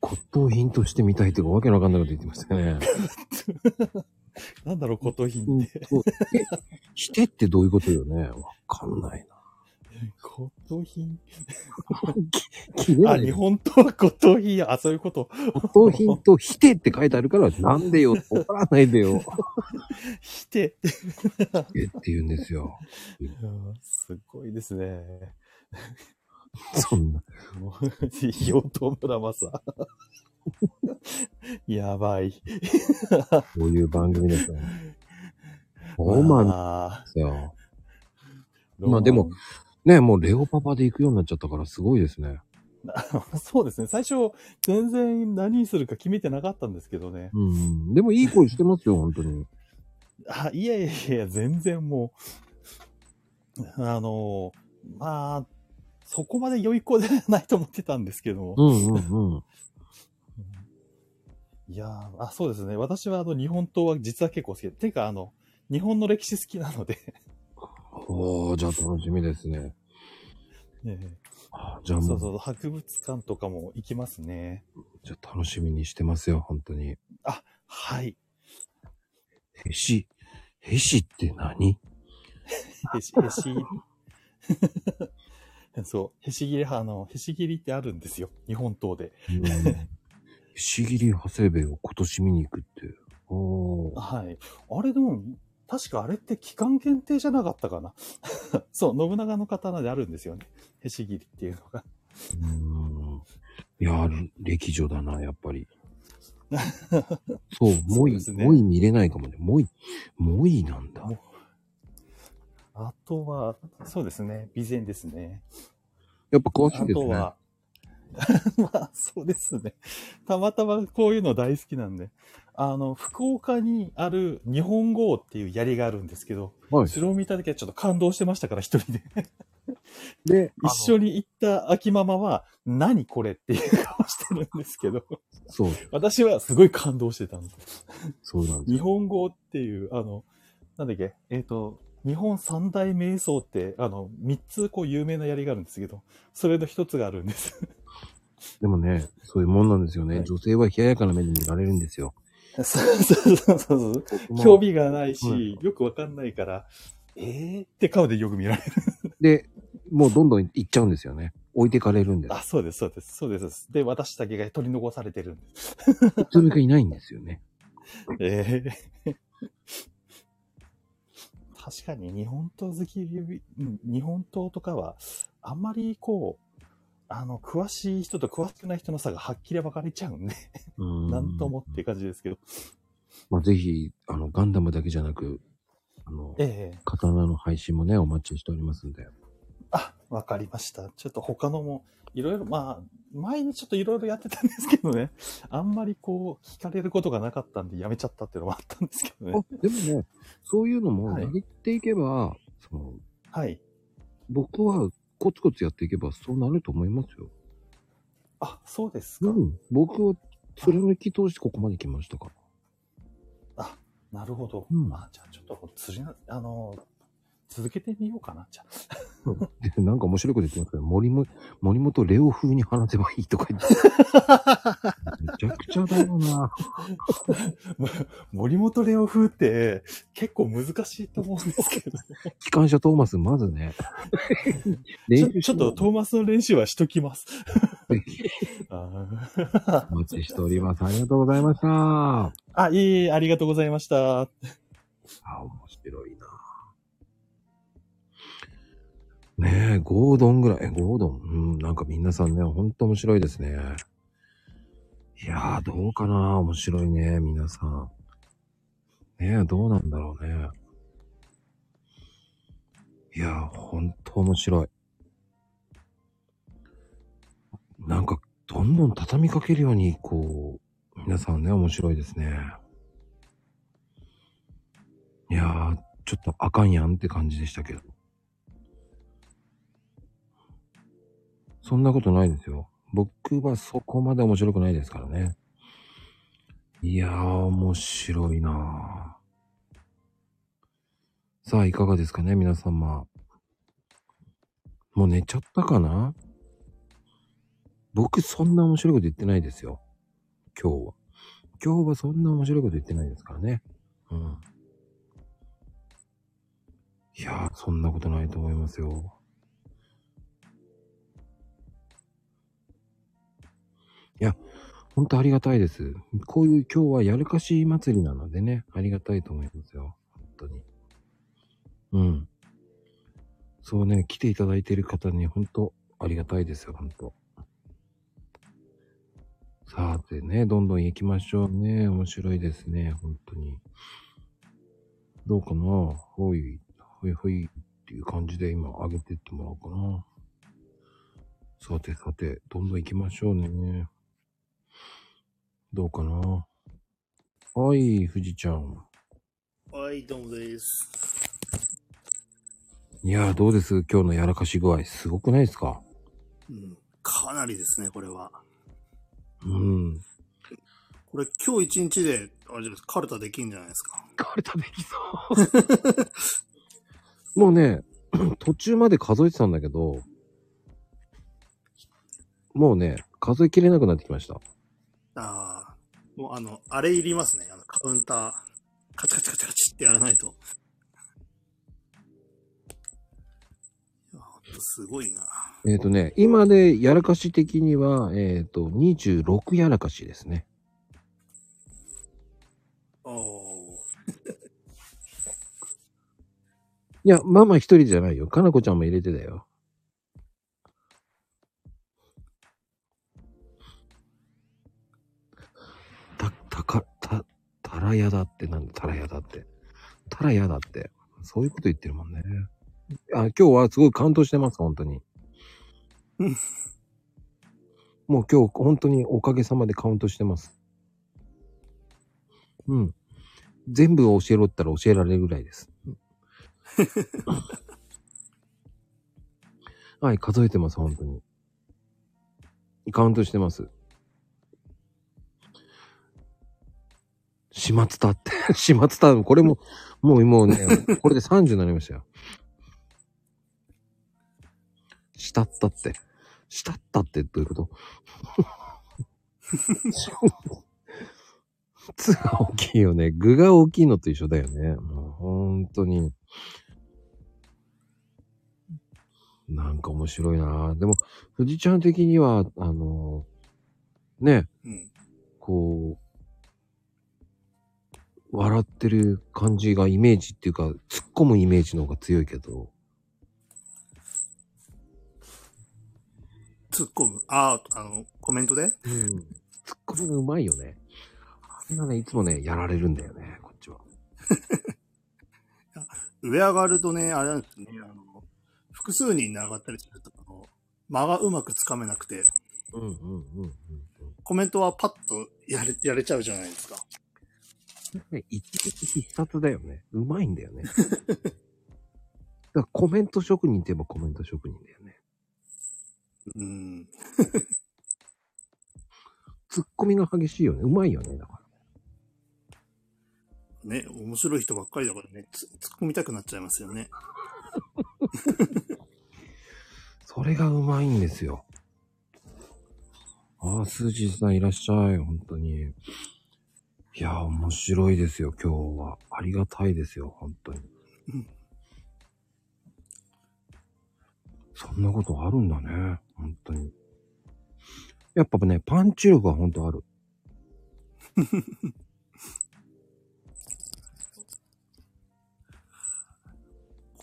Speaker 1: 骨董品としてみたいとかわけのわかんないこと言ってまし たね。
Speaker 5: なんだろう、骨董品って。
Speaker 1: そうえしてってどういうことよね。わかんないな。
Speaker 5: 骨董 品
Speaker 1: 切れな
Speaker 5: あ、
Speaker 1: い
Speaker 5: 日本刀は骨董品や。あ、そういうこと。
Speaker 1: 骨董品としてって書いてあるから、なんでよ、怒らないでよ。
Speaker 5: して。
Speaker 1: えって言うんですよ。
Speaker 5: すごいですね。
Speaker 1: そんな。
Speaker 5: ヨトムラマサ。やばい。
Speaker 1: こういう番組 ですね。ロマンですよ。まあでも、ね、もうレオパパで行くようになっちゃったからすごいですね。
Speaker 5: そうですね。最初、全然何するか決めてなかったんですけどね。
Speaker 1: うん。でもいい声し てますよ、本当に。
Speaker 5: あ、いやいやいや、全然もう、あの、まあ、そこまで良い子ではないと思ってたんですけども。
Speaker 1: うんうんうん。
Speaker 5: いやーあ、そうですね。私はあの、日本刀は実は結構好きで。てか、あの、日本の歴史好きなので。
Speaker 1: あおー、じゃあ楽しみですね。
Speaker 5: ええ
Speaker 1: じゃあも
Speaker 5: そううそう、博物館とかも行きますね。
Speaker 1: じゃあ楽しみにしてますよ、本当に。
Speaker 5: あ、はい。
Speaker 1: へし、へしって何
Speaker 5: へし、へし。そう、へし切り、 あの、へし切りってあるんですよ。日本刀で。
Speaker 1: うん、へし切り長谷部を今年見に行くって。おー。
Speaker 5: はい。あれでも、確かあれって期間限定じゃなかったかな。 そう、信長の刀であるんですよね。へし切りっていうのが。
Speaker 1: いやー、歴女だな、やっぱ り。そう、もい、もい見れないかもね。もい、もいなんだ。
Speaker 5: あとは、そうですね、備前ですね。
Speaker 1: やっぱ詳しいですね。
Speaker 5: あとは、まあ、そうですね。たまたまこういうの大好きなんで。あの、福岡にある日本語っていう槍があるんですけど、
Speaker 1: はい
Speaker 5: それを見た時はちょっと感動してましたから、一人で。
Speaker 1: で、
Speaker 5: 一緒に行った秋ママは、何これっていう顔してるんですけど、
Speaker 1: そう。
Speaker 5: 私はすごい感動してたんです。
Speaker 1: そうなん
Speaker 5: 日本語っていう、あの、なんだっけ、えっ、と、日本三大瞑想って、あの、三つこう有名な槍があるんですけど、それの一つがあるんです。
Speaker 1: でもね、そういうもんなんですよね。女性は冷ややかな目で見られるんですよ。
Speaker 5: そうそうそうそう。興味がないし、よくわかんないから、えーって顔でよく見られる。
Speaker 1: で、もうどんどん行っちゃうんですよね。置いてかれるんです。
Speaker 5: あ、そうです、そうです、そうです。で、私だけが取り残されてるんです。
Speaker 1: つみくいないんですよね。
Speaker 5: ええ 確かに日本刀好き、うん日本刀とかは、あんまりこう、あの、詳しい人と詳しくない人の差がはっきり分かれちゃ うんで、
Speaker 1: うん
Speaker 5: なん ともって感じですけど。
Speaker 1: まあ、ぜひ、あの、ガンダムだけじゃなく、あの、
Speaker 5: ええ
Speaker 1: 刀の配信もね、お待ちしておりますんで。
Speaker 5: わかりました。ちょっと他のも、いろいろ、まあ、前にちょっといろいろやってたんですけどね、あんまりこう、聞かれることがなかったんでやめちゃったっていうのもあったんですけどね。
Speaker 1: でもね、そういうのも、やっていけば、その、
Speaker 5: はい。
Speaker 1: 僕はコツコツやっていけばそうなると思いますよ。
Speaker 5: あ、そうです
Speaker 1: か。うん。僕は、それをき通してここまで来ましたから。
Speaker 5: あ、なるほど。
Speaker 1: うん
Speaker 5: あ、じゃあちょっと、釣りな、あの、続けてみようかな、じゃあ。
Speaker 1: で、なんか面白いこと言ってますけど、森も、森本レオ風に話せばいいとか言って。めちゃくちゃだよな。
Speaker 5: 森本レオ風って結構難しいと思うんですけど。
Speaker 1: 機関車トーマス、まずね。
Speaker 5: ちょちょっとトーマスの練習はしときます。
Speaker 1: お待ちしております。ありがとうございました。面
Speaker 5: あ、いえいえ、ありがとうございました。
Speaker 1: 白いな。ねえ、ゴードンぐらい。えゴードン。うん、なんか皆さんね、ほんと面白いですね。いやー、どうかな。面白いね、皆さん。ねえ、どうなんだろうね。いやー、ほんと面白い。なんか、どんどん畳みかけるように、こう、皆さんね、面白いですね。いやー、ちょっとあかんやんって感じでしたけど。そんなことないですよ。僕はそこまで面白くないですからね。いやー、面白いなーさあ、いかがですかね、皆様。もう寝ちゃったかな僕、そんな面白いこと言ってないですよ。今日は。今日はそんな面白いこと言ってないですからね。うん。いやー、そんなことないと思いますよ。いや、ほんとありがたいです。こういう今日はやるかし祭りなのでね、ありがたいと思いますよ。本当に。うん。そうね、来ていただいている方に本当ありがたいですよ、本当さてね、どんどん行きましょうね。面白いですね、本当に。どうかなほい、ほいほいっていう感じで今上げてってもらおうかな。さてさて、どんどん行きましょうね。どうかなはい、富士ちゃん。
Speaker 11: はい、どうもです。
Speaker 1: いやー、どうです今日のやらかし具合、すごくないですか
Speaker 11: うん、かなりですね、これは。
Speaker 1: うん。
Speaker 11: これ今日一日で、あれじゃないですか、カルタできんじゃないですか。
Speaker 1: カルタできそう。もうね、 途中まで数えてたんだけど、もうね、数えきれなくなってきました。
Speaker 11: ああ、もうあの、あれいりますね。あの、カウンター、カチカチカチカチってやらないと。いや、ほんとすごいな。
Speaker 1: えっ、とね、今でやらかし的には、えっ、と、26やらかしですね。 いや、ママ一人じゃないよ。かなこちゃんも入れてだよ。た、たか、た、たらやだってなんだ、たらやだって。たらやだって。そういうこと言ってるもんね。あ、今日はすごい感動してます、本当に。 もう今日、本当におかげさまでカウントしてます。うん。全部教えろったら教えられるぐらいです。 はい、数えてます、本当に。カウントしてます。始末だって。 始末だ。これも、もう、もうね、これで30になりましたよ。したったって。したったってどういうこと つが大きいよね。具が大きいのと一緒だよね。もう本当に。なんか面白いなでも、富士ちゃん的には、あのね、こう、笑ってる感じがイメージっていうか、突っ込むイメージの方が強いけど、
Speaker 11: 突っ込む。ああ、あの、コメントで
Speaker 1: 突っ込むのうまいよね。あんなね、いつもね、やられるんだよね、こっちは。
Speaker 11: 上上がるとね、あれなんですね、あの、複数人で上がったりすると、あの間がうまくつかめなくて、
Speaker 1: うんうんうんうん。
Speaker 11: コメントはパッとやれ、やれちゃうじゃないですか。
Speaker 1: ね一撃必殺だよね。うまいんだよね。 だからコメント職人って言えばコメント職人だよね。
Speaker 11: うん。
Speaker 1: ツッコミが激しいよね。うまいよね。だから
Speaker 11: ね、面白い人ばっかりだからね、つ突っ込みたくなっちゃいますよね。
Speaker 1: それがうまいんですよ。ああ、スージーさんいらっしゃい。本当に。いやー、面白いですよ、今日は。ありがたいですよ、本当に。そんなことあるんだね、本当に。やっぱね、パンチ力は本当ある。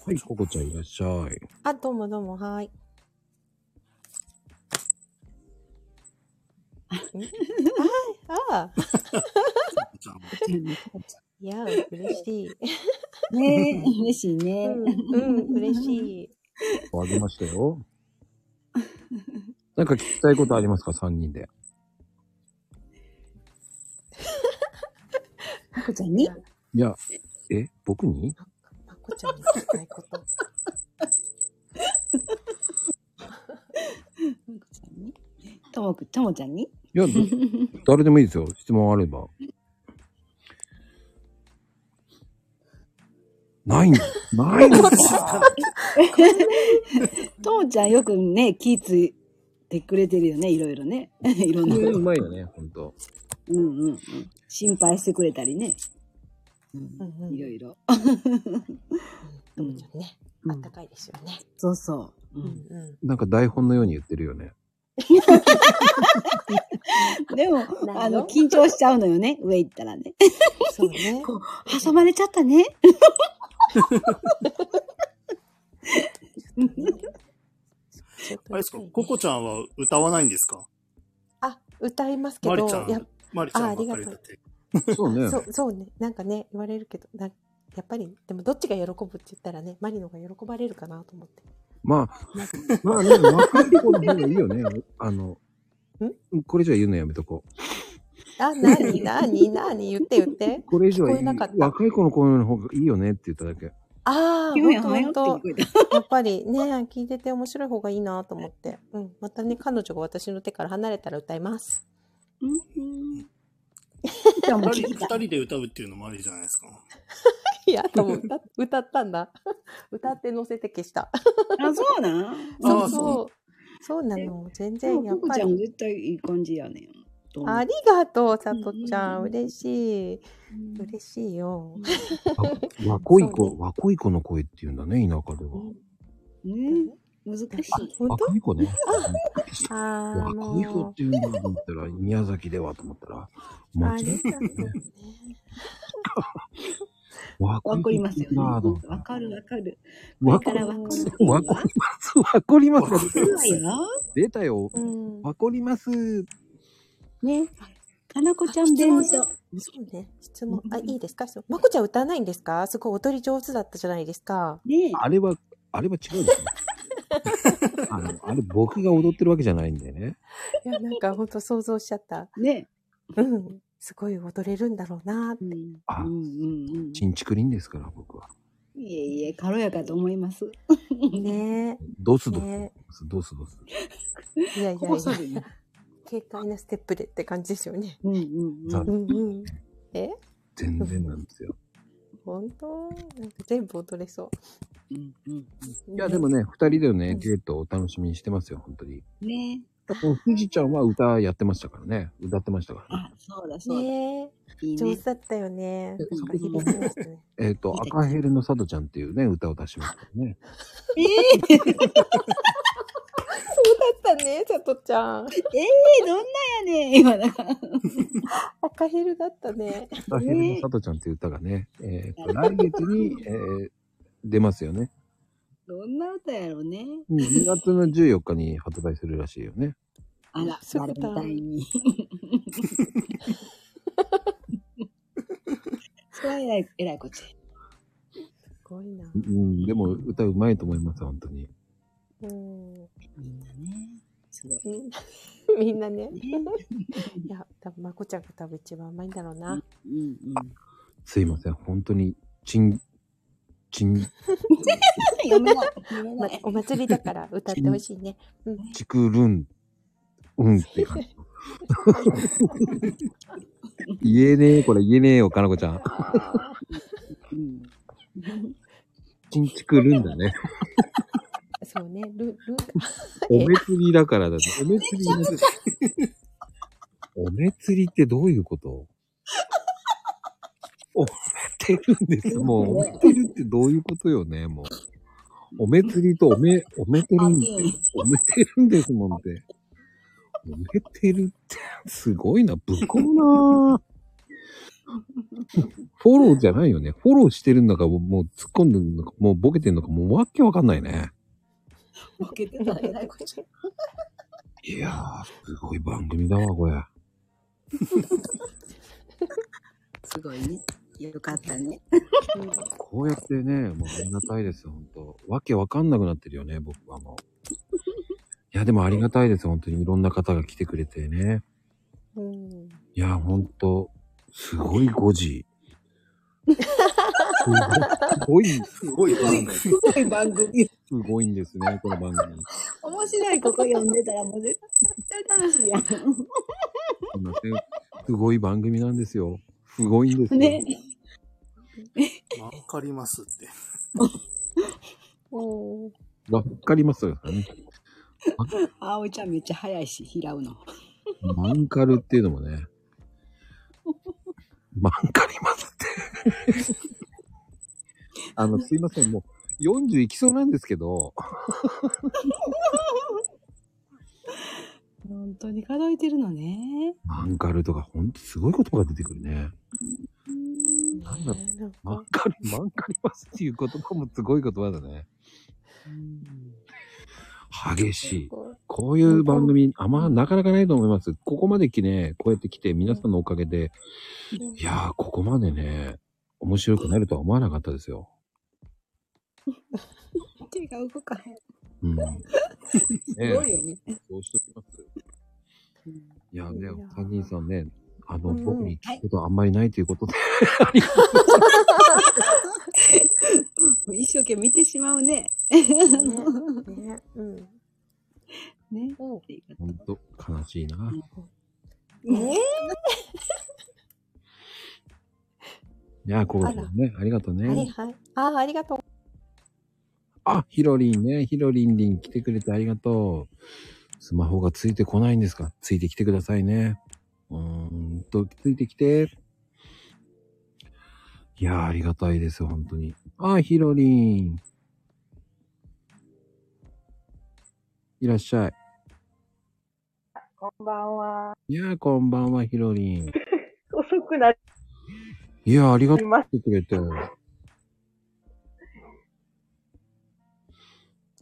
Speaker 1: はい、ココちゃんいらっしゃい。
Speaker 16: あ、どうもどうも、 はーい。あ、あいや、嬉しい。
Speaker 21: ねえ、嬉しいね。
Speaker 16: うん、うん嬉しい。
Speaker 1: あげましたよ。 なんか聞きたいことありますか ?3 人で。
Speaker 21: まこちゃんに
Speaker 1: いや、え、僕に
Speaker 16: まこちゃんに聞きたいこと。
Speaker 21: ともく、ともちゃんに
Speaker 1: いや、ど誰でもいいですよ。質問あれば。ないんだ。ないんだ。
Speaker 21: ともちゃんよくね、気ぃついてくれてるよね、いろいろね。 いろんなこと。
Speaker 1: うまいよね、ほんと。
Speaker 21: うんうんうん。心配してくれたりね。うん、いろい ろ。
Speaker 16: ともちゃんね、あったかいですよね。
Speaker 21: そうそう。
Speaker 1: なんか台本のように言ってるよね。
Speaker 21: でも、あの、緊張しちゃうのよね、上行ったらね。
Speaker 16: そうね。
Speaker 21: こう、挟まれちゃったね。
Speaker 11: あれですか、ココちゃんは歌わないんですか
Speaker 16: あ、歌いますけ
Speaker 11: マリちゃ
Speaker 16: ど、や
Speaker 11: ん、マリちゃ
Speaker 16: ああ
Speaker 11: んば
Speaker 16: りがと
Speaker 11: っかり
Speaker 16: う
Speaker 11: だって。
Speaker 1: そう
Speaker 16: そうそうね、なんかね、言われるけど、なやっぱり、でもどっちが喜ぶって言ったらね、マリのが喜ばれるかなと思って。
Speaker 1: まあ、 まあね、若い子の方がいいよね。あの、これじゃ言うのやめとこう。
Speaker 16: あ、なになになに言って言って。
Speaker 1: これ以上
Speaker 16: 聞
Speaker 1: は
Speaker 16: こえなかった。
Speaker 1: 若い子の声の方がいいよねって言っただけ。
Speaker 16: ああ、
Speaker 21: 聞こえよ
Speaker 16: 本当本当。やっぱりね、聞いてて面白い方がいいなと思って。うん、またね、彼女が私の手から離れたら歌います。
Speaker 11: 二人二人で歌うっていうのもありじゃないですか。
Speaker 16: いや、多分歌っ歌ったんだ。歌って乗せて消した。
Speaker 8: あ、そうなん
Speaker 16: そうそう。そうなの。全然やっ
Speaker 8: ココ
Speaker 16: ぱ
Speaker 8: ちゃん
Speaker 16: り。
Speaker 8: 絶対いい感じやね。
Speaker 16: ありがとう、さとちゃん。嬉しい。嬉しいよ。
Speaker 1: 若い子、若い子の声っていうんだね、田舎では。
Speaker 8: ね難しい。
Speaker 1: 若い子ね。
Speaker 16: ああ、
Speaker 1: 若い子
Speaker 16: も
Speaker 1: っていうんだと思ったら、宮崎ではと思ったら、
Speaker 16: う。あ
Speaker 1: 間違
Speaker 16: りがとう。
Speaker 1: 若
Speaker 8: わ
Speaker 1: い
Speaker 8: かり
Speaker 1: 子
Speaker 8: ますよね。
Speaker 1: だと思っ
Speaker 8: わかるわかる。
Speaker 1: わ
Speaker 8: わ
Speaker 1: か
Speaker 8: から
Speaker 1: る
Speaker 8: わかる。
Speaker 1: わかります。 わかります。
Speaker 8: わよ
Speaker 1: 出たよ
Speaker 16: う。ん
Speaker 1: わかります。
Speaker 8: ね。かなこちゃん弁当。
Speaker 16: そうね、質問。あ、いいですかそうまこちゃん歌わないんですかすごい踊り上手だったじゃないですか。
Speaker 8: ね
Speaker 1: あれは、あれは違う ですね。あの、あれ僕が踊ってるわけじゃないんでね。
Speaker 16: いや、なんかほんと想像しちゃった。
Speaker 8: ね。
Speaker 16: うん。すごい踊れるんだろうなーって。
Speaker 1: あ、
Speaker 8: うん
Speaker 1: ちんちくりんですから、僕は。
Speaker 8: いえいえ、軽やかと思います。
Speaker 16: ね
Speaker 1: ドスドス
Speaker 16: ね。
Speaker 1: ドスドス。
Speaker 16: いやいやい
Speaker 8: ここそび
Speaker 16: や。軽快なステップでって感じですよね。
Speaker 8: うん
Speaker 1: そう
Speaker 16: うんうん。え
Speaker 1: 全然なんですよ。
Speaker 16: 本当なんか全部踊れそう。
Speaker 8: うんうん。
Speaker 1: いや、でもね、二人でのね、デートをお楽しみにしてますよ、本当に。
Speaker 8: ね
Speaker 1: もう、藤ちゃんは歌やってましたからね。歌ってましたからね。
Speaker 8: そうだ
Speaker 16: そうだ。ね
Speaker 8: いいね
Speaker 16: 上手だったよね。なんか響きました ね。
Speaker 1: えっ、と、赤ヘルのサドちゃんっていうね、歌を出しましたよね。
Speaker 16: ええそうだったね、さとちゃん。え
Speaker 8: えどんなやねん、今だから。
Speaker 16: 赤ヘルだったね。
Speaker 1: 赤 ヘルのサドちゃんっていう歌がね、えっ、と、来月に、えー出ますよね。
Speaker 8: どんな歌やろうね。
Speaker 1: うん2月の14日に発売するらしいよね。
Speaker 8: あら、バレンタインに。 そうはえらい、えらいこっちゃ。
Speaker 16: すごいな。
Speaker 1: うん、でも歌うまいと思います、本当に。
Speaker 16: うん。
Speaker 8: みんなね。すごい。
Speaker 16: みんなね。いや、多分まこちゃんが多分一番甘いんだろうな。
Speaker 8: うん
Speaker 1: すいません、本当に、ちん、ちん、
Speaker 8: 読めない。
Speaker 16: お祭りだから歌ってほしいね。うん。
Speaker 1: ちくるん、うんって。言えねえ、これ言えねえよ、かなこちゃん。ちんちくるんだね。
Speaker 16: そうね、ル、ル。
Speaker 1: お祭りだからだね。お祭りだね。お祭りってどういうことおめてるんです。もう、おめてるってどういうことよね、もう。お祭りとおめ、おめてるんって、おめてるんですもんって。おめてるって、すごいな、ぶっこむなぁフォローじゃないよね。フォローしてるんだか、もう突っ込んでるのか、もうボケてるのか、もうわけわかんないね。
Speaker 8: ボケてない、え らいこっ ちゃ。
Speaker 1: いやー、すごい番組だわ、これ。
Speaker 8: すごいね。よかったね。
Speaker 1: こうやってね、もうありがたいですよ、本当わけわかんなくなってるよね、僕はもう。いや、でもありがたいです、本当にいろんな方が来てくれてね。
Speaker 16: うん。
Speaker 1: いや、本当すごい5時。すごい、すごい、
Speaker 8: す
Speaker 1: す
Speaker 8: ごい番組。
Speaker 1: すごいんですね、この番組。
Speaker 8: 面白い、ここ読んでたらもう絶対楽しいやん。
Speaker 1: すいませんすごい番組なんですよ。すごいんですよ。
Speaker 8: ね。
Speaker 11: わかりますって。
Speaker 16: お
Speaker 1: わかりますよね。
Speaker 8: あおちゃんめっちゃ早いし、拾 うの。
Speaker 1: マンカルっていうのもね。マンカリますって。あの、すいません、もう40いきそうなんですけど、
Speaker 8: 本当に数えてるのね。
Speaker 1: マンカルとかほんとすごい言葉が出てくるね。なんだ
Speaker 16: ろう、
Speaker 1: マンカリ、マンカリますっていう言葉もすごい言葉だね。激しい。こういう番組、あんまなかなかないと思います。ここまで来ね、こうやって来て皆さんのおかげで、いやー、ここまでね、面白くなるとは思わなかったですよ。
Speaker 8: 手が動かへん。
Speaker 1: うん。 ね
Speaker 8: すごいよね。
Speaker 1: そうしときます。いやーね、お三人さんね、あの、
Speaker 8: うんうん
Speaker 1: 僕に聞くことあんまりないということで、ありがと
Speaker 8: もう一生懸命見てしまうね。
Speaker 16: ね。うん。
Speaker 8: ね。
Speaker 1: う。ほんと、悲しいな。
Speaker 16: ねえ。
Speaker 1: いや、ココちゃんね、ありがとう ね。
Speaker 16: はいはい。ああ、ありがとう。
Speaker 1: あ、ヒロリンね、ヒロリンリン来てくれてありがとう。スマホがついてこないんですかついてきてくださいね。うーんと、ついてきて。いやー、ありがたいですよ、本当に。あ、ヒロリン。いらっしゃい。
Speaker 8: こんばんは。
Speaker 1: いやー、こんばんは、ヒロリン。
Speaker 8: 遅くなり、
Speaker 1: いやー、ありがとう。来てくれて。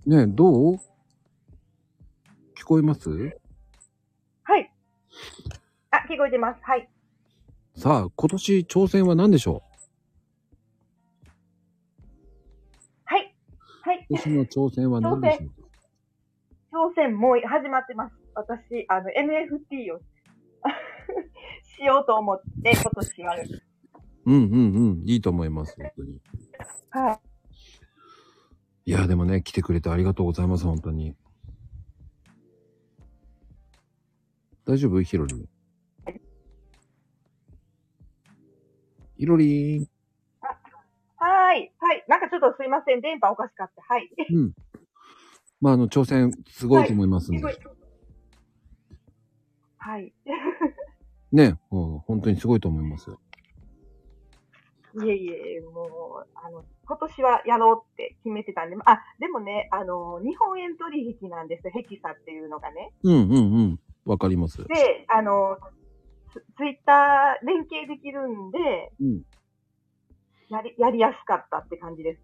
Speaker 1: ねえ、どう聞こえます
Speaker 8: はい。あ、聞こえてます。はい。
Speaker 1: さあ、今年挑戦は何でしょ
Speaker 8: はい。はい。
Speaker 1: う今年の挑戦は何
Speaker 8: 挑
Speaker 1: でしょ
Speaker 8: 戦。挑戦もう始まってます。私、あの、NFT を しようと思って、今年は。
Speaker 1: ううんうんうん、いいと思います、本当に。
Speaker 8: はい。
Speaker 1: いやー、でもね、来てくれてありがとうございます、本当に。大丈夫ヒロリン。ヒロリン。
Speaker 8: はーい。はい。なんかちょっとすいません。電波おかしかった。はい。
Speaker 1: うん。まあ、あの、挑戦、すごいと思いますんで。
Speaker 8: はい。はい、
Speaker 1: ね、うん、本当にすごいと思いますよ。
Speaker 8: いえいえ、もう、あの、今年はやろうって決めてたんで、あ、でもね、あの、日本円取引なんですよ。ヘキサっていうのがね。
Speaker 1: うんうんうん。わかります。
Speaker 8: で、あの、ツツイッター連携できるんで、
Speaker 1: うん。
Speaker 8: やり、やりやすかったって感じで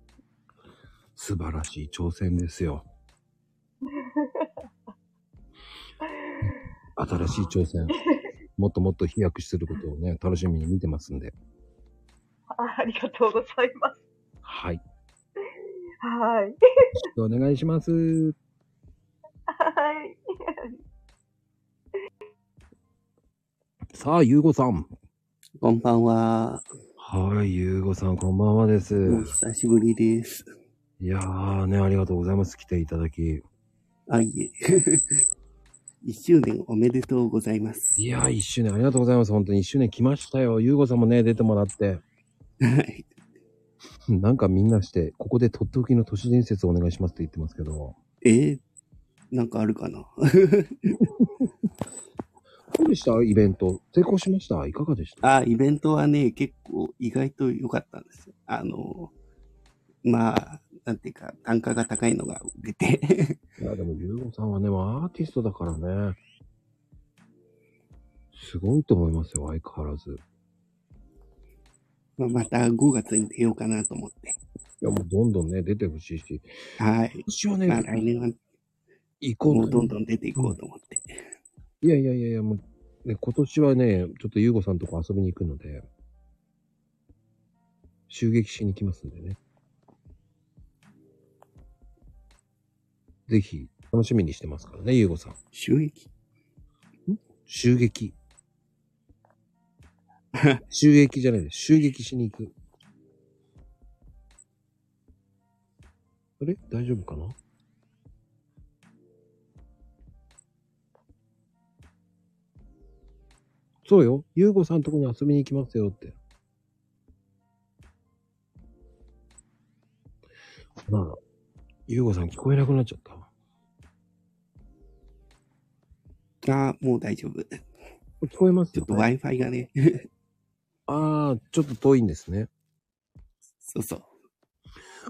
Speaker 8: す。
Speaker 1: 素晴らしい挑戦ですよ。新しい挑戦。もっともっと飛躍することをね、楽しみに見てますんで。
Speaker 8: あありがとうございます。
Speaker 1: はい。よ
Speaker 8: はい。
Speaker 1: ろしくお願いします。
Speaker 8: はい。
Speaker 1: さあ、ゆうごさん。
Speaker 23: こんばんは。
Speaker 1: はい、ゆうごさん、こんばんはです。
Speaker 23: お久しぶりです。
Speaker 1: いやーね、ありがとうございます。来ていただき。
Speaker 23: あ、いえ。 一周年おめでとうございます。
Speaker 1: いやー、一周年ありがとうございます。本当に一周年来ましたよ。ゆうごさんもね、出てもらって。
Speaker 23: はい。
Speaker 1: なんかみんなして、ここでとっておきの都市伝説をお願いしますって言ってます けど。
Speaker 23: えー、なんかあるかな
Speaker 1: どうでしたイベント。成功しましたいかがでした
Speaker 23: あ、イベントはね、結構意外と良かったんですよ。あの、まあ、なんていうか、単価が高いのが出て。
Speaker 1: いや、でも、ゆうごさんはね、アーティストだからね。すごいと思いますよ、相変わらず。
Speaker 23: まあまた5月に出ようかなと思って。
Speaker 1: いや、もうどんどんね、出てほしいし。
Speaker 23: はい。
Speaker 1: 今年はね、
Speaker 23: まあ来年は、
Speaker 1: 行こう
Speaker 23: もうどんどん出ていこうと思って。
Speaker 1: いやいやいやいや、もう、ね、今年はね、ちょっとゆうごさんとこ遊びに行くので、襲撃しに来ますんでね。ぜひ、楽しみにしてますからね、ゆうごさん。
Speaker 23: 襲撃
Speaker 1: 襲撃。 襲撃じゃないです。襲撃しに行く。あれ大丈夫かなそうよ。ゆうごさんとこに遊びに行きますよって。まあ、ゆうごさん聞こえなくなっちゃった。
Speaker 23: あーもう大丈夫。
Speaker 1: 聞こえます
Speaker 23: ちょっと Wi-Fi がね。
Speaker 1: ああ、ちょっと遠いんですね。
Speaker 23: そうそう。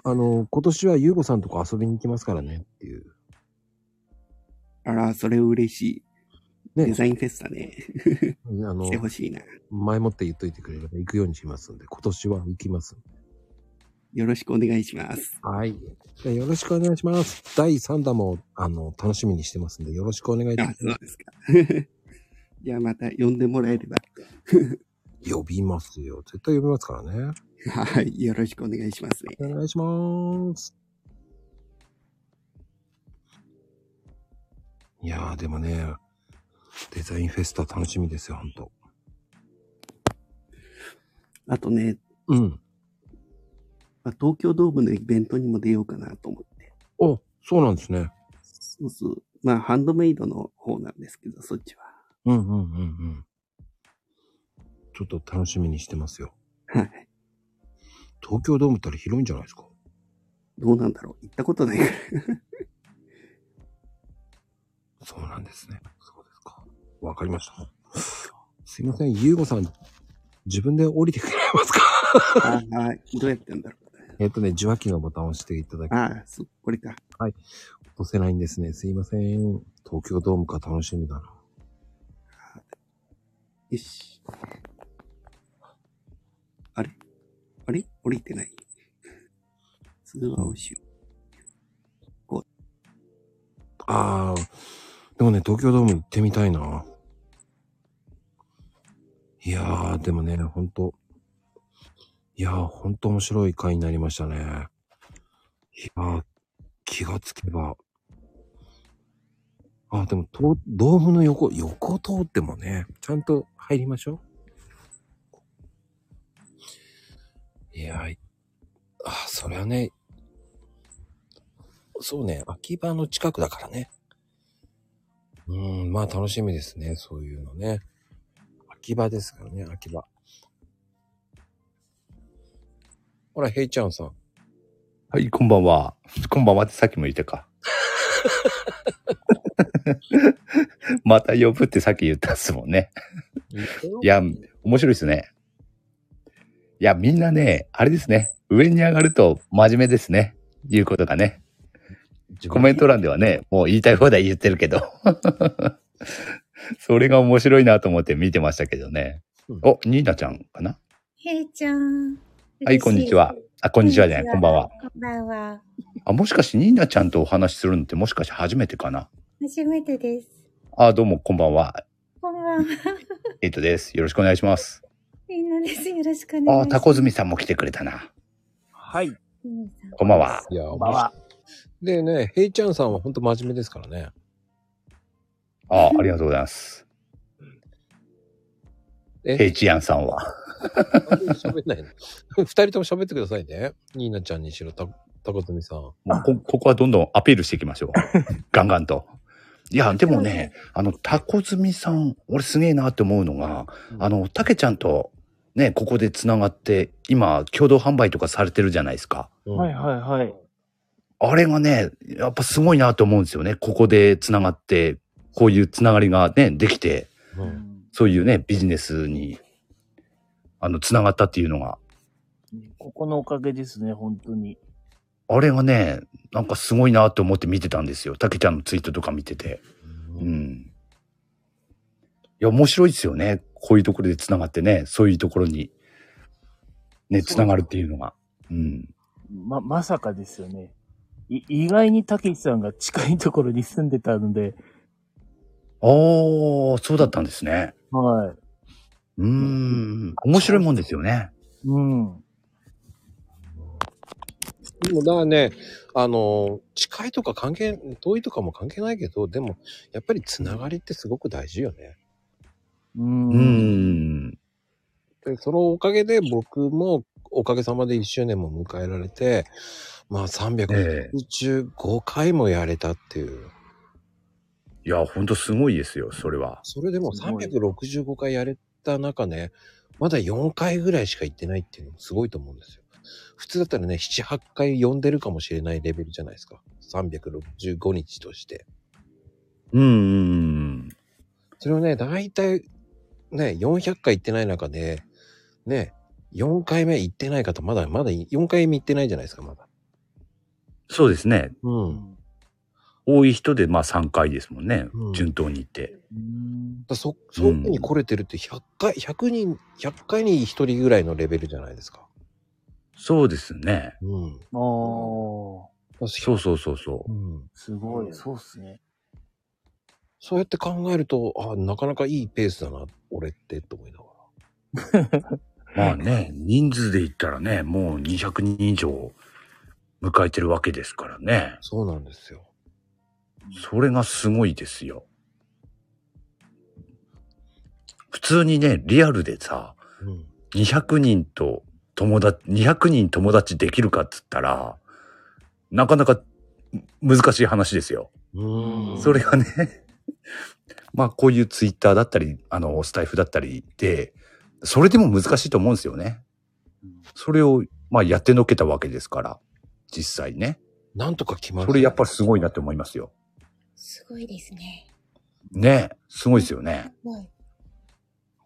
Speaker 1: あの、今年はゆうごさんとこ遊びに行きますからねっていう。
Speaker 23: あら、それ嬉しい。デザインフェスタね。
Speaker 1: あの、
Speaker 23: 来てほしいな。
Speaker 1: 前もって言っといてくれれば行くようにしますんで、今年は行きます。
Speaker 23: よろしくお願いします。
Speaker 1: はい。じゃあよろしくお願いします。第3弾も、あの、楽しみにしてますんで、よろしくお願いいたします。
Speaker 23: そう ですか。じゃあまた呼んでもらえれば。
Speaker 1: 呼びますよ。絶対呼びますからね。
Speaker 23: はい。よろしくお願いしますね。
Speaker 1: お願いします。いやー、でもね、デザインフェスタ楽しみですよ、ほんと。
Speaker 23: あとね、
Speaker 1: うん。
Speaker 23: まあ、東京ドームのイベントにも出ようかなと思って。
Speaker 1: お、そうなんですね。
Speaker 23: そうそう。まあ、ハンドメイドの方なんですけど、そっちは。
Speaker 1: うんうんうんうん。ちょっと楽しみにしてますよ。
Speaker 23: はい。
Speaker 1: 東京ドームったら広いんじゃないですか
Speaker 23: どうなんだろう行ったことないから。
Speaker 1: そうなんですね。そうですか。わかりました。すいません、ゆうごさん、自分で降りてくれますか
Speaker 23: はい、どうやってんだろ
Speaker 1: えっとね、受話器のボタンを押していただき
Speaker 23: ああ、そ、これか。
Speaker 1: はい。落とせないんですね。すいません。東京ドームか楽しみだな。
Speaker 23: う。よし。あれあれ降りてない。通話をしよ
Speaker 1: ああ、でもね、東京ドーム行ってみたいな。いやー、でもね、ほんと。いやー、ほんと面白い回になりましたね。いやー、気がつけば。あ、でも、とドームの横、横通ってもね、ちゃんと入りましょう。いやー、いあ、それはね、そうね、秋葉の近くだからね。うーん、まあ楽しみですね、そういうのね。秋葉ですからね、秋葉。ほら、ヘイちゃんさん。
Speaker 19: はい、こんばんは。こんばんはってさっきも言ってか。また呼ぶってさっき言ったっすもんね。いや、面白いですね。いや、みんなね、あれですね。上に上がると真面目ですね。言うことがね。コメント欄ではね、もう言いたい放題言ってるけど。 それが面白いなと思って見てましたけどね。お、ニーナちゃんかな
Speaker 8: へいちゃん。
Speaker 19: はい、こんにちは。あ、こんにちはじゃない、こんばんは。
Speaker 8: こんばんは。
Speaker 19: あ、もしかしてニーナちゃんとお話しするのってもしかして初めてかな
Speaker 8: 初めてです。
Speaker 19: あ、どうも、こんばんは。
Speaker 8: こんばん は。
Speaker 19: エイトです。よろしくお願いします。
Speaker 8: みんなです。よろしくお願い
Speaker 19: あ、
Speaker 8: し
Speaker 19: タ
Speaker 8: ます。
Speaker 19: コズミさんも来てくれたな。
Speaker 24: はい。
Speaker 19: こんばんは。
Speaker 1: いや、こん
Speaker 19: ばんは。
Speaker 1: でね、ヘイちゃんさんはほんと真面目ですからね。
Speaker 19: あ、ありがとうございます。ヘイチアンさんは。
Speaker 1: 喋んないの。 二人とも喋ってくださいね。ニーナちゃんにしろ、た、たこつみさん。
Speaker 19: もうこここはどんどんアピールしていきま しょう。ガンガンと。いや、でもね、あの、タコズミさん、俺すげえなって思うのが、あの、タケちゃんと、ね、ここでつながって、今、共同販売とかされてるじゃないですか。
Speaker 14: はいはいはい。
Speaker 19: あれがね、やっぱすごいなと思うんですよね。ここでつながって、こういうつながりがね、できて、そういうね、ビジネスに、あの、つながったっていうのが、
Speaker 14: ここのおかげですね、本当に。
Speaker 19: あれがね、なんかすごいなと思って見てたんですよ。たけちゃんのツイートとか見てて。うん。いや、面白いですよね。こういうところでつながってね、そういうところに、ね、つながるっていうのが。うん。
Speaker 14: ま、まさかですよね。い意外にたけしさんが近いところに住んでたので、
Speaker 19: ああ、そうだったんですね。
Speaker 14: は
Speaker 19: うーん。面白いもんですよね。
Speaker 14: い。うん。
Speaker 1: でもだからね、あの、近いとか関係、遠いとかも関係ないけど、でも、やっぱりつながりってすごく大事よね。
Speaker 19: うん。
Speaker 1: で、そのおかげで僕も、おかげさまで1周年も迎えられて、まあ365回もやれたっていう。
Speaker 19: いや、ほんとすごいですよ、それは。
Speaker 1: それでも365回やれた中ね、まだ4回ぐらいしか行ってないっていうのもすごいと思うんですよ。普通だったらね、7、8回呼んでるかもしれないレベルじゃないですか。365日として。
Speaker 19: うんうん。
Speaker 1: それをね、大体、ね、400回行ってない中で、ね、4回目行ってない方、まだ、まだ4回目行ってないじゃないですか、まだ。
Speaker 19: そうですね。
Speaker 1: うん。
Speaker 19: 多い人で、まあ3回ですもんね。順当にいって。
Speaker 1: だそ、そういうふうに来れてるって100回、100人、100回に1人ぐらいのレベルじゃないですか。
Speaker 19: そうですね。
Speaker 1: うん。
Speaker 14: あ
Speaker 1: あ。
Speaker 19: そうそうそうそう。
Speaker 14: すごい、そうっすね。
Speaker 1: そうやって考えると、あなかなかいいペースだな、俺って、と思いなが
Speaker 19: まあね、人数で言ったらね、もう200人以上迎えてるわけですからね
Speaker 1: ら。。そうなんですよ。
Speaker 19: それがすごいですよ。普通にね、リアルでさ、200人と友達、200人友達できるかっつったら、なかなかむ難しい話ですよ。それがね、まあこういうツイッターだったり、あの、スタイフだったりで、それでも難しいと思うんですよね。それをまあやってのけたわけですから、実際ね。
Speaker 1: なんとか決ま
Speaker 19: る。それやっぱりすごいなって思いますよ。
Speaker 8: すごいですね。
Speaker 19: ねえ、すごいですよね。
Speaker 8: はい。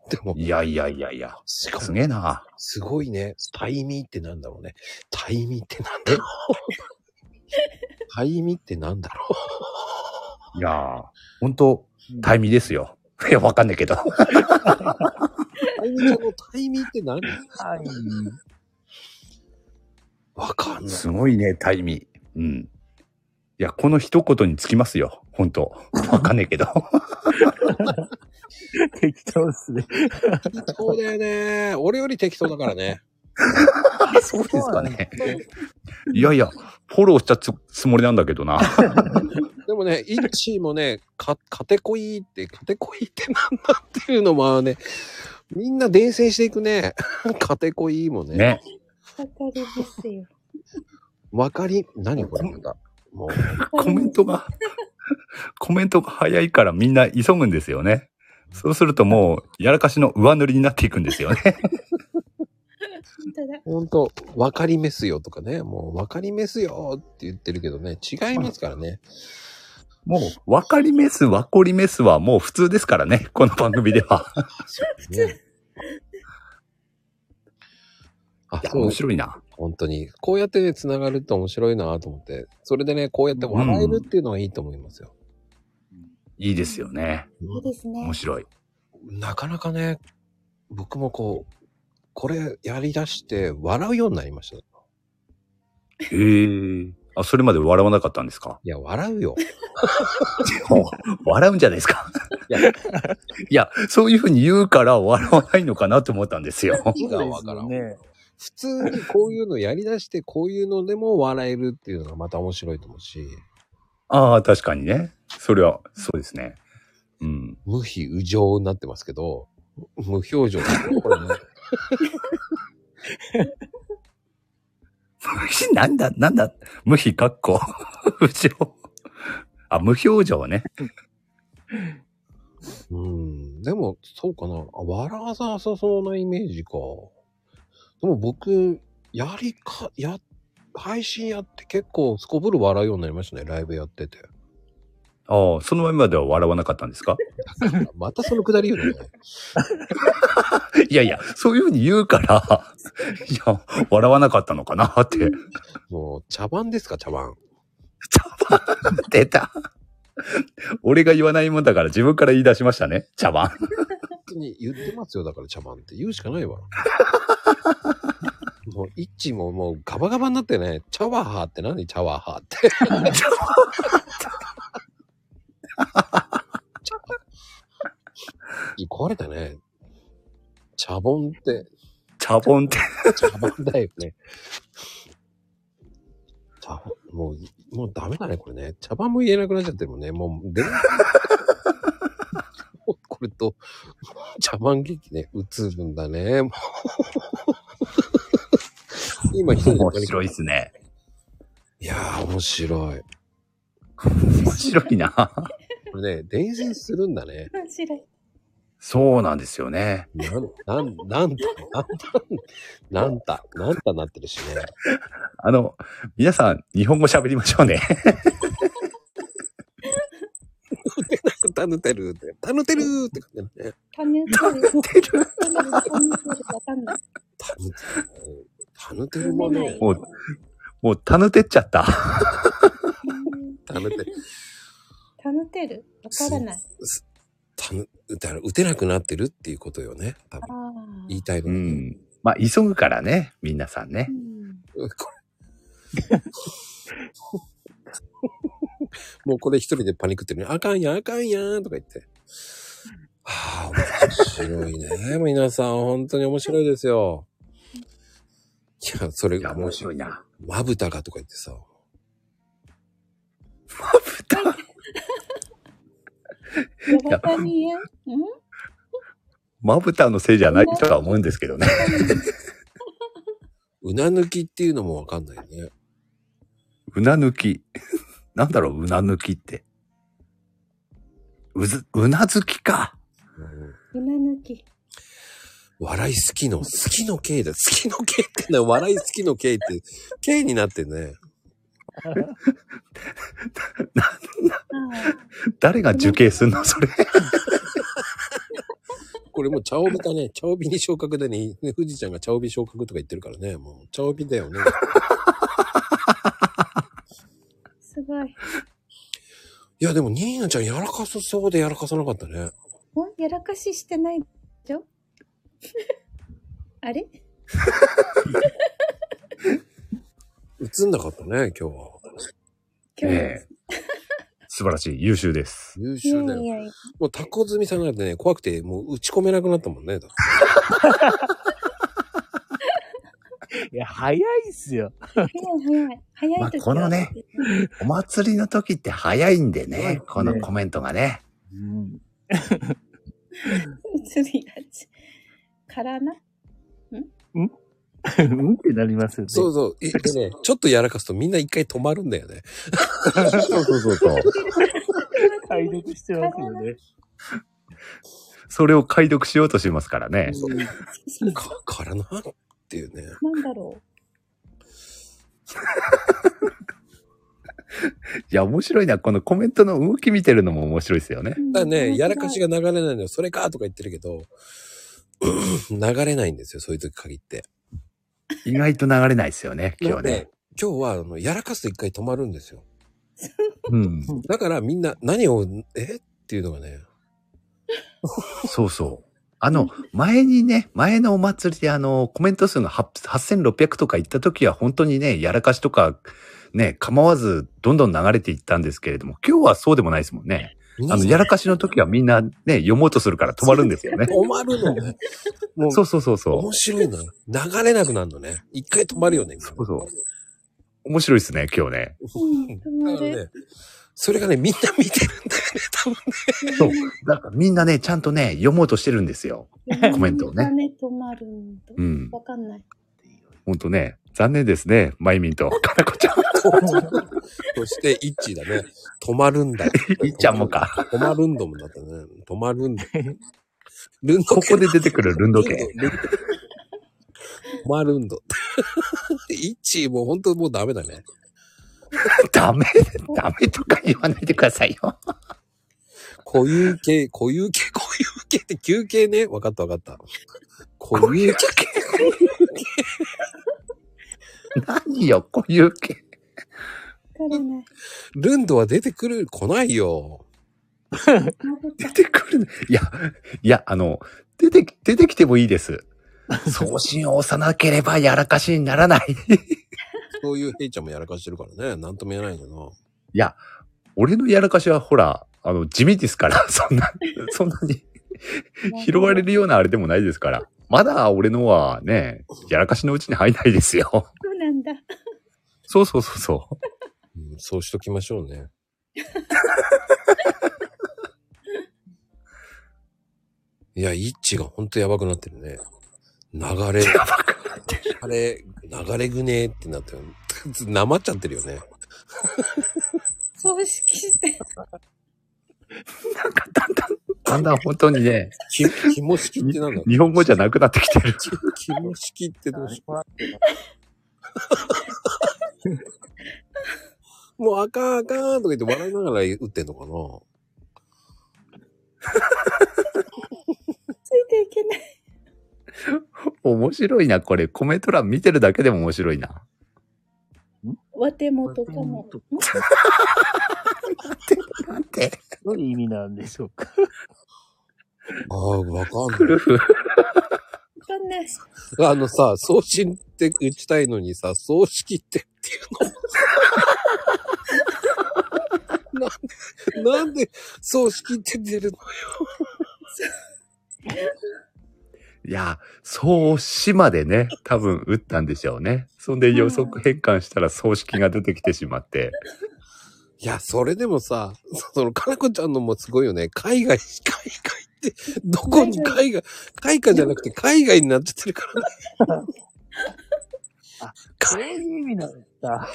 Speaker 1: でも。
Speaker 19: いやいやいやいや。
Speaker 1: す
Speaker 19: げえな。
Speaker 1: すごいね。タイミーってなんだろうね。タイミーってなんだろう。タイミーってなんだろ
Speaker 19: いやー、ほんと、タイミですよ。いや、わかんないけど。
Speaker 1: う。タイミーのタイミーって何タイミー。わかんない。
Speaker 19: すごいね、タイミ。うん。いや、この一言につきますよ。ほんと。わかんないけ ど。適当ですね。
Speaker 1: 適当だよね。俺より適当だからね。
Speaker 19: そうですかね。いやいや、フォローしたつつもりなんだけどな。
Speaker 1: でもね、イッチーもね、か、カテコイーって、カテコイーってなんだっていうのもね、みんな伝染していくね。カテコイーもね。
Speaker 19: ね。
Speaker 8: わかりますよ。
Speaker 1: わかり、 何これまた。もう。
Speaker 19: コメントが、コメントが早いからみんな急ぐんですよね。そうするともう、やらかしの上塗りになっていくんですよ
Speaker 8: 本
Speaker 19: ね。
Speaker 8: 当だ。
Speaker 1: ほんと、わかりますよとかね、もうわかりますよって言ってるけどね、違いますからね。
Speaker 19: もう、わかりメス、わこりメスはもう普通ですからね。この番組で は。
Speaker 8: 普通。
Speaker 1: あ、
Speaker 19: そう面白いな。
Speaker 1: 本当に。こうやってね、繋がると面白いなと思って。それでね、こうやって笑えるっていうのがいいと思いますよ。
Speaker 19: いいですよね。
Speaker 8: いいですね。
Speaker 19: 面白い。
Speaker 1: なかなかね、僕もこう、これやり出して笑うようになりました。い
Speaker 19: へえ。あ、それまで笑わなかったんですか
Speaker 1: いや、笑うよ。
Speaker 19: 笑うんじゃないですか。 いや、そういうふうに言うから笑わないのかなと思ったんです よ。
Speaker 1: いがわからん。普通にこういうのやり出して、こういうのでも笑えるっていうのがまた面白いと思うし。
Speaker 19: ああ、確かにね。それは、そうですね。うん。
Speaker 1: 無比無情になってますけど、無表情ですねこれね。
Speaker 19: 無比なんだ、なんだ、無比かっこ、 無情。あ、無表情ね。
Speaker 1: うん。でも、そうかな。あ笑わさなさそうなイメージか。でも僕、やりか、や、配信やって結構すこぶる笑うようになりましたね。ライブやってて。
Speaker 19: ああ、その前までは笑わなかったんですか
Speaker 1: またそのくだり言うのね。
Speaker 19: いやいや、そういうふうに言うから、いや、笑わなかったのかなって。
Speaker 1: もう、茶番ですか、茶番。
Speaker 19: 出た。俺が言わないもんだから自分から言い出しましたね。茶碗。
Speaker 1: 本当に言ってますよ。だから茶番って言うしかないわ。もう、イッチももうガバガバになってね、茶ワーハーって何茶ワーハーって。壊れたね。茶ボンって。
Speaker 19: 茶ボンって。
Speaker 1: 茶ボンだよね。茶ボン、もう、もうダメだね、これね。茶番も言えなくなっちゃってるもんね。もう、で、もうこれと、茶番劇ね、うつるんだね。もう今一人で
Speaker 19: 面白いですね。
Speaker 1: いやー、面白い。
Speaker 19: 面白いな。
Speaker 1: これね、伝染するんだね。
Speaker 8: 面白い。
Speaker 19: そうなんですよね。
Speaker 1: なん、なん、なんた、なんた、なんた、なんたなってるしね。
Speaker 19: あの、皆さん、日本語喋りましょう ね。
Speaker 1: たぬてるって、たぬてるって感じだね。
Speaker 8: タヌテル。タヌテルわかんない。
Speaker 1: たぬてるもね、
Speaker 19: もう、もう、たぬてっちゃ った。
Speaker 1: たぬてる、
Speaker 8: タヌテルわからない。
Speaker 1: たぬ、だから打てなくなってるっていうことよね。多分
Speaker 8: あ
Speaker 1: 言いたいの。
Speaker 19: うん。まあ、急ぐからね、皆さんね。
Speaker 1: これ もうこれ一人でパニックってるね。あかんやん、あかんやん、とか言って。はあ、面白いね。 皆さん、本当に面白いですよ。いや、それが面白い
Speaker 19: な。
Speaker 1: まぶたがとか言ってさ。
Speaker 8: あ。わかりやん。うん
Speaker 19: まぶたのせいじゃないとは思うんですけどね。
Speaker 1: うな抜きっていうのもわかんないね。
Speaker 19: うな抜き。 なんだろう、うな抜きって。うず、うなずきか。
Speaker 8: うな抜き。
Speaker 1: 笑い好きの、好きの K だ。好きの K ってな、笑い好きの K って、K になってんね。
Speaker 25: 誰が受刑すんのそれ。
Speaker 1: これもう茶帯だね。 茶帯に昇格だね。 ね富士ちゃんが茶帯昇格とか言ってるからね。もう、茶帯だよね。
Speaker 8: すごい。
Speaker 1: いや、でも、ニーナちゃんやらかすそうでやらかさなかったね。
Speaker 8: おやらかししてないでしょあれ
Speaker 1: 映んなかったね、今日は。
Speaker 25: ええ 素晴らしい。優秀です。
Speaker 1: 優秀だよ。もう、タコ積みさんなんてね、怖くて、もう打ち込めなくなったもんね。だって
Speaker 14: いや、早いっすよ。
Speaker 8: 早い早い。早い
Speaker 25: まあ、
Speaker 8: 時
Speaker 25: このね
Speaker 8: は、
Speaker 25: お祭りの時って早いんでね、このコメントがね。
Speaker 8: 映りがち。からな。
Speaker 14: うんって なりますよね。
Speaker 1: そうそう。いでね、ちょっとやらかすとみんな一回止まるんだ よね。
Speaker 25: そうそうそうそう。
Speaker 14: 解読してますよね。
Speaker 25: それを解読しようとしますからね。
Speaker 1: か、からなっていうね。
Speaker 8: なんだろ
Speaker 25: いや、面白いな。このコメントの動き見てるのも面白いですよね。
Speaker 1: だからね、やらかしが流れないのよ。それかとか言ってるけど、うん流れないんですよ。そういう時限って。
Speaker 25: 意外と流れないですよね、今日ね。
Speaker 1: ね今日は、あの、やらかすと一回止まるんですよ。
Speaker 25: うん。
Speaker 1: だからみんな、何を、えっていうのがね。
Speaker 25: そうそう。あの、前にね、前のお祭りであの、コメント数が8 8600とか行った時は本当にね、やらかしとか、ね、構わずどんどん流れていったんですけれども、今日はそうでもないですもんね。あの、やらかしの時はみんなね、読もうとするから止まるんですよね。
Speaker 1: 止まるのね。もう
Speaker 25: そうそうそうそう。
Speaker 1: 面白いな。流れなくなるのね。一回止まるよね。そう
Speaker 25: そう。面白いですね、今日ね。
Speaker 1: だからね、それがね、みんな見てる
Speaker 25: そう。なんかみんなね、ちゃんとね、読もうとしてるんですよ。
Speaker 8: う。
Speaker 25: コメントをね。
Speaker 8: ね、止まるんだ
Speaker 25: うん。
Speaker 8: わかんない。
Speaker 25: ほんとね、残念ですね、まゆみんと、かなこちゃん。
Speaker 1: そして、イッチーだね。止まるんだ。
Speaker 25: イッちゃんもか。
Speaker 1: 止まるんどもだったね。止まるんだ。ルンド
Speaker 25: ここで出てくるルンド系。
Speaker 1: 止まるんど。イッチーもう本当もうダメだね。
Speaker 25: ダメ、ダメとか言わないでくださいよ。
Speaker 1: 固有系、固有系、固有系って休憩ね。わかったわかった。固有系。
Speaker 25: 何よ、固有系。
Speaker 8: わからない。
Speaker 1: ルンドは出てくる、来ないよ。
Speaker 25: 出てくる。いや、いや、あの、出てき、出てきてもいいです。送信を押さなければやらかしになら ない。
Speaker 1: そういうヘイちゃんもやらかしてるからね。なんとも言えないけど。
Speaker 25: いや、俺のやらかしはほら、あの、地味ですから、そんな、そんなに 拾われるようなあれでもないですから。まだ俺のはね、やらかしのうちに入んないですよ。
Speaker 8: そうなんだ。
Speaker 25: そうそうそうそう。
Speaker 1: そうしときましょうね。いや、イッチがほんとやばくなってるね。流れ。やばくなってる。あれ、流れぐねーってなってる。なまっちゃってるよね。
Speaker 8: 葬式して。
Speaker 25: だんだん本当にね、
Speaker 1: き、肝式ってなんだ
Speaker 25: 日本語じゃなくなってきてる。
Speaker 1: 肝式ってどうしよう。もうあかんあかんとか言って笑いながら打ってんのかな
Speaker 8: ついていけない。
Speaker 25: 面白いな、これ。コメント欄見てるだけでも面白いな。
Speaker 8: わてもとかも。
Speaker 25: なんて。
Speaker 14: どういう意味なんでしょう か。
Speaker 1: ああ、わかんな
Speaker 8: わ
Speaker 1: い。
Speaker 8: かんない。
Speaker 1: あのさ、送信って打ちたいのにさ、葬式ってっていうの。なんで、なんで葬式って出るのよ。
Speaker 25: いや、そうしまでね、多分打ったんでしょうね。そんで予測変換したら葬式が出てきてしまって。
Speaker 1: いや、それでもさ、その、かなこちゃんのもすごいよね。海外、海外って、どこに海外、海外じゃなくて海外になっちゃってるからね。
Speaker 14: そういう意味なんだ。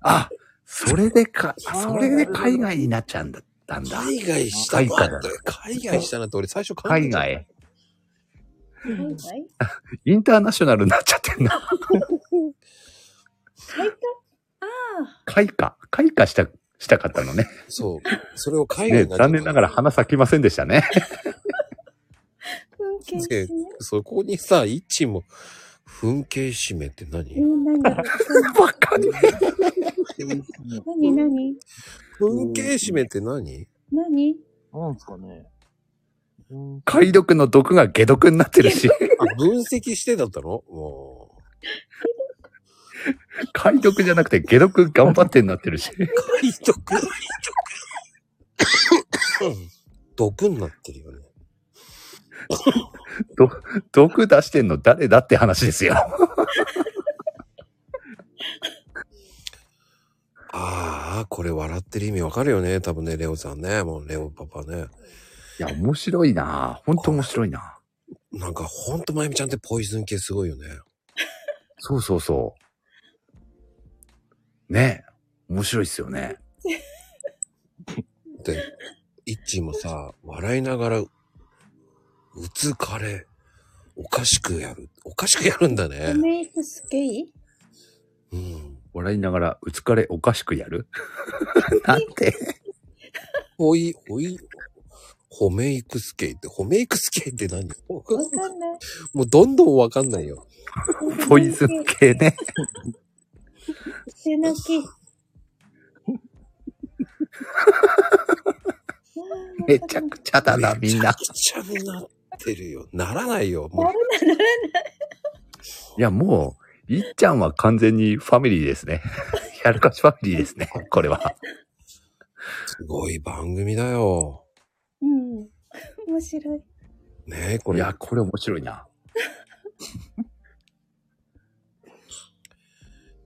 Speaker 25: あ、それでか、あそれで海外になっちゃうんだったんだ。
Speaker 1: 海外した
Speaker 25: 海外
Speaker 1: 海外したなって俺最初考え
Speaker 25: 海
Speaker 1: てた
Speaker 25: 外。
Speaker 8: 海外
Speaker 25: インターナショナルになっちゃってんな。
Speaker 8: 開花ああ。
Speaker 25: 開花開花した、したかったのね。
Speaker 1: そう。それを海外
Speaker 25: ね、
Speaker 1: になっちゃった
Speaker 25: 残念ながら花咲きませんでしたね。
Speaker 8: 文系
Speaker 1: で、そこにさ、イッチも、噴景締めって何
Speaker 8: 何だろう。
Speaker 25: わかんない。
Speaker 8: 何何
Speaker 1: 噴景締めって何
Speaker 8: 何
Speaker 14: なんですかね。
Speaker 25: 解読の毒が解毒になってるし。
Speaker 1: あ分析してだったのも
Speaker 25: 解読じゃなくて解読頑張ってになってるし。
Speaker 1: う、解読。毒になってるよね。
Speaker 25: ど毒出してんの誰だって話ですよ。
Speaker 1: ああ、これ笑ってる意味わかるよね。多分ね、レオさんね。もう、レオパパね。
Speaker 25: いや、面白いなほんと面白いな
Speaker 1: なんか、ほんと、まゆみちゃんってポイズン系すごいよね。
Speaker 25: そうそうそう。ね面白いっすよね。
Speaker 1: で、イッチーもさ、笑いながら、うつかれ、おかしくやる。おかしくやるんだね。
Speaker 8: メイクスケイ
Speaker 25: 笑いながら、うつかれおかしくやる なんて。
Speaker 1: ほい、ほい、ホメイクスケイって、ホメイクスケイって何わ
Speaker 8: かんない。
Speaker 1: もうどんどんわかんないよ。
Speaker 25: ポイズン系ね。
Speaker 8: 背泣き。
Speaker 25: めちゃくちゃだな、みんな。
Speaker 1: ちゃになってるよ。ならないよ。もう
Speaker 25: いや、もう、いっちゃんは完全にファミリーですね。 やるかしファミリーですね、これは。
Speaker 1: すごい番組だよ。
Speaker 8: うん。面白い。
Speaker 1: ねえ、これ。
Speaker 25: いや、これ面白いな。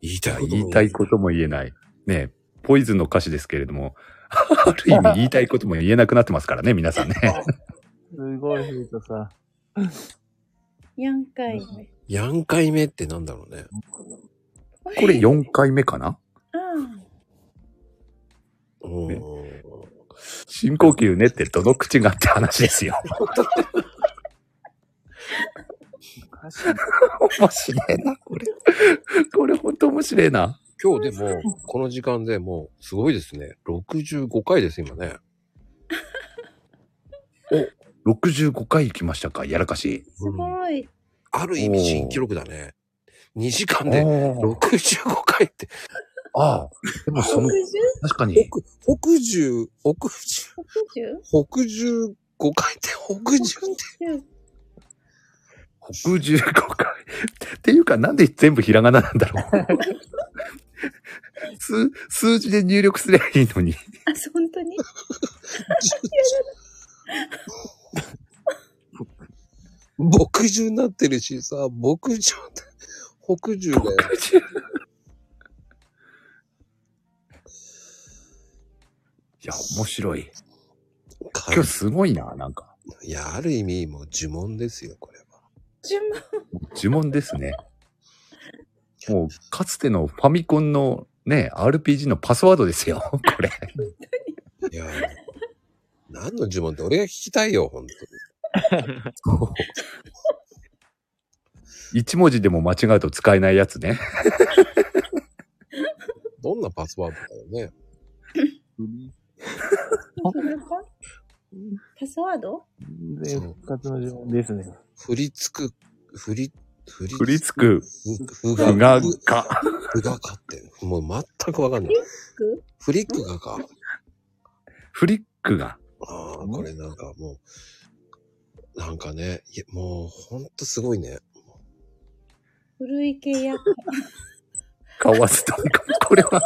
Speaker 1: 言いた
Speaker 25: い。言いたいことも言えない。ねえ、ポイズンの歌詞ですけれども、ある意味言いたいことも言えなくなってますからね、皆 さんね。
Speaker 14: すごい、ふうとさ。
Speaker 8: 4回目。
Speaker 1: やん回目ってなんだろうね。
Speaker 25: これ4回目かな
Speaker 8: あ
Speaker 1: ね
Speaker 25: 深呼吸ねってどの口がって話ですよ。面白いな、これ。これ本当面白いな。
Speaker 1: 今日でも、この時間でもう、すごいですね。65回です、今ね。
Speaker 25: お、65回行きましたか、やらかし。
Speaker 8: すごい。
Speaker 1: ある意味新記録だね。2時間で
Speaker 25: お
Speaker 1: 65回って。
Speaker 25: ああ、でもその、確かに。
Speaker 1: 北十、北十、
Speaker 8: 十
Speaker 1: 北十5回って、北十って。
Speaker 25: 北十5回。っていうか、なんで全部ひらがななんだろ う。数、数字で入力すればいいのに。
Speaker 8: あ、本 当にや
Speaker 1: 牧獣になってるしさ、牧獣って、北十だよ。
Speaker 25: いや、面白い。今日すごいな、なんか。
Speaker 1: いや、ある意味、もう呪文ですよ、これ。
Speaker 25: 呪文ですね。もう、かつてのファミコンのね、RPG のパスワードですよ、これ。
Speaker 1: いや、何の呪文って俺が聞きたいよ、本当に。
Speaker 25: 一文字でも間違うと使えないやつね。
Speaker 1: どんなパスワードだよね。
Speaker 8: パスワード
Speaker 14: で、復活の呪文ですね。
Speaker 1: 振り付く、振り、振り
Speaker 25: 振り付く、
Speaker 1: ふ
Speaker 25: ふがか。
Speaker 1: ふがかって、もう全くわかんない。フリックがか。
Speaker 25: フリックが。
Speaker 1: ああ、これなんかもう、なんかね、いやもうほんとすごいね。
Speaker 8: 古い系や。
Speaker 25: かわすと、 これは、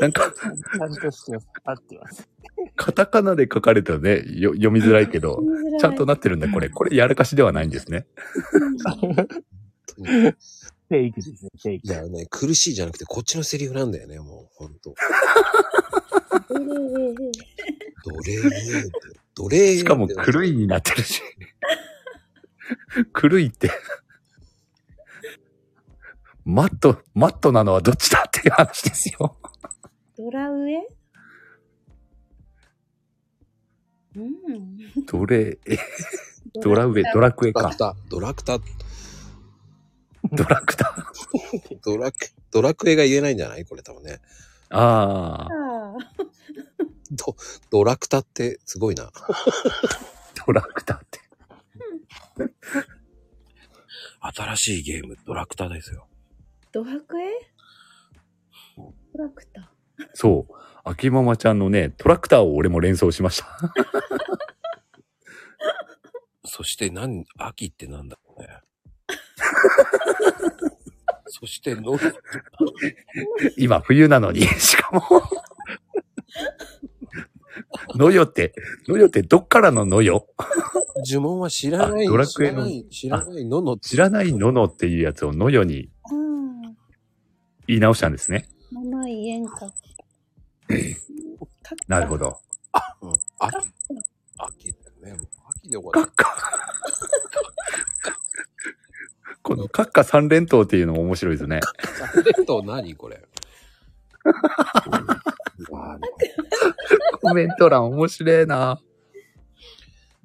Speaker 25: なんか、
Speaker 14: ちゃんとして合ってます。
Speaker 25: カタカナで書かれたらね、よ読みづらいけど
Speaker 14: 読みづら、い
Speaker 25: ちゃんとなってるんだ、これ。これ、やらかしではないんですね。
Speaker 1: フェイクですね、フェイク。だよね、苦しいじゃなくてこっちのセリフなんだよね、もうほんと。奴隷奴隷奴隷
Speaker 25: しかも、狂いになってるし。狂いって。マット、マットなのはどっちだっていう話ですよ。
Speaker 8: ドラウエうん。
Speaker 25: 奴隷、えドラウェ、ドラクエ か。
Speaker 26: ドラクタ、
Speaker 25: ドラクタ。
Speaker 26: ドラク、ドラクエが言えないんじゃないこれ多分ね。
Speaker 25: ああ。
Speaker 8: ああ。
Speaker 26: ド、ドラクタってすごいな。
Speaker 25: ドラクタって。
Speaker 1: 新しいゲーム、ドラクタですよ。
Speaker 8: ドラ クエドラクタ。
Speaker 25: そう。秋ママちゃんのね、トラクターを俺も連想しました。
Speaker 1: そして何、秋ってなんだ ろうね。そしての、
Speaker 25: 今冬なのに、しかも。のよって、のよってどっからののよ
Speaker 1: 呪文は知らない。
Speaker 25: ドラクエの
Speaker 1: 知らない。
Speaker 25: のの知らないののっていうやつをのよに
Speaker 8: うん。
Speaker 25: 言い直したんですね。
Speaker 8: 物言えんか。
Speaker 25: なるほど。
Speaker 1: うん秋。秋だよね。もう秋で終わる。
Speaker 25: このカッカ三連投っていうのも面白い ですね。
Speaker 1: カレット何これ。
Speaker 25: コメント欄面白いな。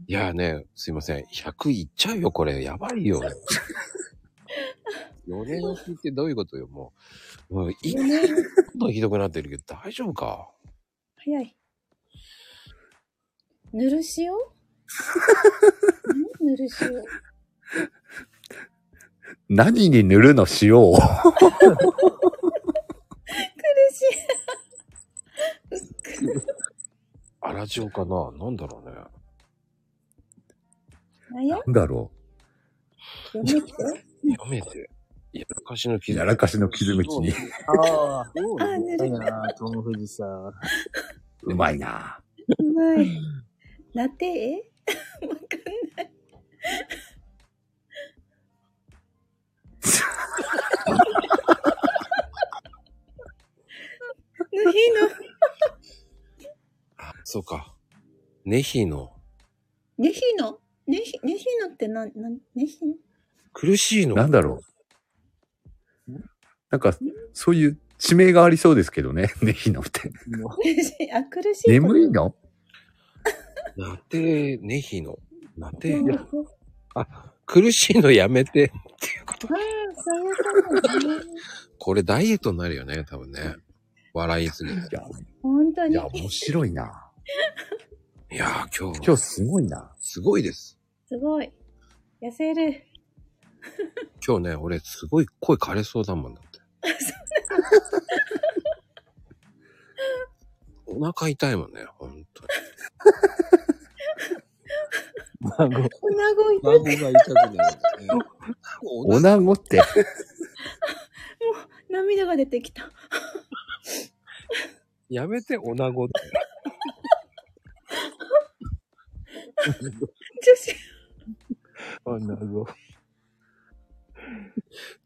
Speaker 1: いやーね、すいません。100いっちゃうよ、これ。やば いよ。4年置きってどういうことよ、もう。もう、いどんどんひどくなってるけど、大丈夫か。
Speaker 8: 早い。ぬるしおんぬるしお。
Speaker 25: 何に塗るの塩を。
Speaker 8: 苦し
Speaker 1: あらじおかななんだろうね。
Speaker 8: い。なんや
Speaker 25: なんだろ
Speaker 8: 読めて
Speaker 1: やめて。やらかしの傷。や
Speaker 25: らかしの傷口に。
Speaker 14: ああ、
Speaker 8: あ、ぬる
Speaker 14: いいな、トム・フジさん。
Speaker 25: うまいな。
Speaker 8: うま い。ラテえわかんない。ぬひの。
Speaker 1: そうか。ネヒの。
Speaker 8: ねひの。ねひ、ねひのってなん、なん、ねひの。
Speaker 1: 苦しいの。
Speaker 25: なんだろう。なんか、そういう地名がありそうですけどね。 ねひのっ
Speaker 8: 苦
Speaker 25: て。
Speaker 8: しいあ、苦しい。
Speaker 25: 眠いの
Speaker 1: なて、ネヒの。なて、あ、苦しいのやめて。
Speaker 8: ああ、そういうことね。
Speaker 1: これダイエットになるよね、多分ね。笑いすぎて。
Speaker 8: 本当
Speaker 1: い
Speaker 8: に。
Speaker 1: や、面
Speaker 25: 白いな。
Speaker 1: いやー、今日。
Speaker 25: 今日すごいな。
Speaker 1: すごいです。
Speaker 8: すごい。痩せ る。
Speaker 1: 今日ね、俺、すごい声枯れそうだもんだって。お腹痛いもんね、ほんとに。
Speaker 8: 孫。 孫い
Speaker 1: 孫が痛くなるん だね。
Speaker 25: おなごって。
Speaker 8: もう、涙が出てきた。
Speaker 1: やめて、おなごって。
Speaker 8: 女子。
Speaker 1: おなご。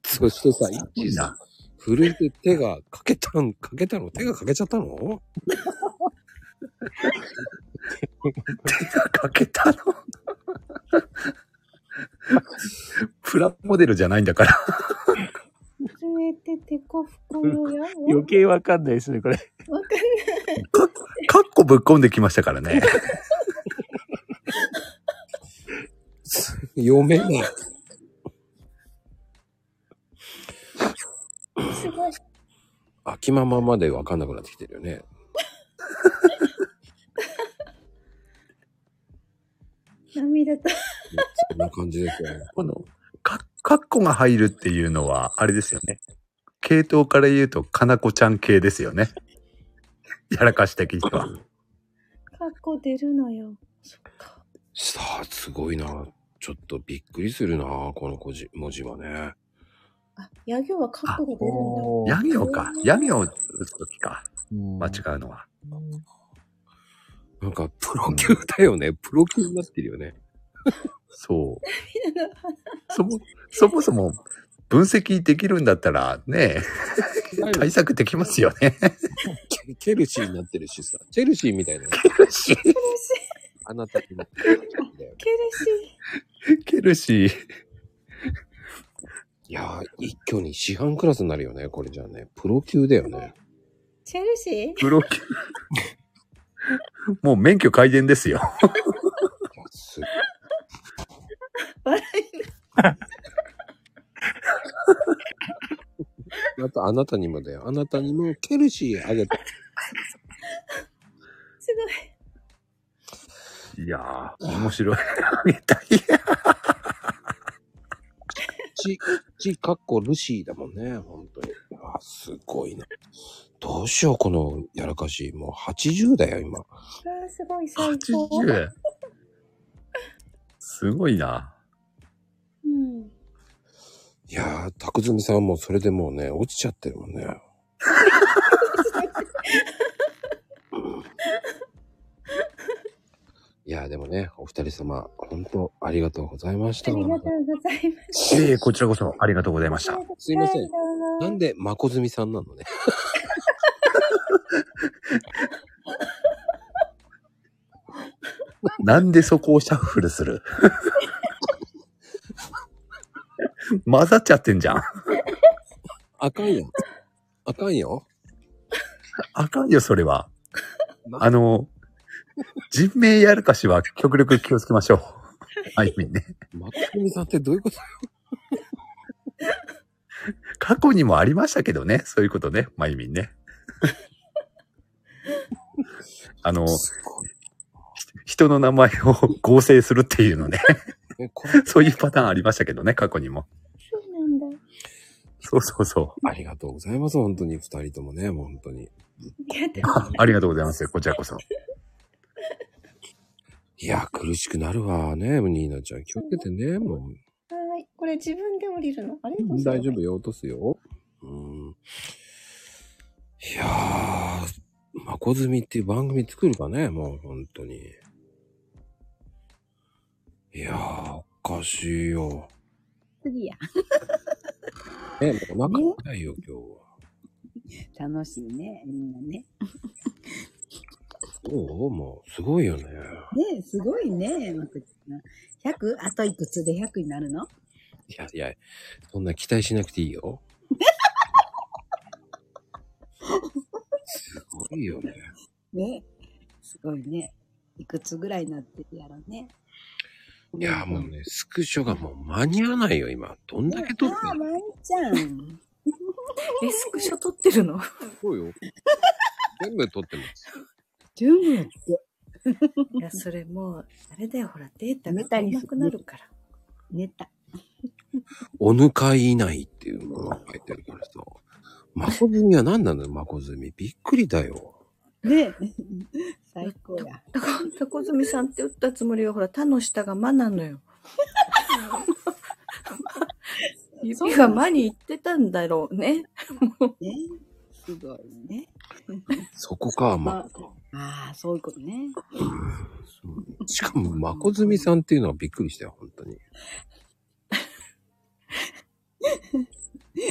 Speaker 1: そしてさ、一時さ、震えて手がかけたん、 かけたの手がかけちゃったの
Speaker 25: 手がかけたのプラモデルじゃないんだから。
Speaker 8: 震えててこふこよや。
Speaker 25: 余計わかんないですね、これ。
Speaker 8: わかんない。
Speaker 25: かっこぶっこんできましたからね。
Speaker 1: 読めない。
Speaker 8: すごい。
Speaker 1: 秋ママまでわかんなくなってきてるよね。
Speaker 8: 涙と。
Speaker 1: そんな感じですよね。
Speaker 25: この、か、かっこが入るっていうのは、あれですよね。系統から言うと、かなこちゃん系ですよね。やらかし的には。
Speaker 8: かっこ出るのよ。
Speaker 1: さあ、すごいな。ちょっとびっくりするな、この文字文字はね。
Speaker 8: ヤギョはかっこが出るんだ。
Speaker 25: ヤ行か。ヤ行を打つときか。間違うのは。
Speaker 1: なんか、プロ級だよね。プロ級になってるよね。
Speaker 25: そう。
Speaker 8: 涙の鼻。
Speaker 25: そも、 そもそも、分析できるんだったら、ねえ、対策できますよね。
Speaker 1: ケケルシーになってるしさ。チェルシーみたいな。
Speaker 25: ケルシー
Speaker 1: あなたになって
Speaker 8: ケルシ
Speaker 25: ケルシー。
Speaker 1: いやー、一挙に師範クラスになるよね、これじゃあね。プロ級だよね。
Speaker 8: ー。チェルシー
Speaker 25: プロ級。 もう免許改善ですよ。
Speaker 1: すあと、あなたにもだよ。あなたにも、ケルシーあげた。
Speaker 12: すごい。
Speaker 25: いやー、面白い。
Speaker 1: ち、ち、かっこルシーだもんね。本当に。あ、すごいな。どうしよう、このやらかしい。もう80だよ、今。
Speaker 12: わあ、すごい、最高。
Speaker 25: 80すごいな。
Speaker 12: うん。
Speaker 1: いやー、たくずみさんはもうそれでもうね、落ちちゃってるもんね。いやー、でもね、お二人様、本当ありがとうございまし
Speaker 12: あ
Speaker 1: た。
Speaker 12: りがとうございま
Speaker 1: いえいえ、こちらこそありがとうございました。すいません。なんで、まこずみさんなのね。
Speaker 25: なんでそこをシャッフルする混ざっちゃってんじゃん。
Speaker 1: あかんよ。あかんよ。
Speaker 25: あかんよ、それは。あの、人命やるかしは極力気をつけましょ う。あゆみんね。
Speaker 1: まこずみさんってどういうことよ。
Speaker 25: 過去にもありましたけどね、そういうことね、まゆみんね。 あの、ひ人の名前を合成するっていうのね。 そういうパターンありましたけどね、過去にも。
Speaker 12: そうなんだ。
Speaker 25: そうそうそう。
Speaker 1: ありがとうございます、本当に、二人ともね、もう本当に。
Speaker 12: ありがとう。
Speaker 25: ありがとうございます、こちらこそ。
Speaker 1: いやー、苦しくなるわね、ニーナちゃん。気をつけてね、もう。
Speaker 12: はーい。これ自分で降りるのあれどうしよう
Speaker 1: 大丈夫よ、落とすよ。うん。いやー、まこずみっていう番組作るかね、もう本当に。いやー、おかしいよ。
Speaker 21: 次や。
Speaker 1: え、もうお腹痛いよ、今日は。
Speaker 21: 楽しいね、みんなね。
Speaker 1: そうもう、すごいよね。
Speaker 21: ねえすごいね、まこちゃん。100? あといくつで100になるの
Speaker 1: いやいや、そんな期待しなくていいよ。すごいよね。
Speaker 21: ねえすごいね。いくつぐらいになってるやろね。
Speaker 1: いや、もうね、スクショがもう間に合わないよ、今。どんだけ撮って
Speaker 21: ああ、まんちゃん。
Speaker 1: え、スクショ撮ってるのそうよ。全部撮ってます。
Speaker 21: 全部やって。
Speaker 12: いや、それもう、あれだよ、ほら、データが足りなくなるから。
Speaker 21: 寝た。
Speaker 1: おぬかいないっていうものが書いてあるからさ。マコズミは何なのよ、マコズミ。びっくりだよ。
Speaker 21: ね最高や。
Speaker 12: たこ、たこずみさんって打ったつもりは、ほら、他の下が間な のよ。指が間に行ってたんだろうね。
Speaker 21: ねすごいね。
Speaker 1: そこか、ま、
Speaker 21: あああ、そういうことね。
Speaker 1: しかも、マコズミさんっていうのはびっくりしたよ、本当に。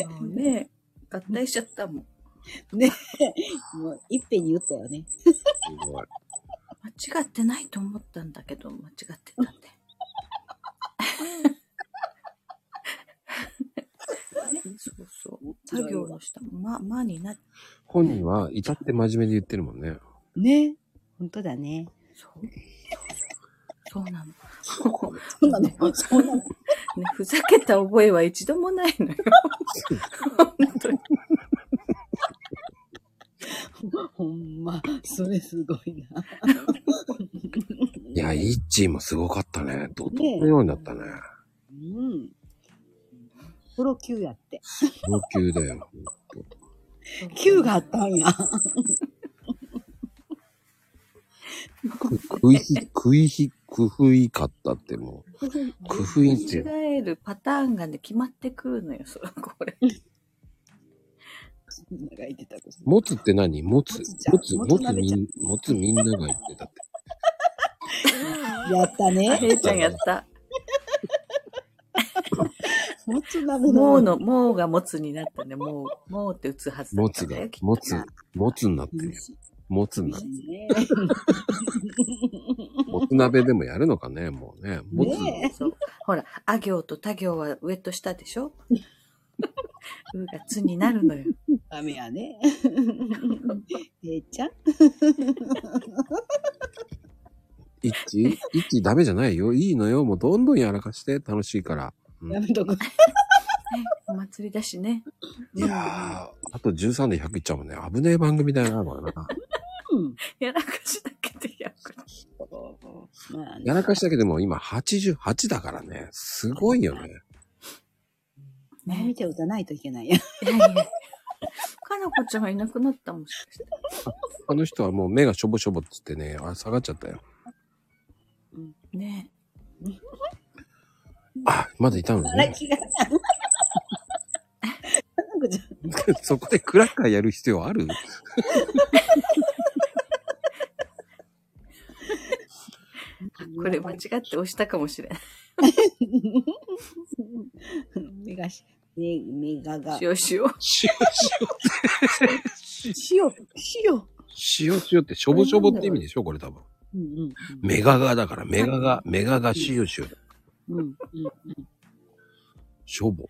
Speaker 12: もうね、合体しちゃった もん。
Speaker 21: ねもう、いっぺんに言ったよね。
Speaker 1: すごい。
Speaker 12: 間違ってないと思ったんだけど、間違ってたんで。ね、そうそう。作業の下も、ま、まになっ
Speaker 1: 本人は至って真面目で言ってるもんね。
Speaker 21: ね本当だね。
Speaker 12: そうなの。
Speaker 21: そうなの。そうなの。
Speaker 12: ね、ふざけた覚えは一度もないのよ。本当に。
Speaker 21: ほんま、それすごいな。
Speaker 1: いや、イッチーもすごかったね。怒涛のようになったね。
Speaker 21: うん。プロ級やって。
Speaker 1: 高級だよ。
Speaker 21: 級があったんや。
Speaker 1: 食いひ、食いひ、工夫いかったってもう。工夫いって
Speaker 12: 間違えるパターンがね、決まってくるのよ、そう、これ。
Speaker 21: 長いてたこ
Speaker 1: 持つって何持つ持
Speaker 21: 持
Speaker 1: つ、持
Speaker 21: つ
Speaker 1: つみん、持つみん なが言ってたって。
Speaker 21: やったね。
Speaker 12: れいちゃんやった。
Speaker 21: もつ鍋
Speaker 12: もうの、もうがもつになったね。もう、もうって打つはずだ
Speaker 1: 持
Speaker 12: っ
Speaker 1: つ
Speaker 12: たん
Speaker 1: が
Speaker 12: だよ。、
Speaker 1: 持つ、持つになってるよ。持つになってる。もつ鍋でもやるのかね、もうね。もつ、
Speaker 12: ねえそうほら、あ行と他行は上と下でしょうがつになるのよ。
Speaker 21: ダメや ね。えいちゃん。
Speaker 1: イッチイッチダメじゃないよ。いいのよ。もうどんどんやらかして、楽しいから。
Speaker 8: やめとく。
Speaker 12: お祭りだしね。
Speaker 1: いやー、あと13で100いっちゃうもんね。危ねえ番組だよな、これな。
Speaker 12: やらかしだけでやらかし。
Speaker 1: やらかしだけでも今88だからね。すごいよね。
Speaker 21: ね、見て打たないといけないや。
Speaker 12: かなこちゃんはいなくなったもん。
Speaker 1: あの人はもう目がしょぼしょぼっつってね、あ下がっちゃったよ。
Speaker 12: ね
Speaker 1: あ、まだいたのね。
Speaker 21: 気が。
Speaker 1: そこでクラッカーやる必要ある
Speaker 12: これ間違って押したかもしれない。
Speaker 21: 目がし、目、目がが。
Speaker 12: 塩塩。
Speaker 21: 塩、塩。
Speaker 1: 塩塩ってしょぼしょぼって意味でしょこれ多分。
Speaker 21: うんうん。
Speaker 1: メガガだから、メガガ、メガガ塩塩。
Speaker 21: うんうん
Speaker 1: しょぼ。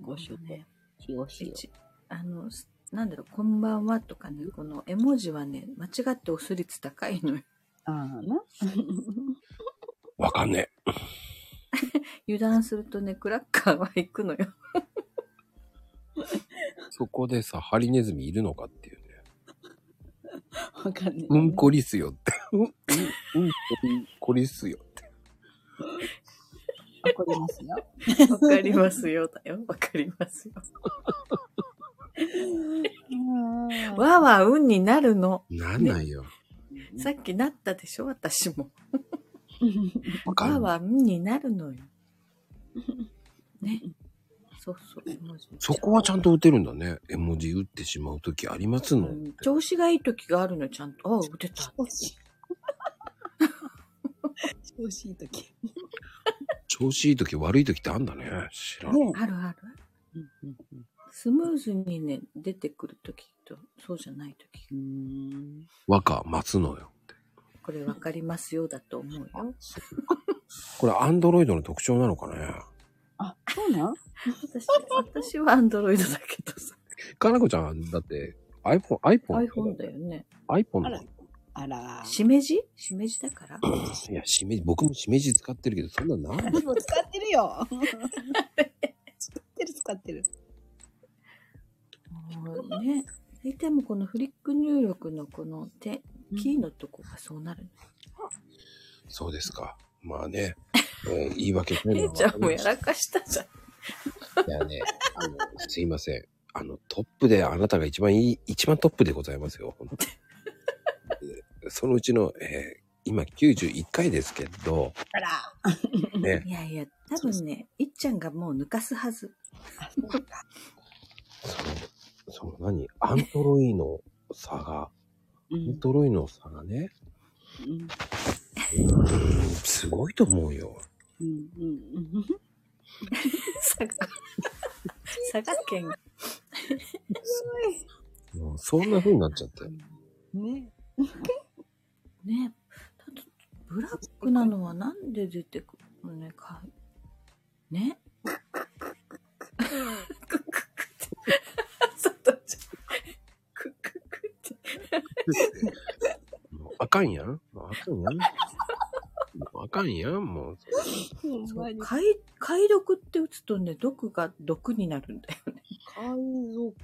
Speaker 12: ごしょね。一あの、すなんだろう、こんばんはとかね、この絵文字はね、間違って押す率高いのよ。
Speaker 21: ああ、な。
Speaker 1: わかんねえ。
Speaker 12: 油断するとね、クラッカーは行くのよ。
Speaker 1: そこでさ、ハリネズミいるのかっていう。
Speaker 21: わかんない。
Speaker 1: うんこりすよって。うん、うん、うんこりすよって。
Speaker 21: わかりますよ。
Speaker 12: わかりますよだよ。わかりますよ。わは運になるの。
Speaker 1: なんないよ。
Speaker 12: さっきなったでしょ、私も。
Speaker 1: わ
Speaker 12: わは運になるのよ。 ね。そうそう、絵文字。
Speaker 1: そこはちゃんと打てるんだね。絵文字打ってしまうときありますの。
Speaker 12: 調子がいい時があるのよ、ちゃんと。ああ、打てた。
Speaker 21: 調子いい時。
Speaker 1: 調子いいとき悪いときってあんだね。知らん。
Speaker 12: あるある。スムーズにね、出てくる時と、そうじゃない時。
Speaker 1: 和歌待つのよ。
Speaker 12: これわかりますよ、だと思うよ。
Speaker 1: これアンドロイドの特徴なのかね。
Speaker 12: あ、そうなん私、私はアンドロイドだけどさ。
Speaker 1: かなこちゃん、だって、iPhone、iPhone、
Speaker 12: iPhone だよね。
Speaker 1: iPhone の。
Speaker 21: あら。
Speaker 12: しめじしめじだから。
Speaker 1: いや、しめじ、僕もしめじ使ってるけど、そんなない。
Speaker 21: でも使ってるよ。使ってる使ってる。
Speaker 12: もうね。大体もうこのフリック入力のこの手、キーのとこがそうなる。
Speaker 1: そうですか。まあね、えー言い訳く
Speaker 12: え
Speaker 1: れる
Speaker 12: い
Speaker 1: の
Speaker 12: ちゃんもや
Speaker 1: は
Speaker 12: らかしたじゃん。
Speaker 1: いやね、あの、すいません。あの、トップであなたが一番いい、一番トップでございますよ。本当にえーそのうちの、えー今91回ですけど、
Speaker 12: あら。
Speaker 1: ね
Speaker 12: いやいや、多分ね、いっちゃんがもう抜かすはず。
Speaker 1: その何アントロイの差が、アントロイの差がね、うーんすごいと思うよ。
Speaker 21: うんうん うん。
Speaker 12: 佐賀。佐賀県。
Speaker 1: もうそんな風になっちゃって。
Speaker 21: ね。
Speaker 12: ねブラックなのはなんで出てくるのね、かね。佐藤ちゃん。
Speaker 1: もうあかんやん。もうあかんやん。もうあかんやん、もう。
Speaker 12: そう解解読って打つとね、毒が毒になるんだよね。
Speaker 21: 海賊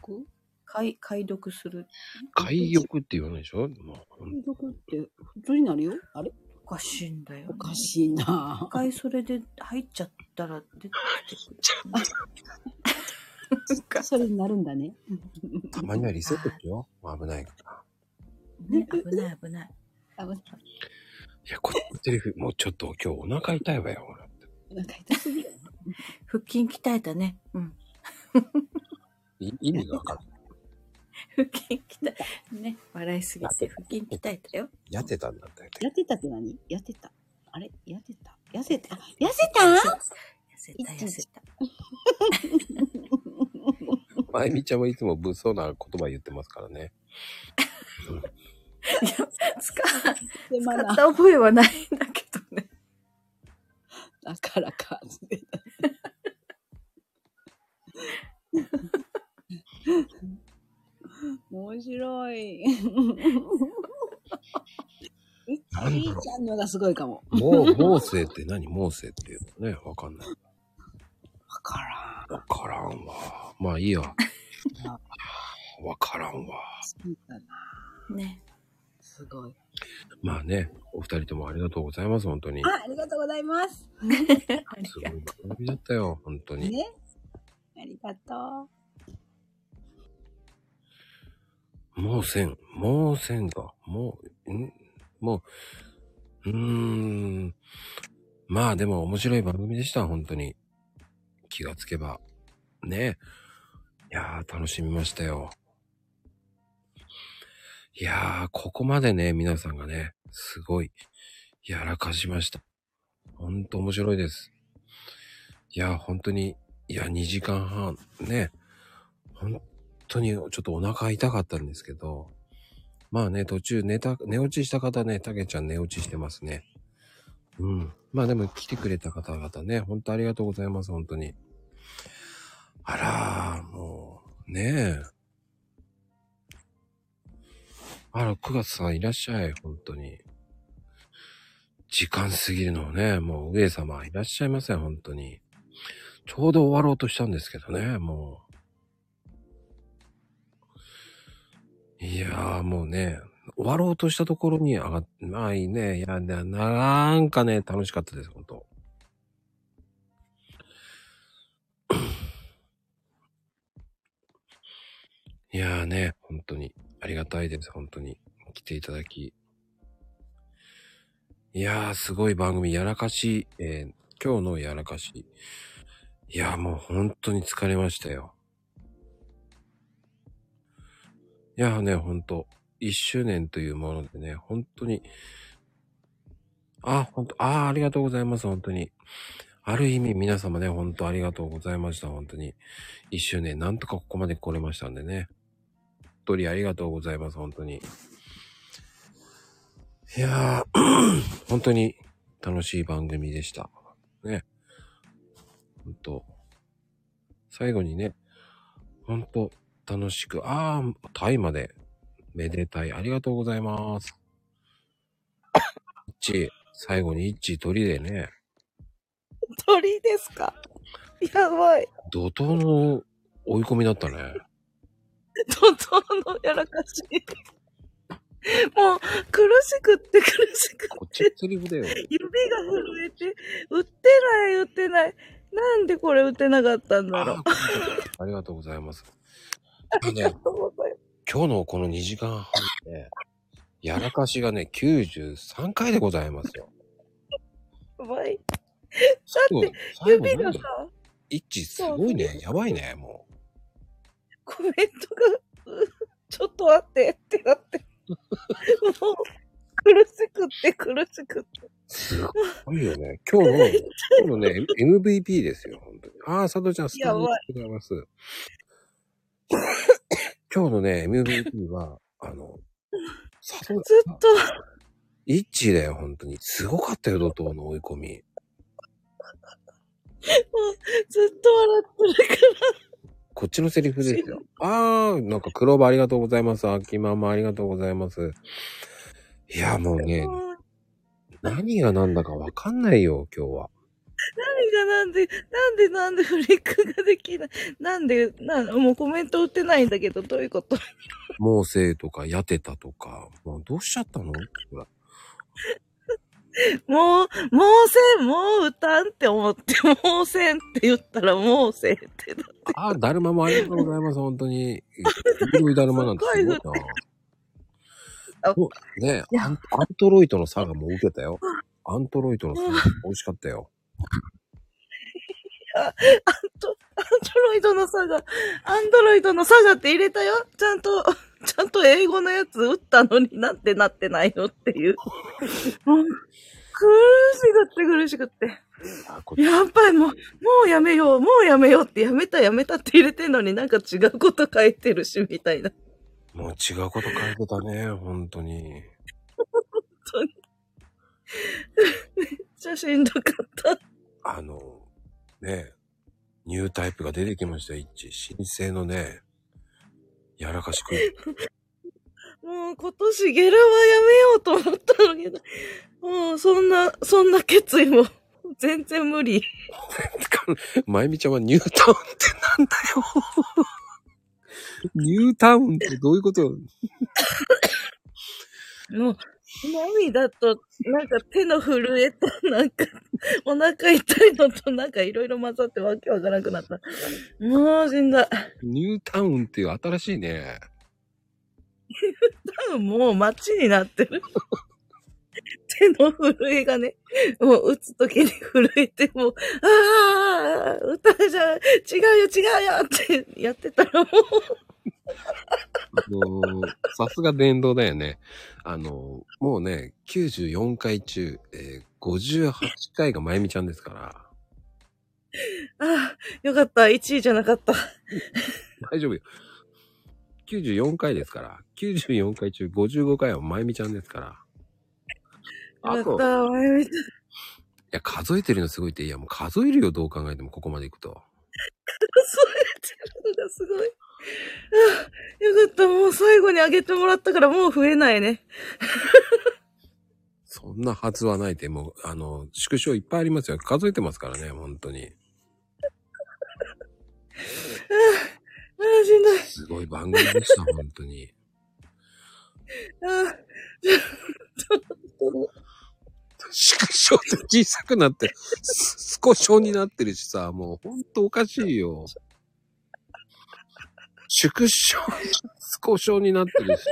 Speaker 12: 解解読する。
Speaker 1: 解欲って言わないでしょもう
Speaker 21: 海賊って普通になるよ。あれ
Speaker 12: おかしいんだよ、
Speaker 21: おかしいな
Speaker 12: 一回それで入っちゃったら出てく る。
Speaker 21: それになるんだね。
Speaker 1: たまに はリセットしよう。危ないから。
Speaker 12: ね、危ない危ない。
Speaker 21: 危ない。
Speaker 1: いや、こっちテレビ、もうちょっと今日お腹痛いわよ。
Speaker 21: なんか痛すぎる。
Speaker 12: 腹筋鍛えたね。うん。
Speaker 1: い意味がわかる。
Speaker 12: 腹筋鍛え、 ね、笑いすぎて腹筋鍛えたよ。
Speaker 1: やってたんだったよ。
Speaker 21: やってたって何やってた。あれやってた。痩せた。痩せた痩
Speaker 12: せた痩せた。
Speaker 1: まゆみちゃんはいつも物騒な言葉言ってますからね。
Speaker 12: 使使った覚えはないんだけどね。
Speaker 21: だからか。面白い。
Speaker 1: なんだろ
Speaker 21: ちゃんのがすごいかも。
Speaker 1: う。もう、モーセって何モーセっていうのね、わかんない。わからんわ。まあいいや。わからんわ。
Speaker 8: ね。すごい。
Speaker 1: まあね、お二人ともありがとうございます、本当に。
Speaker 21: あ、ありがとうございます。
Speaker 1: すごい学びだったよ、本当に。
Speaker 21: ね。ありがと
Speaker 1: もう線、もう線が、もう、んもう、うーん。まあでも面白い番組でした、本当に。気がつけば。ねいやー、楽しみましたよ。いやー、ここまでね、皆さんがね、すごい、やらかしました。ほんと面白いです。いやー、本当に、いや、2時間半、ね、本当にちょっとお腹痛かったんですけど、まあね、途中寝た、寝落ちした方ね、たけちゃん寝落ちしてますね。うん。まあでも来てくれた方々ね、本当ありがとうございます、本当に。あらー、もう、ねえ。あら、9月さんいらっしゃい、本当に。時間過ぎるのをね、もう上様いらっしゃいません、本当に。ちょうど終わろうとしたんですけどね、もう。いやー、もうね、終わろうとしたところに上がっ、まあいいね、いや、ななんかね、楽しかったです、本当 いやーね、本当に、ありがたいです、本当に。来ていただき。いやー、すごい番組、やらかし、えー今日のやらかし。いやー、もう本当に疲れましたよ。いやーね、本当一周年というものでね、本当に、あ、本当あー、ありがとうございます、本当に。ある意味皆様ね、本当ありがとうございました、本当に。一周年、なんとかここまで来れましたんでね。本当にありがとうございます、本当に。いやー、 本当に楽しい番組でした。ね。本当最後にね、本当楽しく、あー、タイまで、めでたい、ありがとうございます。一致、最後に一致取りでね、
Speaker 27: 鳥ですか やばい。
Speaker 1: 怒涛の追い込みだったね。
Speaker 27: 怒涛のやらかし。もう、苦しくって苦しくって。こ
Speaker 1: っちセリフだよ。
Speaker 27: 指が震えて、打ってない打ってない。なんでこれ打てなかったんだろう。
Speaker 1: ありがとうございます。あね、 今日のこの2時間半で、やらかしがね、93回でございますよ。
Speaker 27: やばい。
Speaker 1: だ
Speaker 27: って、
Speaker 1: 最後
Speaker 27: 指がさ、
Speaker 1: 一致すごいね。やばいね、も
Speaker 27: コメントが、うちょっと待ってってな って。もう、苦しくって苦しくって。
Speaker 1: う。すごいよね。今日の、今日の ね、M- MVP ですよ、本当に。ああ、佐藤ちゃん、スタ
Speaker 27: や
Speaker 1: ンド
Speaker 27: ばい
Speaker 1: ございます。 今日のね、MVP は、あの、ず
Speaker 27: っと、
Speaker 1: 一致だよ、本当に。すごかったよ、怒涛の追い込み。
Speaker 27: もう、ずっと笑ってるから。
Speaker 1: こっちのセリフですよ。ああ、なんか、クローバーありがとうございます。秋ママありがとうございます。いや、もうね、何が何だかわかんないよ、今日は。
Speaker 27: 何がなんで、なんでなんでフリックができない。なんで、なんもうコメント打ってないんだけど、どういうこと
Speaker 1: もうせいとか、やてたとか、もうどうしちゃったのほら
Speaker 27: もう、もうせん、もう打たんって思って、もうせんって言ったら、もうせんってなって。
Speaker 1: ああ、だるまもありがとうございます、本当に。黄色いだるまなんてすごい
Speaker 27: す
Speaker 1: な
Speaker 27: ごい降。
Speaker 1: もうねアン、アントロイトの差がもう受けたよ。アントロイトの差が美味しかったよ。
Speaker 27: あアンド、アンドロイドのサガ、アンドロイドのサガって入れたよ。ちゃんと、ちゃんと英語のやつ打ったのになんてなってないよっていう。もう、苦しくって苦しくって。やっぱりもう、もうやめよう、もうやめようって、やめたやめたって入れてんのになんか違うこと書いてるし、みたいな。
Speaker 1: もう違うこと書いてたね、本当に。
Speaker 27: 本当に。 めっちゃしんどかった。
Speaker 1: あの、ね、ニュータイプが出てきました、一致。新生のね、やらかしく
Speaker 27: もう今年ゲラはやめようと思ったのけど、もうそんな、そんな決意も全然無理。
Speaker 1: まゆみちゃんはニュータウンってなんだよ。ニュータウンってどういうこと
Speaker 27: もう、涙と、なんか手の震えと、なんか、お腹痛いのと、なんかいろいろ混ざってわけわからなくなった。もう死んだ。
Speaker 1: ニュータウンっていう新しいね。
Speaker 27: 多分もう街になってる。 手の震えがね、もう打つときに震えて、もう、ああ、歌じゃ、違うよ、違うよってやってたらも
Speaker 1: あのーさすが電動だよね。あのーもうね、94回中、えー58回がまゆみちゃんですから、
Speaker 27: う、ああ、よかった、1位じゃなかった。
Speaker 1: 大丈夫よ。94回ですから、94回中55回はまゆみちゃんですから。あ
Speaker 27: よ
Speaker 1: と
Speaker 27: かった、お前みたい。
Speaker 1: いや、数えてるのすごいって、いや、もう数えるよ、どう考えても、ここまでいくと。
Speaker 27: そうやってるのがすごい。ああ、よかった、もう最後にあげてもらったからもう増えないね。
Speaker 1: そんなはずはないって、もう、あの、縮小いっぱいありますよ。数えてますからね、本当に。
Speaker 27: ああ、ああ、しんどい。
Speaker 1: すごい番組でした、本当に。
Speaker 27: ああ、
Speaker 1: 縮小って小さくなって、す少小になってるしさ、もう、ほんとおかしいよ。縮小、少小になってるしさ。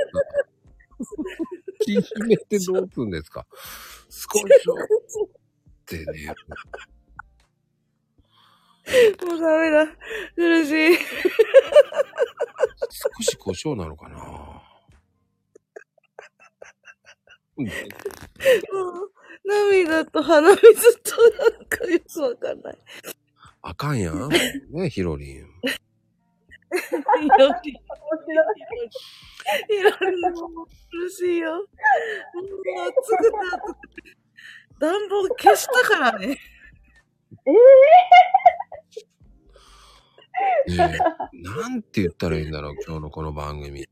Speaker 1: 縮めてどうすんですか少小ってね。
Speaker 27: もうダメだ。苦しい。
Speaker 1: 少し故障なのかな
Speaker 27: もう涙と鼻水となんかよくわかんない。
Speaker 1: あかんやん。ね、ヒロリン。
Speaker 27: いろり。いろりも苦しいよ。もう暑くて暑くて。暖房消したからね。え
Speaker 1: えねえなんて言ったらいいんだろう、今日のこの番組。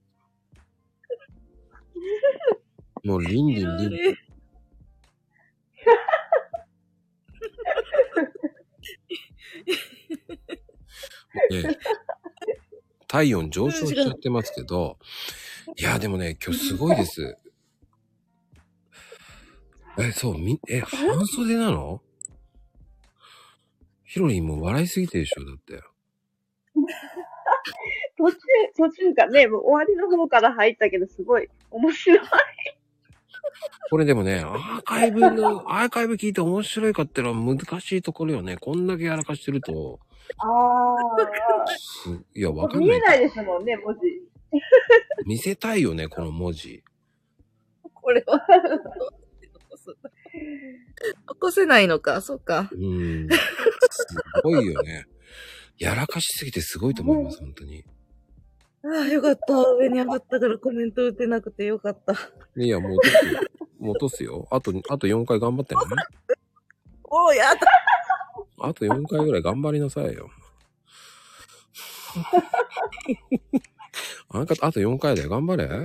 Speaker 1: もう、リンリンリンリン。ね、体温上昇しちゃってますけど、いや、でもね、今日すごいです。え、そう、み、え、半袖なのヒロリンもう笑いすぎてるでしょ、だって。
Speaker 8: 途中、途中がね、もう終わりの方から入ったけど、すごい面白い。
Speaker 1: これでもね、アーカイブの、アーカイブ聞いて面白いかってのは難しいところよね。こんだけやらかしてると、
Speaker 8: あ
Speaker 1: すいや、
Speaker 8: あ
Speaker 1: わかん
Speaker 8: 見
Speaker 1: な
Speaker 8: え
Speaker 1: い。
Speaker 8: ないですもんね、文字。
Speaker 1: 見せたいよね、この文字。
Speaker 27: これは。起こせないのか、そっか。
Speaker 1: うん。すごいよね。やらかしすぎてすごいと思います、本当に。
Speaker 27: ああ、よかった。上に上がったからコメント打てなくてよかった。
Speaker 1: いや、もう落とすよ。もう落とすよ。あと、あと4回頑張ってね。
Speaker 27: おう、やだ。
Speaker 1: あと4回ぐらい頑張りなさいよ。 あんかあと4回だよ。頑張れ。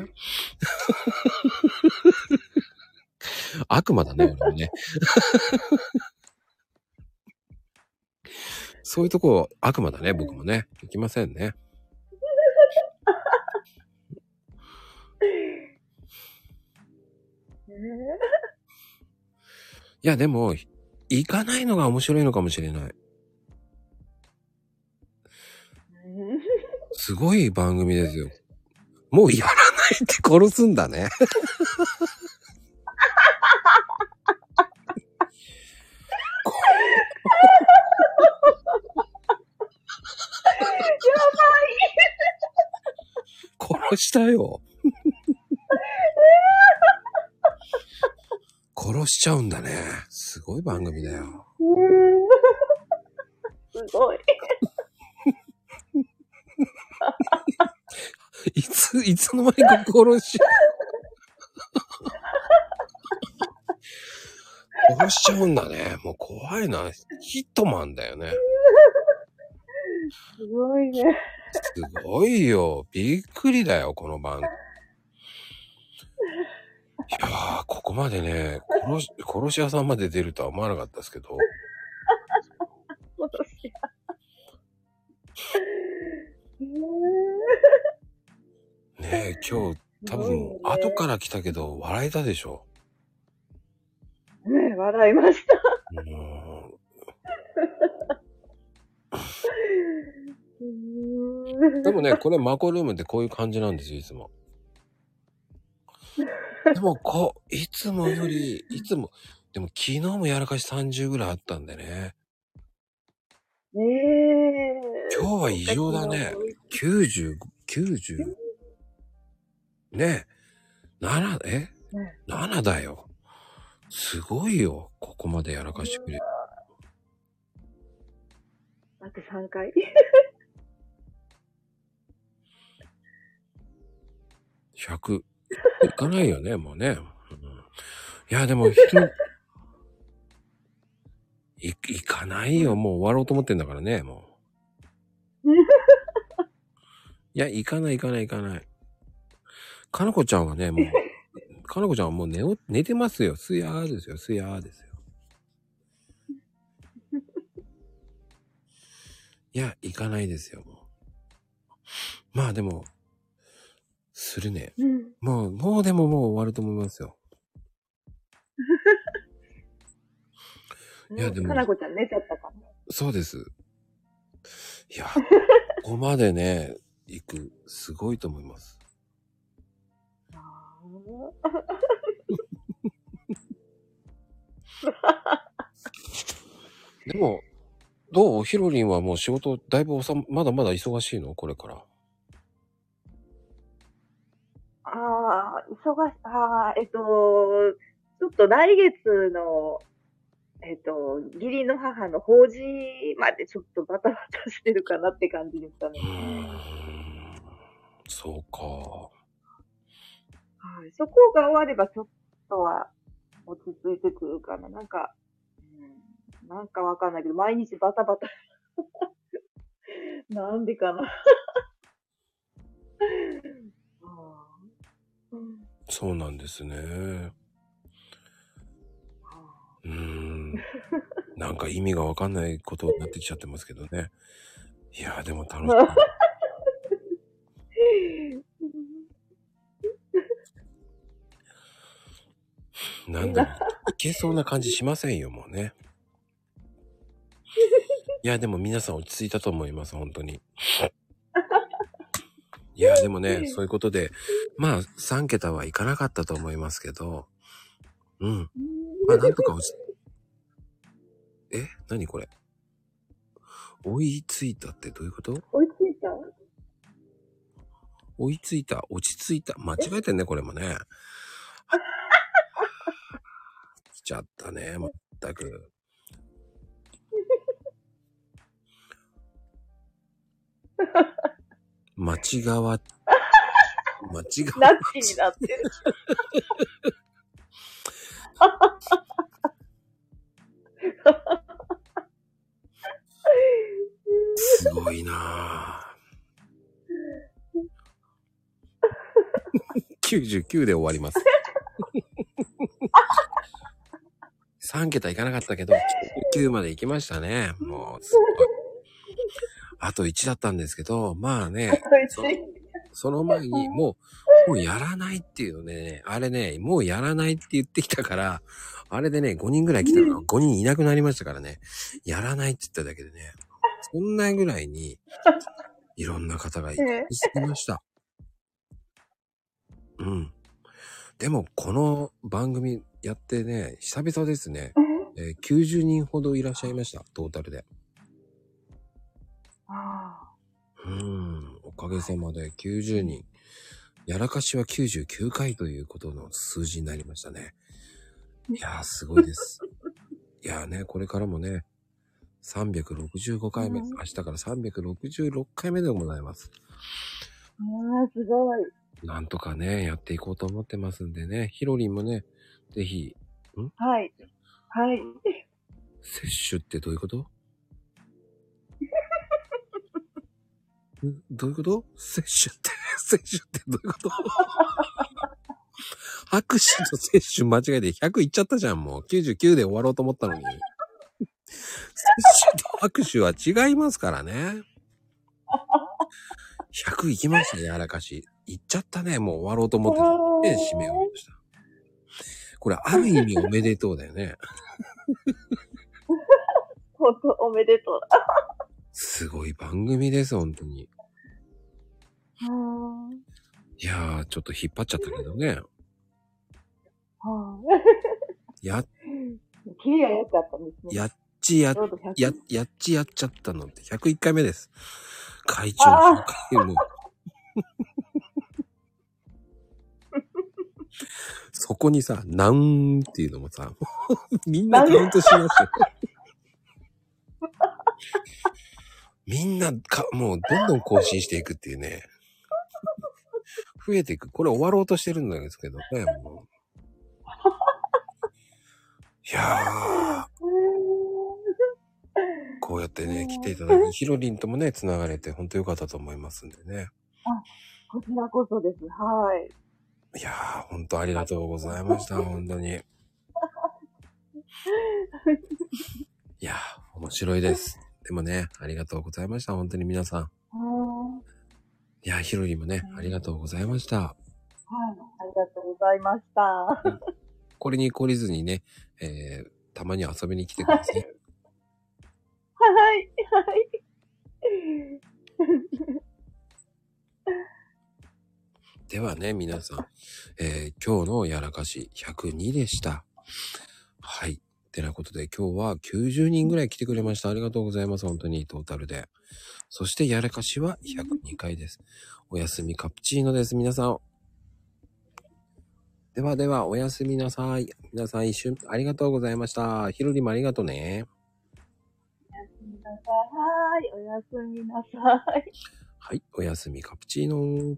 Speaker 1: 悪魔だね、俺もね。 そういうとこ悪魔だね、僕もね。いきませんね。いや、でも、行かないのが面白いのかもしれない。すごい番組ですよ。もうやらないって殺すんだね。殺したよ。殺しちゃうんだね。すごい番組だよ。
Speaker 8: すごい。
Speaker 1: いつ、いつの間にか殺しちゃう。殺しちゃうんだね。もう怖いな。ヒットマンだよね。
Speaker 8: すごいね。
Speaker 1: すごいよ。びっくりだよ、この番組。いやー、ここまでね、殺し、殺し屋さんまで出るとは思わなかったですけど、から来たけど、笑えたでしょ。
Speaker 8: ね笑いました。
Speaker 1: でもね、これマコルームってこういう感じなんですよ、いつも。でも、こう、いつもより、いつも、でも昨日もやらかし30ぐらいあったんでね。
Speaker 8: ええ
Speaker 1: 今日は異常だね。90、90。ねえ。7、え
Speaker 8: ね
Speaker 1: ?7 だよ。すごいよ。ここまでやらかしてくれる。
Speaker 8: あと3回。
Speaker 1: 100。いかないよね、もうね。うんいや、でも人、い、いかないよ。もう終わろうと思ってんだからね、もう。いや、いかない、いかない、いかない。かなこちゃんはね、も う、かなこちゃんはもう寝お、寝てますよ。すやーですよ、すやーですよ。いや、いかないですよ、もう。まあでも、するね。もう、もうでももう終わると思いますよ。いや、でも
Speaker 8: か、なこちゃん寝ちゃったか
Speaker 1: そうです。いや、ここまでね、行く、すごいと思います。でも、どうヒロリンはもう仕事、だいぶおさまだまだ忙しいのこれから。
Speaker 8: ああ、忙し、ああ、えっと、ちょっと来月の、えっと、義理の母の法事までちょっとバタバタしてるかなって感じでしたね。
Speaker 1: そうか。
Speaker 8: はい、そこが終わればちょっとは落ち着いてくるかな。なんか、うん、なんかわかんないけど、毎日バタバタ。 なんでかな。
Speaker 1: そうなんですね。うーん。なんか意味がわかんないことになってきちゃってますけどね。いやーでも 楽しい。なんだろう、いけそうな感じしませんよ、もうね。いや、でも皆さん落ち着いたと思います、本当に。いや、でもね、そういうことで、まあ、3桁はいかなかったと思いますけど、うん。まあ、なんとか落ち、え何これ追いついたってどういうこと
Speaker 8: 追いついた
Speaker 1: 追いついた、落ち着いた。間違えてんね、これもね。 来ちゃったね、まったく。間違わ、間違
Speaker 8: ナ
Speaker 1: わ
Speaker 8: ッ、チになってる。
Speaker 1: すごいなぁ。99で終わります。3桁いかなかったけど、9まで行きましたね。 もう、すごい。あと1だったんですけど、まあね、その前に、もう、もうやらないっていうね、あれね、もうやらないって言ってきたから、あれでね、5人ぐらい来たの、5人いなくなりましたからね、やらないって言っただけでね、そんなぐらいに、いろんな方がい
Speaker 8: え
Speaker 1: すぎました。うん。でも、この番組やってね、久々ですね、えー90人ほどいらっしゃいました、トータルで。うん、おかげさまで90人。やらかしは99回ということの数字になりましたね。いやー、すごいです。いやーね、これからもね、365回目、
Speaker 8: うん
Speaker 1: 明日から366回目でございます。
Speaker 8: ああ、すごい。
Speaker 1: なんとかね、やっていこうと思ってますんでね、ヒロリンもね、ぜひ、
Speaker 8: はい。はい。
Speaker 1: 摂取ってどういうことんどういうこと摂取って、摂取ってどういうこと拍手と摂取間違えて100いっちゃったじゃん、もう。99で終わろうと思ったのに。摂取と拍手は違いますからね。100いきましたね、やらかし。いっちゃったね、もう終わろうと思ってた。で締めようとした。これ、ある意味おめでとうだよね。
Speaker 8: 本当おめでとうだ。
Speaker 1: すごい番組です、本当に。
Speaker 8: はー
Speaker 1: いやー、ちょっと引っ張っちゃったけどね。
Speaker 8: は
Speaker 1: や、
Speaker 8: ーキリが良かったですね。
Speaker 1: やっちや
Speaker 8: ちょうど100、
Speaker 1: や、やっちやっちゃったのって101回目です。会長100回も。そこにさ、なんっていうのもさ、 みんなカウントしましたよ。 みんなか、もうどんどん更新していくっていうね。増えていく。これ終わろうとしてるんですけどね、もう。いやー、こうやってね、来ていただくヒロリンともね、繋がれて、本当良かったと思いますんでね。
Speaker 8: あ、こちらこそです。はい。
Speaker 1: いやー、本当ありがとうございました、本当に。いやー、面白いです。でもね、ありがとうございました、本当に皆さん。
Speaker 8: はーい。
Speaker 1: いやー、ヒロリンもね、ありがとうございました。
Speaker 8: はい。ありがとうございました。は
Speaker 1: これに懲りずにね、えー、たまに遊びに来てください。
Speaker 8: い。はい。
Speaker 1: ではね、皆さん、えー今日のやらかし102でした。はい。てなことで、今日は90人ぐらい来てくれました。ありがとうございます。本当に、トータルで。そして、やらかしは102回です。おやすみカプチーノです。皆さん。ではでは、おやすみなさい。皆さん一瞬、ありがとうございました。ひろりもありがとうね。
Speaker 8: はい。おやすみなさい。
Speaker 1: はい。おやすみカプチーノ。